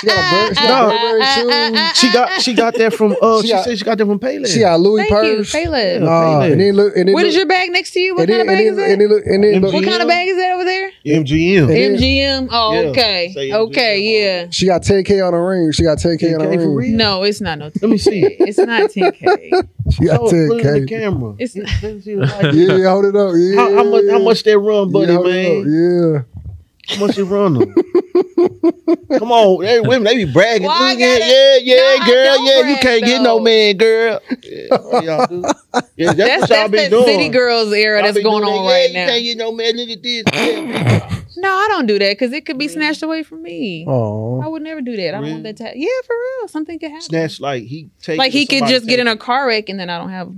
S1: She got Burberry, she got
S2: uh,
S1: Burberry shoes.
S2: She got she got that from uh
S1: She
S2: she,
S1: got-
S2: said she got that from Payless.
S1: She got Louis
S3: uh, Thank you,
S1: purse.
S3: Payless.
S1: Nah,
S2: Payless.
S1: and then look, and then
S3: What
S1: look,
S3: is your bag next to you? What
S1: and
S3: kind
S1: then,
S3: of bag is
S1: and then, and
S3: that?
S1: then look, and then look,
S3: What kind of bag is that over there?
S2: MGM.
S1: it is.
S3: MGM. Oh,
S2: Yeah,
S3: okay,
S2: say MGM.
S3: okay, yeah.
S1: she got 10k on the ring. She got 10k, on the
S2: 10K for
S1: ring.
S2: real?
S3: No, it's not no. 10K.
S2: Let me see.
S3: It's not 10k.
S1: She got
S2: Show it, put it in the
S1: 10k.
S2: camera.
S3: It's not.
S2: Let me see the light.
S1: Yeah, hold it up. Yeah.
S2: How, how much? How much they run,
S1: Yeah,
S2: buddy,
S1: hold it
S2: man?
S1: up.
S2: How much you run them? Come on, hey, women, they be bragging.
S3: Why I
S2: Look at-
S3: gotta-
S2: yeah, yeah,
S3: No, I
S2: girl,
S3: don't
S2: yeah, you
S3: brag,
S2: can't get no
S3: though.
S2: man, girl. Yeah, what y'all do? Yeah, that's, what y'all
S3: That's that's
S2: be
S3: that
S2: doing.
S3: city girls era
S2: Y'all
S3: that's
S2: be
S3: going
S2: doing
S3: on
S2: that,
S3: right
S2: yeah, You can't get
S3: now.
S2: no man. Look at this. Yeah.
S3: No, I don't do that because it could be snatched away from me.
S1: Yeah. Oh.
S3: I would never do that. I don't
S2: Mm. Really?
S3: want that. To, yeah, for real, something could happen.
S2: Snatch like he take.
S3: like he could
S2: somebody
S3: just get
S2: take-
S3: in a car wreck and then I don't have,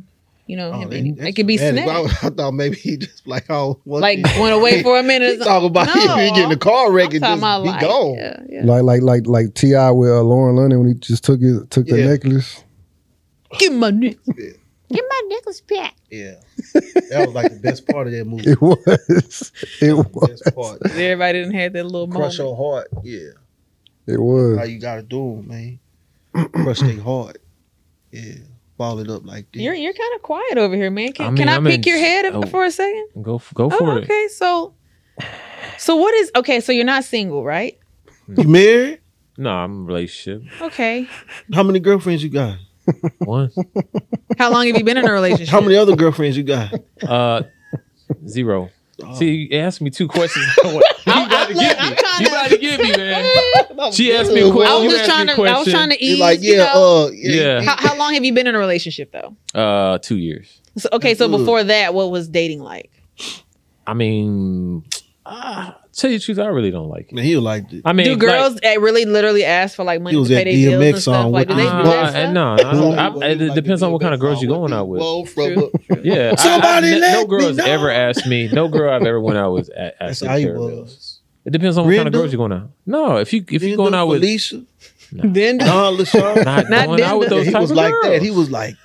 S3: you know,
S2: Oh,
S3: him.
S2: that-
S3: any-
S2: that's
S3: it could be
S2: dramatic.
S3: snatched.
S2: I, I thought maybe he just like oh once
S3: Like
S2: he-
S3: went away for a minute.
S2: He talking about
S3: No,
S2: if he get in a car
S3: I'm
S2: wreck and just be
S3: talking about like-
S2: gone.
S3: Yeah, yeah.
S1: Like like like like Ti with uh, Lauren London when he just took his took the
S2: Yeah.
S1: necklace.
S3: Give me my neck.
S2: Yeah.
S3: Give my necklace back.
S2: Yeah, that was like the best part of that movie.
S1: It was. It was.
S2: Best part.
S3: Everybody didn't have that little
S2: Crush
S3: moment.
S2: your heart. Yeah.
S1: It
S2: How
S1: was.
S2: you gotta do them, man. Crush they heart. Yeah. Ball it up like this.
S3: You're you're kind of quiet over here, man. Can,
S4: I mean,
S3: can I
S4: I'm
S3: pick
S4: in-
S3: your head up
S4: oh,
S3: for a second?
S4: Go f- go for
S3: Oh,
S4: it.
S3: okay. So, so what is okay? So you're not single, right?
S2: You married?
S4: No, I'm in a relationship.
S3: Okay.
S2: How many girlfriends you got?
S4: One.
S3: How long have you been in a relationship?
S2: How many other girlfriends you got?
S4: Uh zero.
S2: Oh.
S4: See, you asked me two questions. you
S3: I'm-
S4: about
S3: I'm like-
S4: to get me.
S3: I'm tryna-
S4: You about to get me, man. She asked me a
S2: Well,
S4: question.
S3: I
S4: you
S3: was just
S4: asked
S3: trying
S4: me a
S3: to. I was
S4: question.
S3: trying to ease.
S2: You're like,
S3: you
S2: yeah,
S3: know?
S2: uh,
S4: Yeah.
S3: how, how long have you been in a relationship though?
S4: Uh, two years.
S3: So, okay, so
S2: Good.
S3: before that, what was dating like?
S4: I mean, uh, tell you the truth, I really don't like it.
S2: Man, he liked it.
S4: I mean,
S3: Do girls eh, really literally ask for like money
S2: He was
S3: to pay
S2: at
S3: their bills and
S2: DMX
S3: stuff?
S2: on
S3: Like, do
S4: like,
S3: they do
S4: uh,
S3: that
S4: uh,
S3: stuff?
S4: no, I don't- I- it depends on what kind of girls you're going out with.
S2: Well,
S3: True,
S2: from
S3: true.
S4: Yeah, I-
S2: Somebody
S4: I- no-
S2: let
S4: no girl
S2: me
S4: has
S2: know.
S4: ever asked me. No girl I've ever went out with a-
S2: That's
S4: asked
S2: how
S4: me
S2: he
S4: to pay her bills.
S2: was.
S4: It depends on what kind of
S2: Brenda?
S4: girls you're going out. No, if you if you're going out with
S2: Felicia,
S3: Then
S2: Don LaShawn,
S4: not,
S3: Not
S4: going out with
S3: Brenda.
S4: those
S2: he
S4: type
S2: was
S4: of
S2: like
S4: girls.
S2: that. He was like,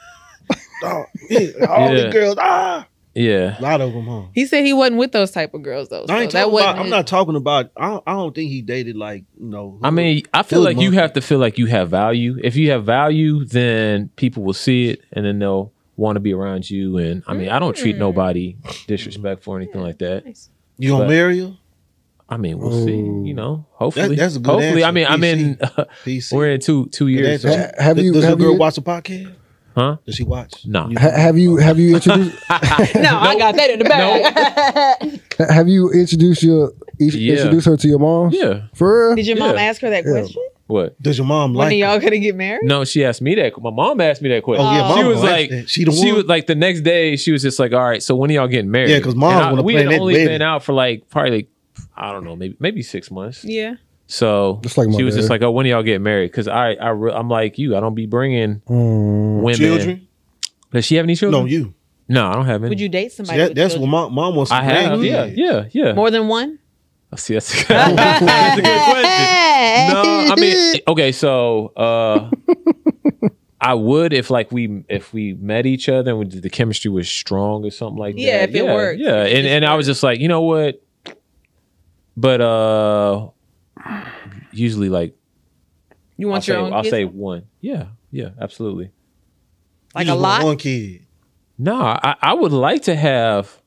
S2: dog, yeah, all
S4: Yeah.
S2: the girls, ah,
S4: yeah,
S2: a lot of them, huh?
S3: he said he wasn't with those type of girls though. So
S2: I ain't
S3: that
S2: talking
S3: wasn't.
S2: about. I'm
S3: his-
S2: not talking about. I don't, I don't think he dated like you know.
S4: I mean, I feel
S2: Good
S4: like you
S2: monkey.
S4: have to feel like you have value. If you have value, then people will see it and then they'll want to be around you. And I mean, I don't treat
S3: Mm.
S4: nobody disrespectful or anything like that.
S3: Nice.
S2: you gonna
S4: but-
S2: marry her?
S4: I mean, we'll see.
S1: Ooh.
S4: You know, hopefully,
S2: that's a good
S4: hopefully. I
S2: answer,
S4: mean, I'm in.
S2: PC.
S4: we're in two two
S2: Good
S4: years.
S2: answer.
S1: Ha- have
S2: Does-
S1: you-
S2: Does
S1: have
S2: your girl
S1: you-
S2: watch the podcast?
S4: Huh?
S2: Does she watch?
S4: Nah.
S1: Ha- have you have you introduced
S3: No, I got that in the back.
S1: have you introduced your each,
S4: Yeah.
S1: introduced her to your mom?
S4: Yeah.
S1: For real?
S3: Did your mom
S4: Yeah.
S3: ask her that
S1: Yeah.
S3: question?
S4: What?
S2: Does your mom
S3: When are
S2: like? her?
S3: y'all gonna get married?
S4: No, she asked me that. My mom asked me that question.
S2: Oh yeah,
S3: Oh.
S2: mom
S4: she was
S2: likes
S4: like,
S2: that. she the
S4: she
S2: one.
S4: was like the next day. She was just like, all right, so when are y'all getting married?
S2: Yeah, 'cause mom
S4: And I-
S2: wanna
S4: we
S2: plan
S4: had
S2: that
S4: only
S2: wedding.
S4: been out for like probably like, I don't know, maybe maybe six months.
S3: Yeah.
S4: So
S1: Just like my
S4: she was just
S1: dad.
S4: like, oh, when do y'all get married? Because I, I, re- I'm like you. I don't be bringing
S1: Mm.
S4: women.
S2: children.
S4: Does she have any children?
S2: No, you.
S4: No, I don't have any.
S3: Would you date
S2: See,
S3: somebody?
S2: that-
S3: with
S2: that's what
S3: children?
S2: mom, mom wants.
S4: I
S2: to
S4: have.
S2: marry.
S4: Yeah, yeah, yeah. Oh,
S3: more than one.
S4: See, that's, that's a good question. no, I mean, okay, so uh I would if like we if we met each other and we, did- the chemistry was strong or something like
S3: Yeah,
S4: that.
S3: if it worked.
S4: Yeah,
S3: If it
S4: and
S3: just
S4: and I was
S3: worked.
S4: just like, you know what? But uh usually like
S3: You
S4: I'll
S3: want
S4: say,
S3: your own?
S4: I'll
S3: kids?
S4: say one. Yeah, yeah, absolutely.
S2: You
S3: like a
S2: just want
S3: lot.
S2: One kid.
S4: No, I, I would like to have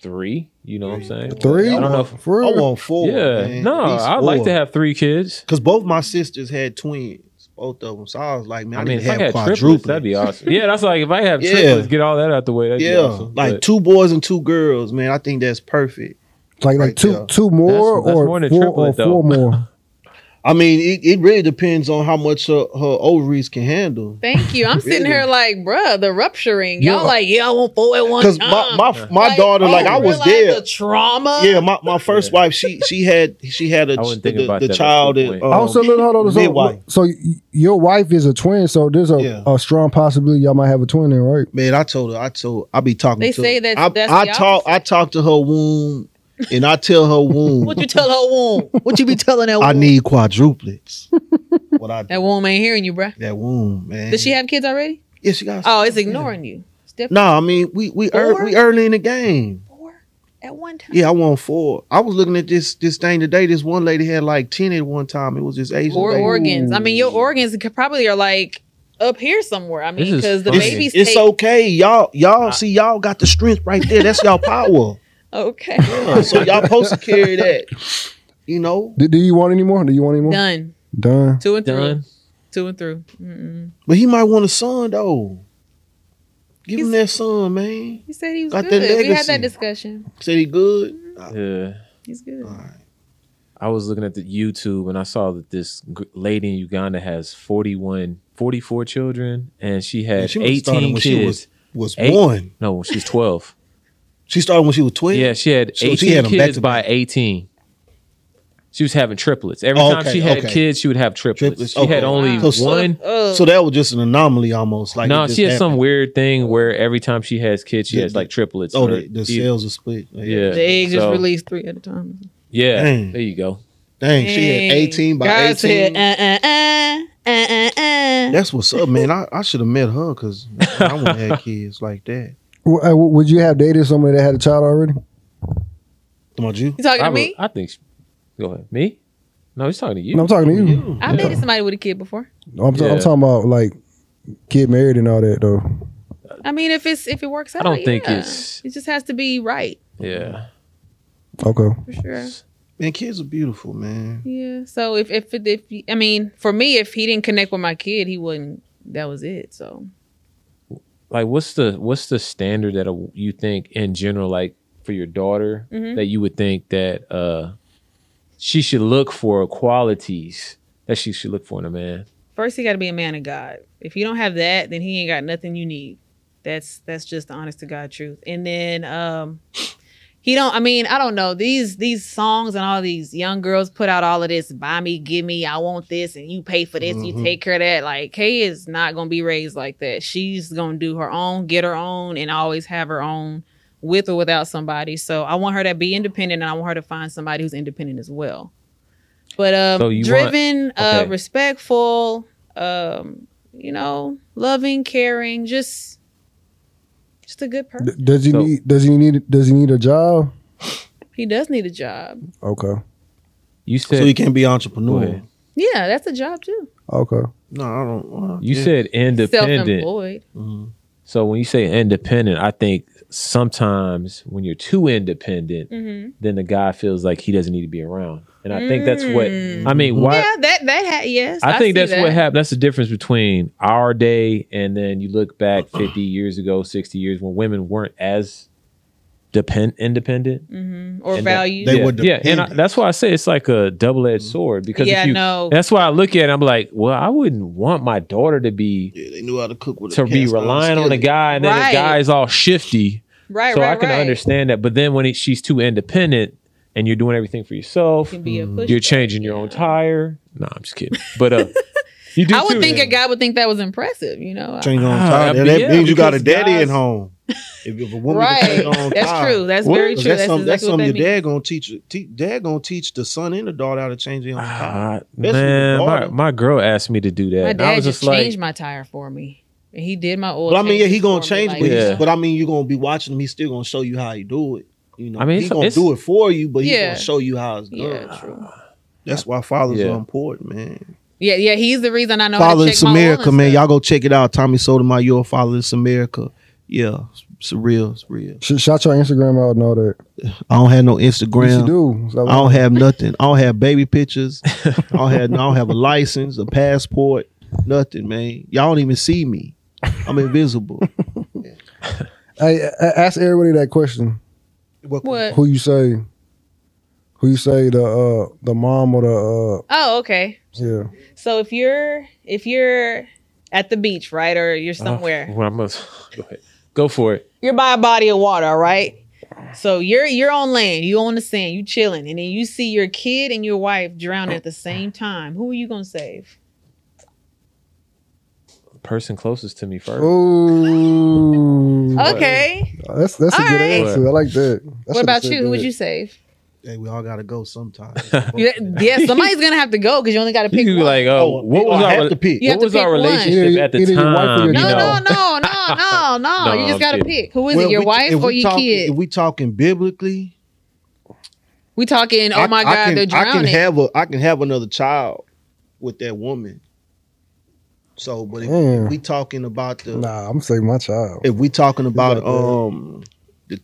S4: three. You know what I'm saying?
S1: Three?
S4: I don't know. If,
S1: For
S2: I
S1: real?
S2: want four.
S4: yeah,
S2: man.
S4: no,
S2: At least
S4: I'd like
S2: four.
S4: to have three kids.
S2: Cause both my sisters had twins, both of them. So I was like, man, I,
S4: I mean,
S2: need
S4: if
S2: to
S4: I
S2: have
S4: had
S2: quadruplets.
S4: triplets, that'd be awesome. Yeah, that's like if I have
S2: Yeah.
S4: triplets, get all that out the way. That'd
S2: yeah,
S4: be awesome.
S2: like
S4: But
S2: two boys and two girls, man. I think that's perfect.
S1: Like like
S2: Right
S1: two
S2: there.
S1: two more
S4: That's- that's
S1: or
S4: more than
S1: four or
S4: triplet, though.
S1: four more.
S2: I mean, it, it really depends on how much her, her ovaries can handle.
S3: Thank you. I'm sitting
S2: Really?
S3: here like, bruh, the rupturing.
S1: Yeah.
S3: Y'all like, yeah, I want four at one
S2: Because
S3: time.
S2: my my, my
S3: Oh, Like,
S2: daughter,
S3: you
S2: like I
S3: don't
S2: was
S3: realize
S2: there.
S3: The trauma.
S2: yeah, my, my first wife, she she had she had a
S4: I
S2: the,
S4: wasn't thinking about
S2: the
S4: that.
S2: child.
S4: That's a good
S2: At,
S4: point.
S2: um,
S1: also, look, hold on.
S2: midwife.
S1: So, so y- your wife is a twin, so there's a,
S2: Yeah.
S1: a strong possibility y'all might have a twin there, right?
S2: man, I told her, I told, I be talking.
S3: They
S2: to
S3: say
S2: her.
S3: that's-
S2: I,
S3: that's
S2: I
S3: the
S2: talk, I talk to her womb, and I tell her womb,
S3: What you tell her womb? What you be telling that womb?
S2: I need quadruplets. what I
S3: that womb ain't hearing you, bruh.
S2: that womb, man.
S3: Does she have kids already?
S2: Yeah, she got.
S3: Oh, it's ignoring you. It's different.
S2: No, I mean we we early,
S3: Four?
S2: we early in the game.
S3: Four at one time.
S2: Yeah, I want four. I was looking at this this thing today. This one lady had like ten at one time. It was this Asian
S3: Or
S2: lady.
S3: organs. I mean, your organs could probably are like up here somewhere. I mean,
S4: This is
S3: because the Ah.
S4: funny.
S3: babies.
S2: It's
S3: take-
S2: okay, y'all. Y'all see, y'all got the strength right there. That's y'all power.
S3: okay.
S2: Yeah, so y'all supposed to carry that. You know,
S1: Do, do you want any more? Do you want any more?
S3: Done.
S1: Done.
S3: Two and through.
S4: Done.
S3: Two and through. Mm-mm.
S2: but he might want a son though. Give him
S3: He's-
S2: that son, man.
S3: He said he was
S2: Got that
S3: good. We had
S2: legacy.
S3: that discussion.
S2: Said he good.
S4: yeah,
S3: He's good.
S4: I was looking at the YouTube and I saw that this g- lady in Uganda has 41, 44 children, and she had
S2: she would've started
S4: 18
S2: when
S4: kids.
S2: she was- Was
S4: Eight.
S2: one.
S4: no, she was 12.
S2: She started when she was twelve.
S4: yeah, she had
S2: So she
S4: 18
S2: had 'em back
S4: kids
S2: to
S4: by 18. She was having triplets. Every
S2: Oh,
S4: time
S2: okay,
S4: she had
S2: okay.
S4: kids, she would have triplets.
S2: Triplets,
S4: She
S2: okay.
S4: had only
S2: Wow. So-
S4: one.
S3: Uh,
S2: So that was just an anomaly, almost. Like
S4: no,
S2: it just
S4: she has some
S2: happened.
S4: weird thing where every time she has kids, she
S2: The-
S4: has like triplets.
S2: Oh,
S4: or
S2: the, the
S4: either-
S2: sales are split.
S4: Yeah.
S3: the egg just
S4: so-
S3: released three at a time.
S4: Yeah,
S2: Dang.
S4: there you go.
S2: Dang, she
S3: Dang.
S2: had 18 by
S3: God
S2: 18.
S3: Said, uh, uh, uh, uh, uh, uh.
S2: That's what's up, man. I, I should have met her because I wouldn't have had kids like that.
S1: W- uh, w- would you have dated somebody that had a child already?
S2: Come on, you.
S3: You talking
S4: I,
S3: to me?
S4: I think. She, go ahead. Me? No, he's talking to you.
S1: No, I'm talking to you.
S3: I've dated somebody with a kid before.
S1: I'm, ta- I'm
S4: Yeah.
S1: talking about like get married and all that though.
S3: I mean, if it's if it works out,
S4: don't think
S3: yeah.
S4: it's-
S3: It just has to be right
S4: Yeah.
S1: Okay.
S3: for sure.
S2: Man, kids are beautiful, man.
S3: Yeah. So if if it- if I mean, for me, if he didn't connect with my kid, he wouldn't. That was it. So
S4: Like, what's the what's the standard that a, you think in general, like for your daughter,
S3: Mhm.
S4: that you would think that uh she should look for qualities that she should look for in a man?
S3: first, he got to be a man of God. If you don't have that, then he ain't got nothing you need. That's that's just the honest to God truth. And then um, he don't. I mean, I don't know these these songs and all these young girls put out all of this. Buy me, give me, I want this, and you pay for this, you
S4: Mm-hmm.
S2: Mhm.
S3: take care of that. Like Kay is not gonna be raised like that. She's gonna do her own, get her own, and always have her own with or without somebody. So I want her to be independent, and I want her to find somebody who's independent as well. But um,
S4: So you want-
S3: driven, uh,
S4: okay.
S3: respectful, um, you know, loving, caring, just just a good
S1: D-
S3: person.
S1: does he
S4: So-
S1: need? Does he need? Does he need a job?
S3: He does need a job.
S1: Okay.
S4: You said
S2: So you can be
S4: Go
S2: entrepreneur.
S4: ahead.
S3: Yeah, that's a job too.
S1: Okay.
S2: No, I don't. well,
S4: you
S2: yeah.
S4: said independent.
S3: Self-employed.
S2: Mhm.
S4: So when you say independent, I think sometimes when you're too independent,
S3: hmm
S4: then the guy feels like he doesn't need to be around. And I think that's what I mean. Why?
S3: Mm-hmm. Yeah, that that ha- yes.
S4: I, think
S3: Mm. see
S4: that's
S3: that.
S4: what happened. That's the difference between our day and then you look back 50 years ago, 60 years when women weren't as depend independent.
S3: Mhm. Or
S4: And that-
S3: values.
S2: They
S4: yeah,
S2: were
S4: yeah, and I,
S2: dependent.
S4: that's why I say it's like a double edged sword because
S3: yeah,
S4: if you,
S3: no.
S4: that's why I look at it, I'm like, well, I wouldn't want my daughter to be
S2: Yeah, they knew how to cook with
S4: to
S2: a
S4: be
S2: cast iron
S4: relying on a
S2: skillet.
S4: guy and then
S3: Right.
S4: the guy's all shifty.
S3: right,
S4: so
S3: right,
S4: I can
S3: right.
S4: understand that. But then when it, she's too independent and you're doing everything for yourself,
S3: Can be a push
S4: you're changing your own tire. No, I'm just kidding. But uh, you do
S3: I would
S4: too.
S3: think a guy would think that was impressive, you know. I-
S2: Change on
S4: Ah,
S2: time.
S4: that'd
S2: That,
S4: be- yeah,
S2: means you got a
S4: because
S2: daddy
S4: guys-
S2: at home. If, if a woman
S3: Right.
S2: can change on
S3: That's
S2: time-
S3: true. That's very
S2: Because
S3: true. That's
S2: something, that's
S3: exactly what
S2: something
S3: that
S2: your dad gonna teach, te- Dad gonna teach the son and the daughter how to change their own time.
S4: Ah,
S2: That's
S4: man,
S2: what
S4: my,
S2: daughter-
S4: my girl asked me to do that.
S3: my
S4: and I
S3: dad
S4: was
S3: just
S4: just like,
S3: changed my tire for me. And he did my oil.
S2: But I mean, yeah, he
S3: changes
S2: gonna
S3: for me,
S2: change,
S3: like-
S2: but, he's,
S4: Yeah.
S2: but I mean, you gonna be watching him. He's still gonna show you how he do it. You know,
S4: I mean,
S2: he's
S4: it's-
S2: gonna
S4: it's-
S2: do it for you, but he's
S3: Yeah.
S2: gonna show you how it's done.
S3: Yeah, true.
S2: That's why fathers
S4: Yeah.
S2: are important, man.
S3: Yeah, yeah, he's the reason I know how
S2: Father
S3: to check
S2: is
S3: my oil and
S2: America, man.
S3: stuff.
S2: Y'all go check it out. Tommy Sotomayor, Father is America. Yeah, it's real. It's real.
S1: Sh- shout your Instagram out and all that.
S2: I don't have no
S1: Yes,
S2: Instagram.
S1: you do. So-
S2: I don't have nothing. I don't have baby pictures. I don't have I don't have a license, a passport, nothing, man. Y'all don't even see me. I'm invisible.
S1: Hey, a- a- ask everybody that question.
S3: What?
S1: Who you say? Who you say the uh the mom or the uh
S3: Oh, okay.
S1: yeah
S3: So if you're if you're at the beach, right, or you're
S4: oh,
S3: somewhere,
S4: well, I must go ahead. Go for it.
S3: you're by a body of water, all right? So you're you're on land, you on the sand, you chilling, and then you see your kid and your wife drown at the same time. Who are you gonna save?
S4: Person closest to me first.
S1: Oh
S3: Okay.
S1: That's that's a
S3: All
S1: good
S3: right.
S1: answer. I like that. I
S3: What
S1: should've
S3: about
S1: said
S3: you? Who would
S1: that.
S3: you save?
S2: Hey, we all gotta go sometime.
S3: Yeah, yeah, somebody's gonna have to go because you only got to
S4: You
S3: pick
S4: could be
S3: one.
S4: like, oh, what was
S2: I
S4: our
S2: have to pick?
S3: You have
S4: what
S3: to
S4: was our
S3: pick one.
S4: relationship
S1: Either-
S4: at the
S1: either your wife or
S4: time?
S1: your
S4: you
S3: no,
S1: dog.
S4: know?
S3: no, no, no, no, no,
S4: No,
S3: You just
S4: I'm
S3: gotta
S4: kidding.
S3: pick. Who is it? Your wife or your
S2: talking,
S3: kid?
S2: If we talking biblically,
S3: we talking? Oh
S2: I-
S3: my
S2: I
S3: God,
S2: can-
S3: they're
S2: I can
S3: drowning.
S2: have a I can have another child with that woman. So, but if,
S1: Damn.
S2: we talking about the
S1: Nah, I'm saving my child.
S2: if we talking about
S1: like that.
S2: um the,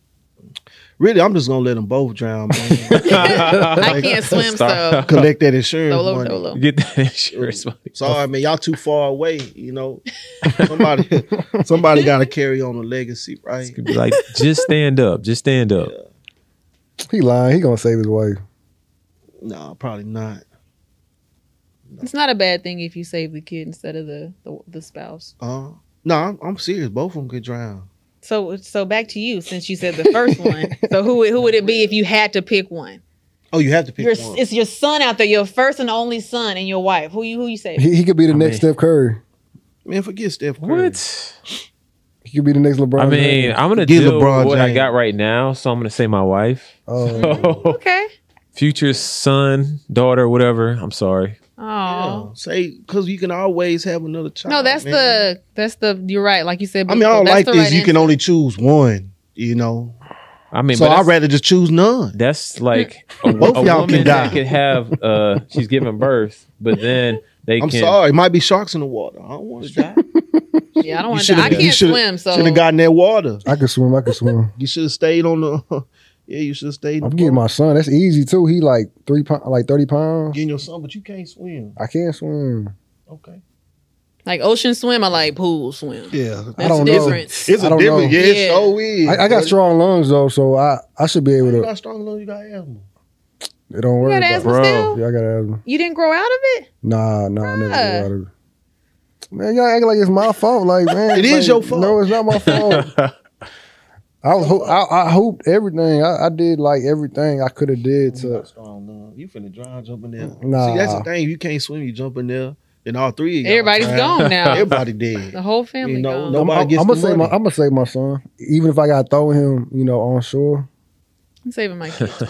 S2: really i'm just gonna let them both drown man.
S3: I can't swim, so
S4: Stop.
S2: collect that insurance
S3: solo
S2: money.
S3: dolo.
S4: Get that insurance money.
S2: sorry man y'all too far away you know somebody somebody gotta carry on the legacy right
S4: Could be like, just stand up. Just stand up.
S1: He lying. He gonna save his wife.
S2: no probably not
S3: It's not a bad thing if you save the kid instead of the the, the spouse.
S2: uh no I'm, I'm serious both of them could drown
S3: So so back to you since you said the first one. So who would- who would it be if you had to pick one?
S2: oh you have to pick
S3: Your
S2: one
S3: it's your son out there, your first and only son, and your wife. Who you who you save?
S1: He, he could be the
S4: I
S1: next
S4: mean-
S1: Steph Curry.
S2: man forget steph Curry.
S4: What?
S1: He could be the next LeBron.
S4: I mean,
S1: James.
S4: I'm gonna
S2: Get
S4: deal
S2: LeBron
S4: with what I
S2: James.
S4: got right now, so I'm gonna say my wife.
S1: Oh,
S3: Okay.
S4: Future son, daughter, whatever. I'm sorry.
S3: Oh.
S2: Yeah, say because you can always have another child
S3: No, that's
S2: man.
S3: the that's the you're right. Like you said,
S2: i mean i
S3: before,
S2: don't
S3: that's
S2: like
S3: the
S2: this
S3: right
S2: you can
S3: answer.
S2: only choose one you know
S4: I mean,
S2: so
S4: but
S2: I'd
S4: that's,
S2: rather just choose none.
S4: that's like a,
S2: Both
S4: a
S2: y'all
S4: woman
S2: can die.
S4: that could have uh, she's giving birth, but then they
S2: I'm
S4: can.
S2: sorry, it might be sharks in the water. I don't want to die.
S3: Yeah, I
S2: You
S3: don't want to.
S2: shoulda-
S3: I
S2: you
S3: can't
S2: shoulda-
S3: swim, so
S2: Should have gotten that water.
S1: I could swim. I could swim.
S2: You should have stayed on the. Yeah, you should have stayed. in
S1: I'm
S2: the
S1: getting
S2: boat.
S1: my son. That's easy too. He like three pound, like thirty pounds.
S2: getting your son, but you can't swim.
S1: I can't swim.
S2: Okay.
S3: like ocean swim or like pool swim.
S2: Yeah,
S3: That's
S1: don't
S3: the
S1: know.
S3: difference.
S2: it's
S1: I
S2: a
S1: don't
S2: different.
S1: know.
S2: Yeah, it
S3: Yeah.
S2: so is.
S1: I, I got strong lungs though, so I I should be able
S2: You
S1: to.
S2: got strong lungs. You got asthma.
S1: It don't
S3: You
S1: worry
S3: got
S1: about.
S3: asthma
S4: Bro.
S1: it.
S3: still?
S1: Yeah, I got asthma.
S3: You didn't grow out of it?
S1: Nah, nah, I never
S3: Bruh.
S1: got out of it. Man, y'all act like it's my fault. Like, man,
S2: It
S1: it's
S2: is
S1: like,
S2: your fault.
S1: No, it's not my fault. I was, ho- I, I hooped everything. I, I did like everything I could have did
S2: You
S1: to.
S2: got strong lungs. You finna drown, jump in there.
S1: Nah.
S2: See, that's the thing. You can't swim. You jump in there, and all three. Of y'all
S3: Everybody's
S2: drown.
S3: gone now.
S2: Everybody
S3: The
S2: dead.
S3: whole family
S2: You know,
S3: gone.
S2: no-
S1: I'm,
S2: Nobody
S1: I'm,
S2: gets
S1: I'm gonna
S2: the
S1: say my,
S2: money.
S1: I'm gonna save my son. Even if I got throw him, you know, on shore.
S3: I'm saving my kids.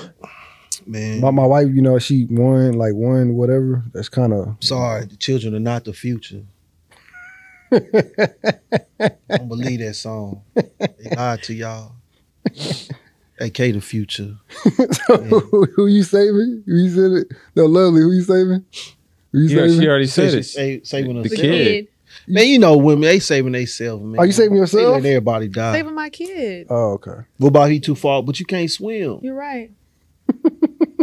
S2: Man,
S1: My my wife, you know, she won like won whatever. That's kind of
S2: sorry, the children are not the future. I don't believe that song. They lied to y'all. AK the future.
S1: who, who you saving? Who you said it? No, lovely. Who you saving? Who you
S4: Yeah,
S1: saving?
S4: she already said it.
S2: Sa- saving
S4: The
S2: us.
S3: The
S4: kid.
S3: kid.
S2: Man, you know women, they saving themselves, man.
S1: Are you saving
S2: They
S1: yourself?
S2: letting everybody die.
S3: Saving my kid.
S1: oh, okay.
S2: What about he too far? But you can't swim.
S3: You're right.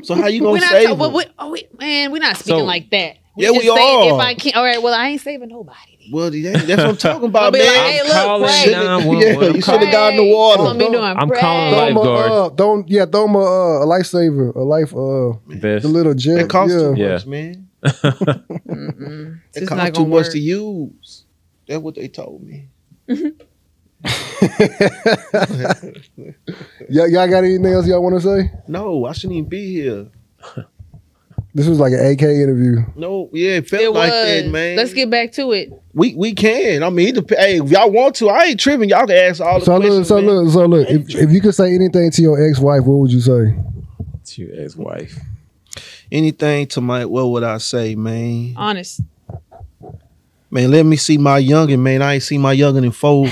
S2: So how you
S3: We're
S2: gonna
S3: not,
S2: save?
S3: ta- well,
S2: him?
S3: we, oh, we, man, we're not speaking
S4: So-
S3: like that.
S2: Yeah,
S3: just
S2: we
S3: saying
S2: are.
S3: If I can't, all right, well, I ain't saving nobody.
S2: Well, yeah, that's what I'm talking
S3: I'll
S2: about,
S3: be
S2: man.
S3: like, hey,
S4: I'm
S3: look,
S4: calling
S3: Ray.
S2: Should've-
S4: 911.
S2: yeah,
S4: I'm
S2: you
S4: calling-
S2: shoulda got in the
S3: Pray.
S2: water.
S3: That's what I'm, doing.
S4: I'm
S3: Pray.
S4: calling
S1: Throw him a,
S4: Lifeguard.
S1: uh, don't yeah, throw him a, uh, a lifesaver, a life uh,
S4: Best.
S1: the little jet.
S2: That costs too
S1: yeah.
S2: much,
S4: Yeah.
S2: man.
S3: Mm-mm. It's
S2: It
S3: just not
S2: costs too
S3: gonna
S2: much
S3: work.
S2: to use. That's what they told me.
S1: Y'all, y'all got anything else y'all want to say?
S2: No, I shouldn't even be here.
S1: This was like an AK interview.
S2: No, yeah, it felt
S3: It
S2: like
S3: was.
S2: that, man.
S3: Let's get back to it.
S2: We we can. I mean, it dep- hey, if y'all want to, I ain't tripping. Y'all can ask all the
S1: So look,
S2: questions.
S1: so
S2: man.
S1: look, so look. If, if you could say anything to your ex-wife, what would you say?
S4: It's your ex-wife.
S2: Anything to my what would I say, man?
S3: Honest.
S2: Man, let me see my youngin, man. I ain't seen my youngin in four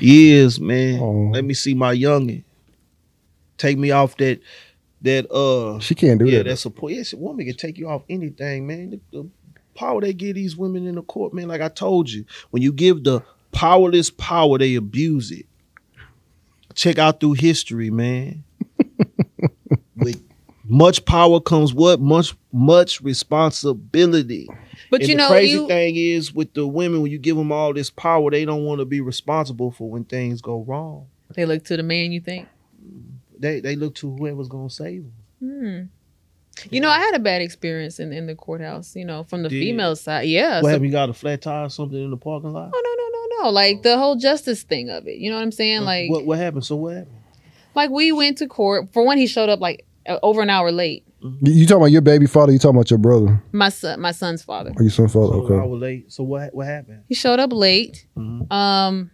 S2: years, man.
S1: Oh.
S2: Let me see my youngin. Take me off that that uh
S1: She can't do
S2: yeah,
S1: that.
S2: that support. Yes, a woman can take you off anything, man. The, the power they give these women in the court, man. Like I told you, when you give the powerless power, they abuse it. Check out through history, man. With much power comes what much much responsibility.
S3: But
S2: And
S3: you
S2: the
S3: know,
S2: crazy
S3: you
S2: thing is with the women, when you give them all this power, they don't want to be responsible for when things go wrong.
S3: they look to the man you think.
S2: They they look to whoever's gonna save them.
S3: Hmm. You know, I had a bad experience in, in the courthouse, you know, from the
S2: Did you?
S3: female side. Yeah.
S2: what
S3: so- Oh,
S2: have you got a flat tire or something in the parking lot?
S3: no, no, no, no, no. Like the whole justice thing of it. You know what I'm saying? Like
S2: what what happened? So what happened?
S3: like we went to court. For one, he showed up like uh, over an hour late.
S1: You- You talking about your baby father? You talking about your brother
S3: My son, my son's father.
S1: or your son father?
S2: So I
S1: Okay.
S2: was late. So what what happened?
S3: He showed up late.
S2: Mhm.
S3: Um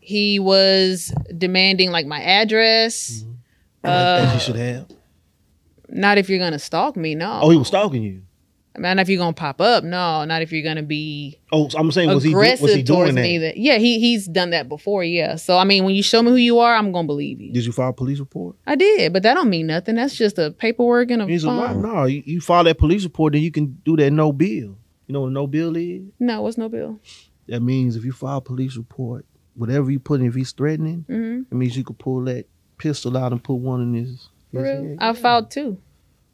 S3: he was demanding like my address.
S2: Mm-hmm. As
S3: Uh,
S2: you should have.
S3: not if you're gonna stalk me, no.
S2: Oh, he was stalking you.
S3: I mean, not if you're gonna pop up. No, not if you're gonna be
S2: Oh, so I'm saying was he do-
S3: aggressive
S2: was he
S3: towards
S2: doing that?
S3: me. That yeah, he he's done that before. Yeah. So I mean, when you show me who you are, I'm gonna believe you.
S2: Did you file a police report?
S3: I did, but that don't mean nothing. That's just a paperwork and a
S2: He's a
S3: form.
S2: lie. No, you, you file that police report, then you can do that no bill. You know what a no bill is?
S3: No, it's no bill.
S2: That means if you file a police report, whatever you put in, if he's threatening,
S3: hmm
S2: It means you could pull that pistol out and put one in his.
S3: For
S2: his
S3: real,
S2: head.
S3: I filed two.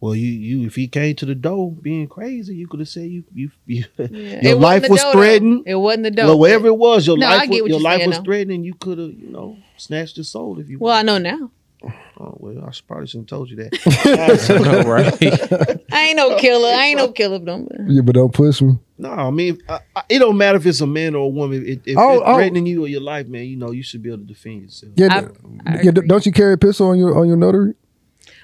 S2: Well, you you if he came to the door being crazy, you could have said you you. you
S3: Yeah.
S2: Your
S3: It wasn't
S2: life
S3: the
S2: was
S3: dough, though.
S2: threatened?
S3: It wasn't the dough.
S2: well, wherever it was, your
S3: No, I
S2: life
S3: get
S2: was,
S3: what
S2: your
S3: you're
S2: life
S3: saying,
S2: was
S3: though.
S2: threatened. You could have you know snatched his soul if you.
S3: well, I know now.
S2: Oh, well, I should- probably shouldn't told you that.
S4: right.
S3: I ain't
S2: Oh.
S3: no killer. I ain't no killer. but I'm-
S1: Yeah, but don't push me.
S2: no, I mean I, I, it don't matter if it's a man or a woman. If, if
S1: Oh,
S2: it's
S1: oh.
S2: threatening you or your life, man, you know you should be able to defend yourself.
S1: Yeah,
S3: I-
S1: d-
S3: I
S1: yeah, d-
S3: agree.
S1: don't you carry a pistol on your on your notary?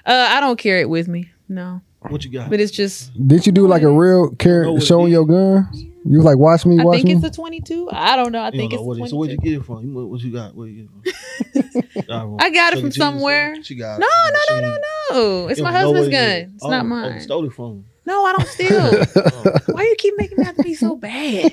S3: Uh, I don't carry it with me. No,
S2: What you got?
S3: but it's just.
S1: Didn't you do like a real
S2: know
S1: carry
S2: what it
S1: showing
S2: is.
S1: your gun? You was like watch me,
S3: I
S1: watch
S3: think
S1: me.
S3: it's a 22. I don't know. I
S2: You
S3: think
S2: don't know
S3: it's a
S2: what it is.
S3: 22.
S2: So where'd you get it from? You- What, what you got? Where you get it from?
S3: I got it
S2: Chuck E.
S3: from
S2: Cheese or
S3: somewhere.
S2: something? She got it
S3: No,
S2: from
S3: no, no,
S2: the
S3: no,
S2: machine.
S3: no. It's
S2: You
S3: my
S2: don't know
S3: husband's
S2: what
S3: gun.
S2: it is.
S3: It's
S2: Oh,
S3: not
S2: oh,
S3: mine.
S2: stole it from him. Oh,
S3: No, I don't steal. Why you keep making me have to be so bad?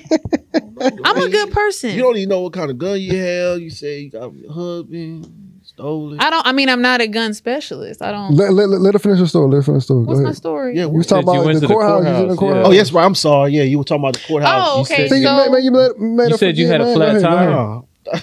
S3: I'm a good person.
S2: You don't even know what kind of gun you have. You say you got a husband. Stole it.
S3: I don't. I mean, I'm not a gun specialist. I don't.
S1: Let, let, let, let her finish her story. Let her finish her story.
S3: What's
S1: Go
S3: my
S1: ahead.
S3: story?
S2: yeah.
S1: You
S2: we-
S1: was talking
S4: That you
S1: about
S4: went
S1: the
S4: to the
S1: courthouse. You was in the
S4: courthouse,
S1: courthouse.
S4: yeah.
S2: Oh, yes, right. I'm sorry. Yeah, you were talking about the courthouse.
S3: Oh,
S4: You
S3: okay.
S4: said-
S1: See, you,
S3: so
S1: made, made, you made, made
S4: You
S1: her
S4: said you
S1: forget,
S4: had a
S1: man.
S4: flat
S1: Go ahead, go
S4: tire?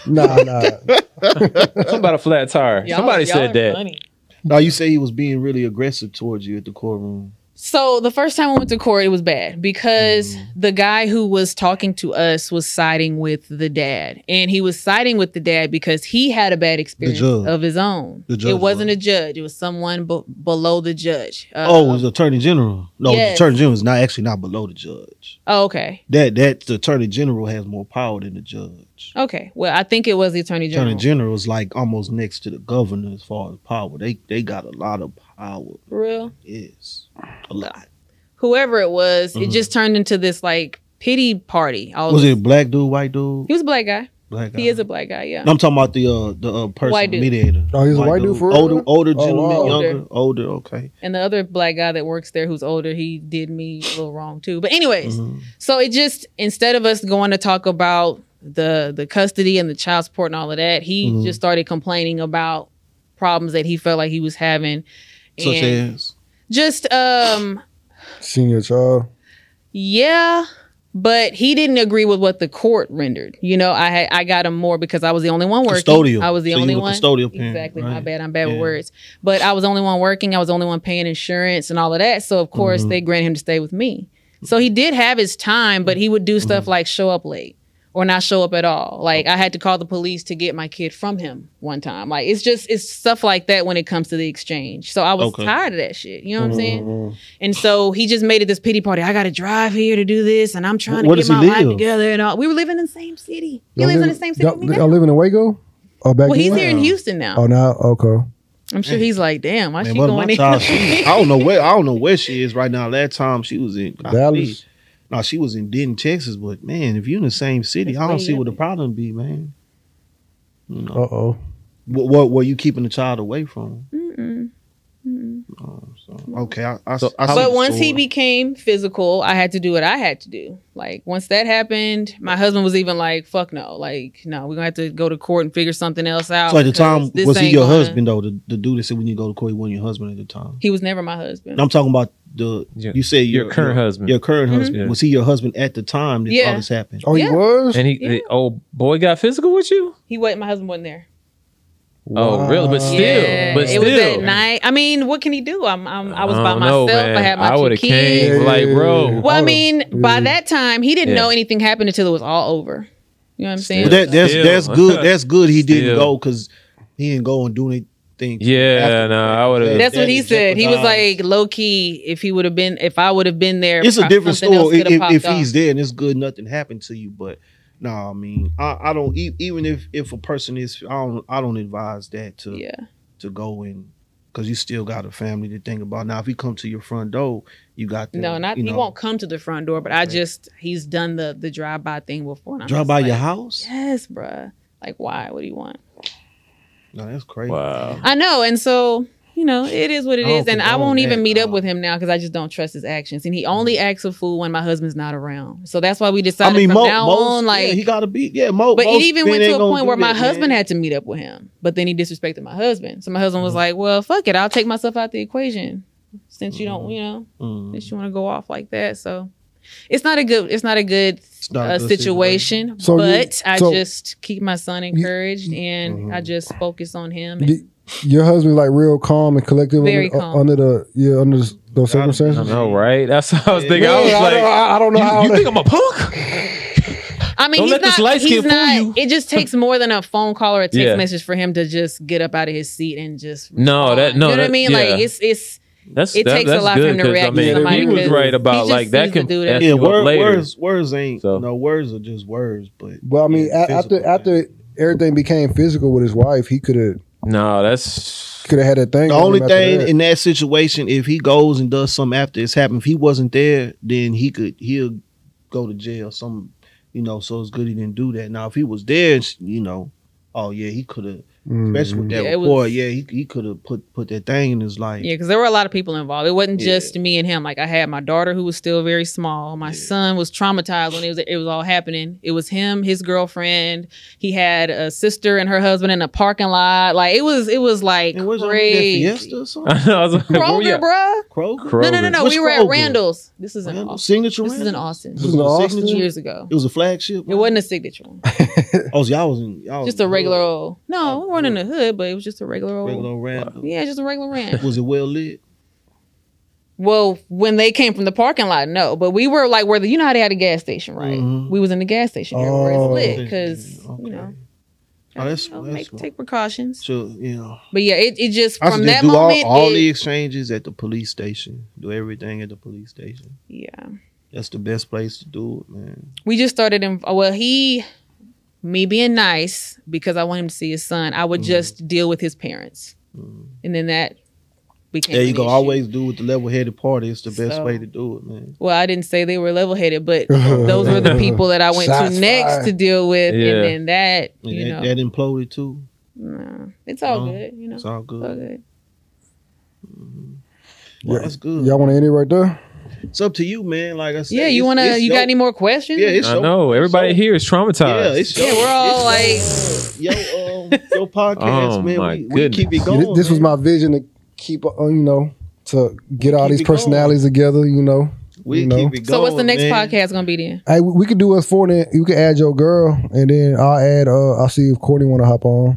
S1: ahead.
S2: Nah.
S1: Nah, nah.
S4: Something about a flat tire.
S3: Y'all-
S4: Somebody
S3: y'all
S4: said
S3: are
S4: that.
S3: funny.
S2: No, you say he was being really aggressive towards you at the courtroom.
S3: So the first time I went to court, it was bad because
S2: Mm-hmm.
S3: the guy who was talking to us was siding with the dad, and he was siding with the dad because he had a bad experience
S2: judge.
S3: of his own.
S2: The judge
S3: it wasn't
S2: was.
S3: a judge; it was someone b- below the judge. Uh,
S2: oh, it was the attorney general. No, the
S3: Yes.
S2: attorney general is not actually not below the judge.
S3: oh, okay,
S2: That that the attorney general has more power than the judge.
S3: okay. Well, I think it was the attorney general.
S2: Attorney general is like almost next to the governor as far as power. They they got a lot of power.
S3: For real.
S2: Yes, a lot.
S3: Whoever it was, it
S2: Mhm.
S3: just turned into this like pity party. All
S2: Was
S3: Oh, this-
S2: it a black dude, white dude,
S3: He was a black guy.
S2: black? Guy?
S3: He is a black guy. Yeah.
S2: No, I'm talking about the uh, the uh, person
S3: White dude.
S2: mediator.
S1: Oh, he's a white dude for real?
S2: older older
S1: Oh,
S2: gentleman,
S1: wow.
S2: younger, older. Okay.
S3: and the other black guy that works there who's older he did me a little wrong too but
S2: Mm-hmm.
S3: anyways so it just instead of us going to talk about the the custody and the child support and all of that he
S2: Mhm.
S3: just started complaining about problems that he felt like he was having
S2: Such
S3: and
S2: as
S3: just um
S1: Senior child.
S3: yeah but he didn't agree with what the court rendered you know i had i got him more because i was the only one working
S2: custodial.
S3: i was the
S2: So you
S3: only
S2: were
S3: one
S2: Custodial parent,
S3: Exactly. My
S2: right.
S3: bad. I'm bad
S2: Yeah.
S3: with words. But I was the only one working. I was the only one paying insurance and all of that. So of course
S2: Mhm.
S3: they granted him to stay with me. So he did have his time, but he would do
S2: Mm-hmm.
S3: stuff like show up late or not show up at all. Like I had to call the police to get my kid from him one time. Like it's just it's stuff like that when it comes to the exchange. So I was
S2: Okay. Mm-hmm.
S3: tired of that shit. You know what I'm saying?
S1: Mm-hmm.
S3: And so he just made it this pity party. I got to drive here to do this, and I'm trying to
S2: Where
S3: get
S2: does he
S3: my life
S2: live?
S3: together and all. We were living in the same city. He lives in the same city. with me
S1: Y'all
S3: now.
S1: living in Waco? Oh, back
S3: Well, he's
S1: then?
S3: here in Houston now.
S1: Oh, now? Okay.
S3: I'm sure he's like, damn, why
S2: Man,
S3: she
S2: one of
S3: going
S2: my
S3: in?
S2: child, she, I don't know where I don't know where she is right now. Last time she was in golly.
S1: Dallas.
S2: No, she was in Denton, Texas. But man, if you're in the same city,
S3: That's
S2: I don't
S3: way
S2: see what
S3: up
S2: the
S3: there.
S2: problem be, man. You
S1: Uh
S2: know,
S1: oh.
S2: what, what were you keeping the child away from?
S3: Mm-mm. Mm-mm.
S2: So, okay, I, I,
S4: So
S2: I see
S4: how-
S2: the
S3: But once he
S2: story.
S3: became physical, I had to do what I had to do. Like once that happened, my husband was even like, "Fuck no, like no, we're gonna have to go to court and figure something else out."
S2: so at the
S3: because
S2: time,
S3: this
S2: was he
S3: ain't
S2: your
S3: gonna-"
S2: husband though? The, the dude that said we need to go to court, he wasn't your husband at the time.
S3: He was never my husband.
S2: And I'm talking about the
S4: Your-
S2: you say
S4: your current husband.
S2: Your current husband
S4: Yeah.
S2: was he your husband at the time that
S3: Mm-hmm. Yeah.
S2: all this happened?
S1: Oh, he
S3: Yeah.
S1: was?
S4: And he,
S3: Yeah.
S4: the old boy, got physical with you.
S3: He wasn't. My husband wasn't there.
S4: Oh, really? But still,
S3: Yeah,
S4: but
S3: it was
S4: still.
S3: that night. I mean, what can he do? I'm, I'm I was
S4: I
S3: by
S4: don't know,
S3: myself. I
S4: man.
S3: had my
S4: I
S3: two
S4: would've
S3: kids.
S4: came. Hey, like, bro.
S3: Well, I
S1: Hold
S3: mean,
S1: on.
S3: by
S2: Mm.
S1: Yeah.
S3: that time, he didn't
S4: Yeah.
S3: know anything happened until it was all over. You know what I'm saying?
S2: But that, that's
S4: Still.
S2: that's good. That's good. He didn't
S4: Still.
S2: go because he didn't go and do anything.
S4: Yeah,
S2: after-
S4: no, I would have.
S3: That's
S2: That
S3: what he
S2: is
S3: said. He was
S2: jeopardized.
S3: like low key. If he would have been, if I would have been there,
S2: It's a
S3: pro-
S2: different
S3: something else
S2: story
S3: could have
S2: if,
S3: popped
S2: if
S3: off.
S2: he's dead and it's good, nothing happened to you. But no, I mean, I, I don't e- even if if a person is, I don't I don't advise that to
S3: yeah,
S2: to go and because you still got a family to think about. Now, if he come to your front door, you got them,
S3: no, not
S2: you
S3: he
S2: know,
S3: won't come to the front door. But I just he's done the the drive by thing before. and I'm
S2: drive
S3: just
S2: by
S3: like,
S2: your house.
S3: Yes, bruh. Like why? What do you want?
S2: No, that's crazy.
S4: Wow.
S3: I know, and so you know it is what it
S2: I don't
S3: is, and I
S2: condone
S3: won't even
S2: that,
S3: meet up
S2: uh,
S3: with him now because I just don't trust his actions, and he only acts a fool when my husband's not around. So that's why we
S2: I
S3: decided
S2: mean,
S3: from
S2: mo-
S3: now
S2: most,
S3: on, like
S2: yeah, he got to be yeah. Mo,
S3: But it
S2: most
S3: even
S2: men
S3: went
S2: ain't
S3: to a
S2: gonna
S3: point
S2: do
S3: where my
S2: that,
S3: husband
S2: man.
S3: had to meet up with him, but then he disrespected my husband. So my husband
S2: Mm.
S3: was like, "Well, fuck it, I'll take myself out the equation since you don't, you know,
S2: Mm.
S3: since you want to go off like that." So it's not a good, it's not a good
S2: not a
S3: uh,
S2: good
S3: situation.
S1: So you-
S3: but I
S1: so-
S3: just keep my son encouraged, and I
S2: Mm-hmm.
S3: just focus on him. And,
S1: Y- Your husband like real calm and collective
S3: Very
S1: under, uh,
S3: calm.
S1: under the yeah under the, those
S2: Gotta be.
S1: circumstances.
S4: I know, right? That's what I was thinking.
S1: Yeah,
S4: I was
S1: I
S4: like,
S1: don't- I- I don't know how
S4: You, you
S1: that-
S4: think I'm a punk?
S3: I mean,
S4: Don't
S3: he's
S4: let
S3: not.
S4: this light skin
S3: he's
S4: fool
S3: not.
S4: you.
S3: It just takes more than a phone call or a text
S4: Yeah.
S3: message for him to just get up out of his seat and just.
S4: No, that
S3: respond.
S4: no,
S3: you know what I
S4: that-
S3: mean?
S4: yeah.
S3: Like it's it's.
S4: That's
S3: It
S4: that-
S3: takes a
S4: that's
S3: lot for
S4: good
S3: him to
S4: 'cause,
S3: react
S4: I
S3: to
S4: mean,
S1: somebody
S4: he was
S1: 'cause
S4: right
S3: he
S4: about
S3: just
S4: like that
S3: sees the
S4: can
S3: dude
S4: F
S3: as-
S4: you
S2: Yeah,
S4: up
S2: word,
S4: later.
S2: words words ain't
S4: So-
S2: no words are just words, but
S1: Well, I mean,
S2: Yeah,
S1: a- after
S2: physical
S1: after everything became physical with his wife, he could have
S4: No, that's
S1: could have had that thing.
S2: the
S1: with him
S2: only
S1: after
S2: thing
S1: that.
S2: in that situation, if he goes and does something after it's happened, if he wasn't there, then he could he'll go to jail. Some you know, so it's good he didn't do that. Now if he was there, it's, you know, oh yeah, he could have
S1: Mm.
S2: especially with that
S3: Yeah, it was-
S2: rapport. yeah, he, he could have put put that thing in his life.
S3: Yeah, because there were a lot of people involved. It wasn't
S2: Yeah.
S3: just me and him. Like I had my daughter who was still very small. My son was traumatized when it was it was all happening. It was him, his girlfriend. He had a sister and her husband in a parking lot. Like it was it was like
S2: And where's all that
S3: crazy.
S2: Fiesta or something?
S4: I was like, where we
S3: Kroger,
S4: at?
S3: bruh.
S2: Kroger?
S4: Kroger.
S3: No, no, no, no.
S2: What's
S3: we were at
S2: Kroger?
S3: Randall's. This is in
S2: Randall?
S3: Austin.
S2: Signature
S3: This is in
S2: Randall?
S3: Austin.
S5: This is in
S2: it a
S5: Austin?
S2: signature?
S3: Years ago.
S2: It was a flagship.
S3: It wasn't a signature one.
S2: Oh, so y'all was in. Y'all was
S3: Just
S2: in
S3: a
S2: the
S3: regular
S2: hood.
S3: old. oh, No, we weren't in the hood, but it was just a regular old.
S2: regular Randall.
S3: Yeah, just a regular ranch.
S2: Was it well lit?
S3: Well, when they came from the parking lot, no. But we were like where the you know how they had a gas station, right?
S2: Mhm.
S3: We was in the gas station area where
S1: Oh.
S3: it's lit because
S2: Okay.
S3: you know,
S2: Oh, that's,
S3: you know,
S2: that's
S3: make, take precautions.
S2: so you know.
S3: But yeah, it, it just
S2: I used
S3: from
S2: to
S3: that
S2: do all,
S3: moment,
S2: all
S3: it-
S2: the exchanges at the police station. Do everything at the police station.
S3: yeah,
S2: That's the best place to do it, man.
S3: we just started. In, oh, well, he, me being nice because I want him to see his son. I would
S2: Mm-hmm.
S3: just deal with his parents, and then that became
S2: Mm. There you
S3: an
S2: go.
S3: issue.
S2: Always do with the level headed party. It's the best
S3: So-
S2: way to do it, man.
S3: Well, I didn't say they were level headed, but those were the people that I went
S1: Shots
S3: to next
S1: fired.
S3: to deal with,
S4: Yeah.
S3: and then that
S2: And
S3: you
S2: that,
S3: know,
S2: that imploded too.
S3: no, it's all
S2: No,
S3: good. You know,
S2: It's all good.
S3: It's all good.
S2: Well, that's good.
S1: Y'all want to end it right there?
S2: It's up to you, man. Like I said,
S3: Yeah, you
S2: it's-
S3: wanna?
S2: it's
S3: you
S2: your-
S3: got any more questions?
S2: Yeah, it's
S4: I
S2: your-
S4: know everybody
S2: it's your-
S4: here is traumatized.
S2: Yeah, it's your,
S3: yeah, we're all like,
S2: yo, um, your podcast,
S4: Oh,
S2: man.
S4: my
S2: we, we keep
S1: Yeah,
S2: it
S4: goodness.
S1: thi-
S2: going.
S1: this was
S2: man.
S1: my vision to keep, uh, you know, to get all
S2: Keep
S1: these
S2: it going.
S1: personalities together. You know,
S2: We
S1: you know.
S2: keep it going.
S3: so what's the next
S2: man.
S3: podcast gonna be then?
S1: hey, we, we could do us four. Then you can add your girl, and then I'll add. Uh, I'll see if Courtney want to hop on.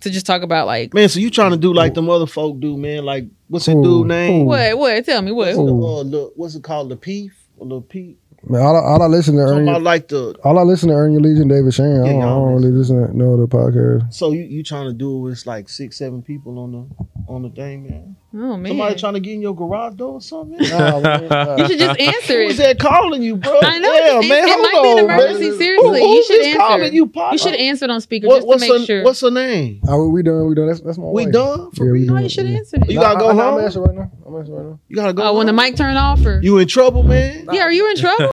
S3: To just talk about like
S2: Man, so you trying to do like the mother folk do, man? Like what's that
S1: Who?
S2: dude name?
S1: Who?
S3: what? What? Tell me
S2: What's,
S3: what?
S2: the,
S1: Who?
S2: uh, the, what's it called? The P? The P?
S1: Man, all, I, all I listen to Ernie.
S2: Talking about like the.
S1: All I listen to Ernie Legion, David Shane. I
S2: Yeah,
S1: don't, I
S2: y'all
S1: don't really listen to no other podcast.
S2: So you you trying to do it with like six seven people on the on the thing, man?
S3: Oh man,
S2: Somebody trying to get in your garage door or something? man?
S1: Nah, man, nah.
S3: you should just answer
S2: Who is that
S3: it.
S2: calling you, bro?
S3: I know.
S2: Damn,
S3: it,
S2: man.
S3: it
S2: hold
S3: might be an
S2: on, man.
S3: emergency.
S1: Who-
S3: Seriously,
S2: Who-
S3: you
S2: who's
S3: should
S2: this calling
S3: answer.
S2: you, pop?
S3: You should answer it on speaker
S2: What-
S3: just to
S2: what's
S3: make
S2: her,
S3: sure.
S2: What's her name?
S1: Oh, we done. We done. That's, that's my
S2: We
S1: wife.
S2: done for
S1: Oh, Yeah, we
S2: real?
S1: done.
S3: no, you should answer it.
S2: You gotta go
S1: I, I,
S2: home?
S1: I'm answering right now. I'm answering right now.
S2: You gotta go.
S3: Oh, when the
S2: home?
S3: mic turned off, or
S2: You in trouble, man?
S3: yeah, are you in trouble?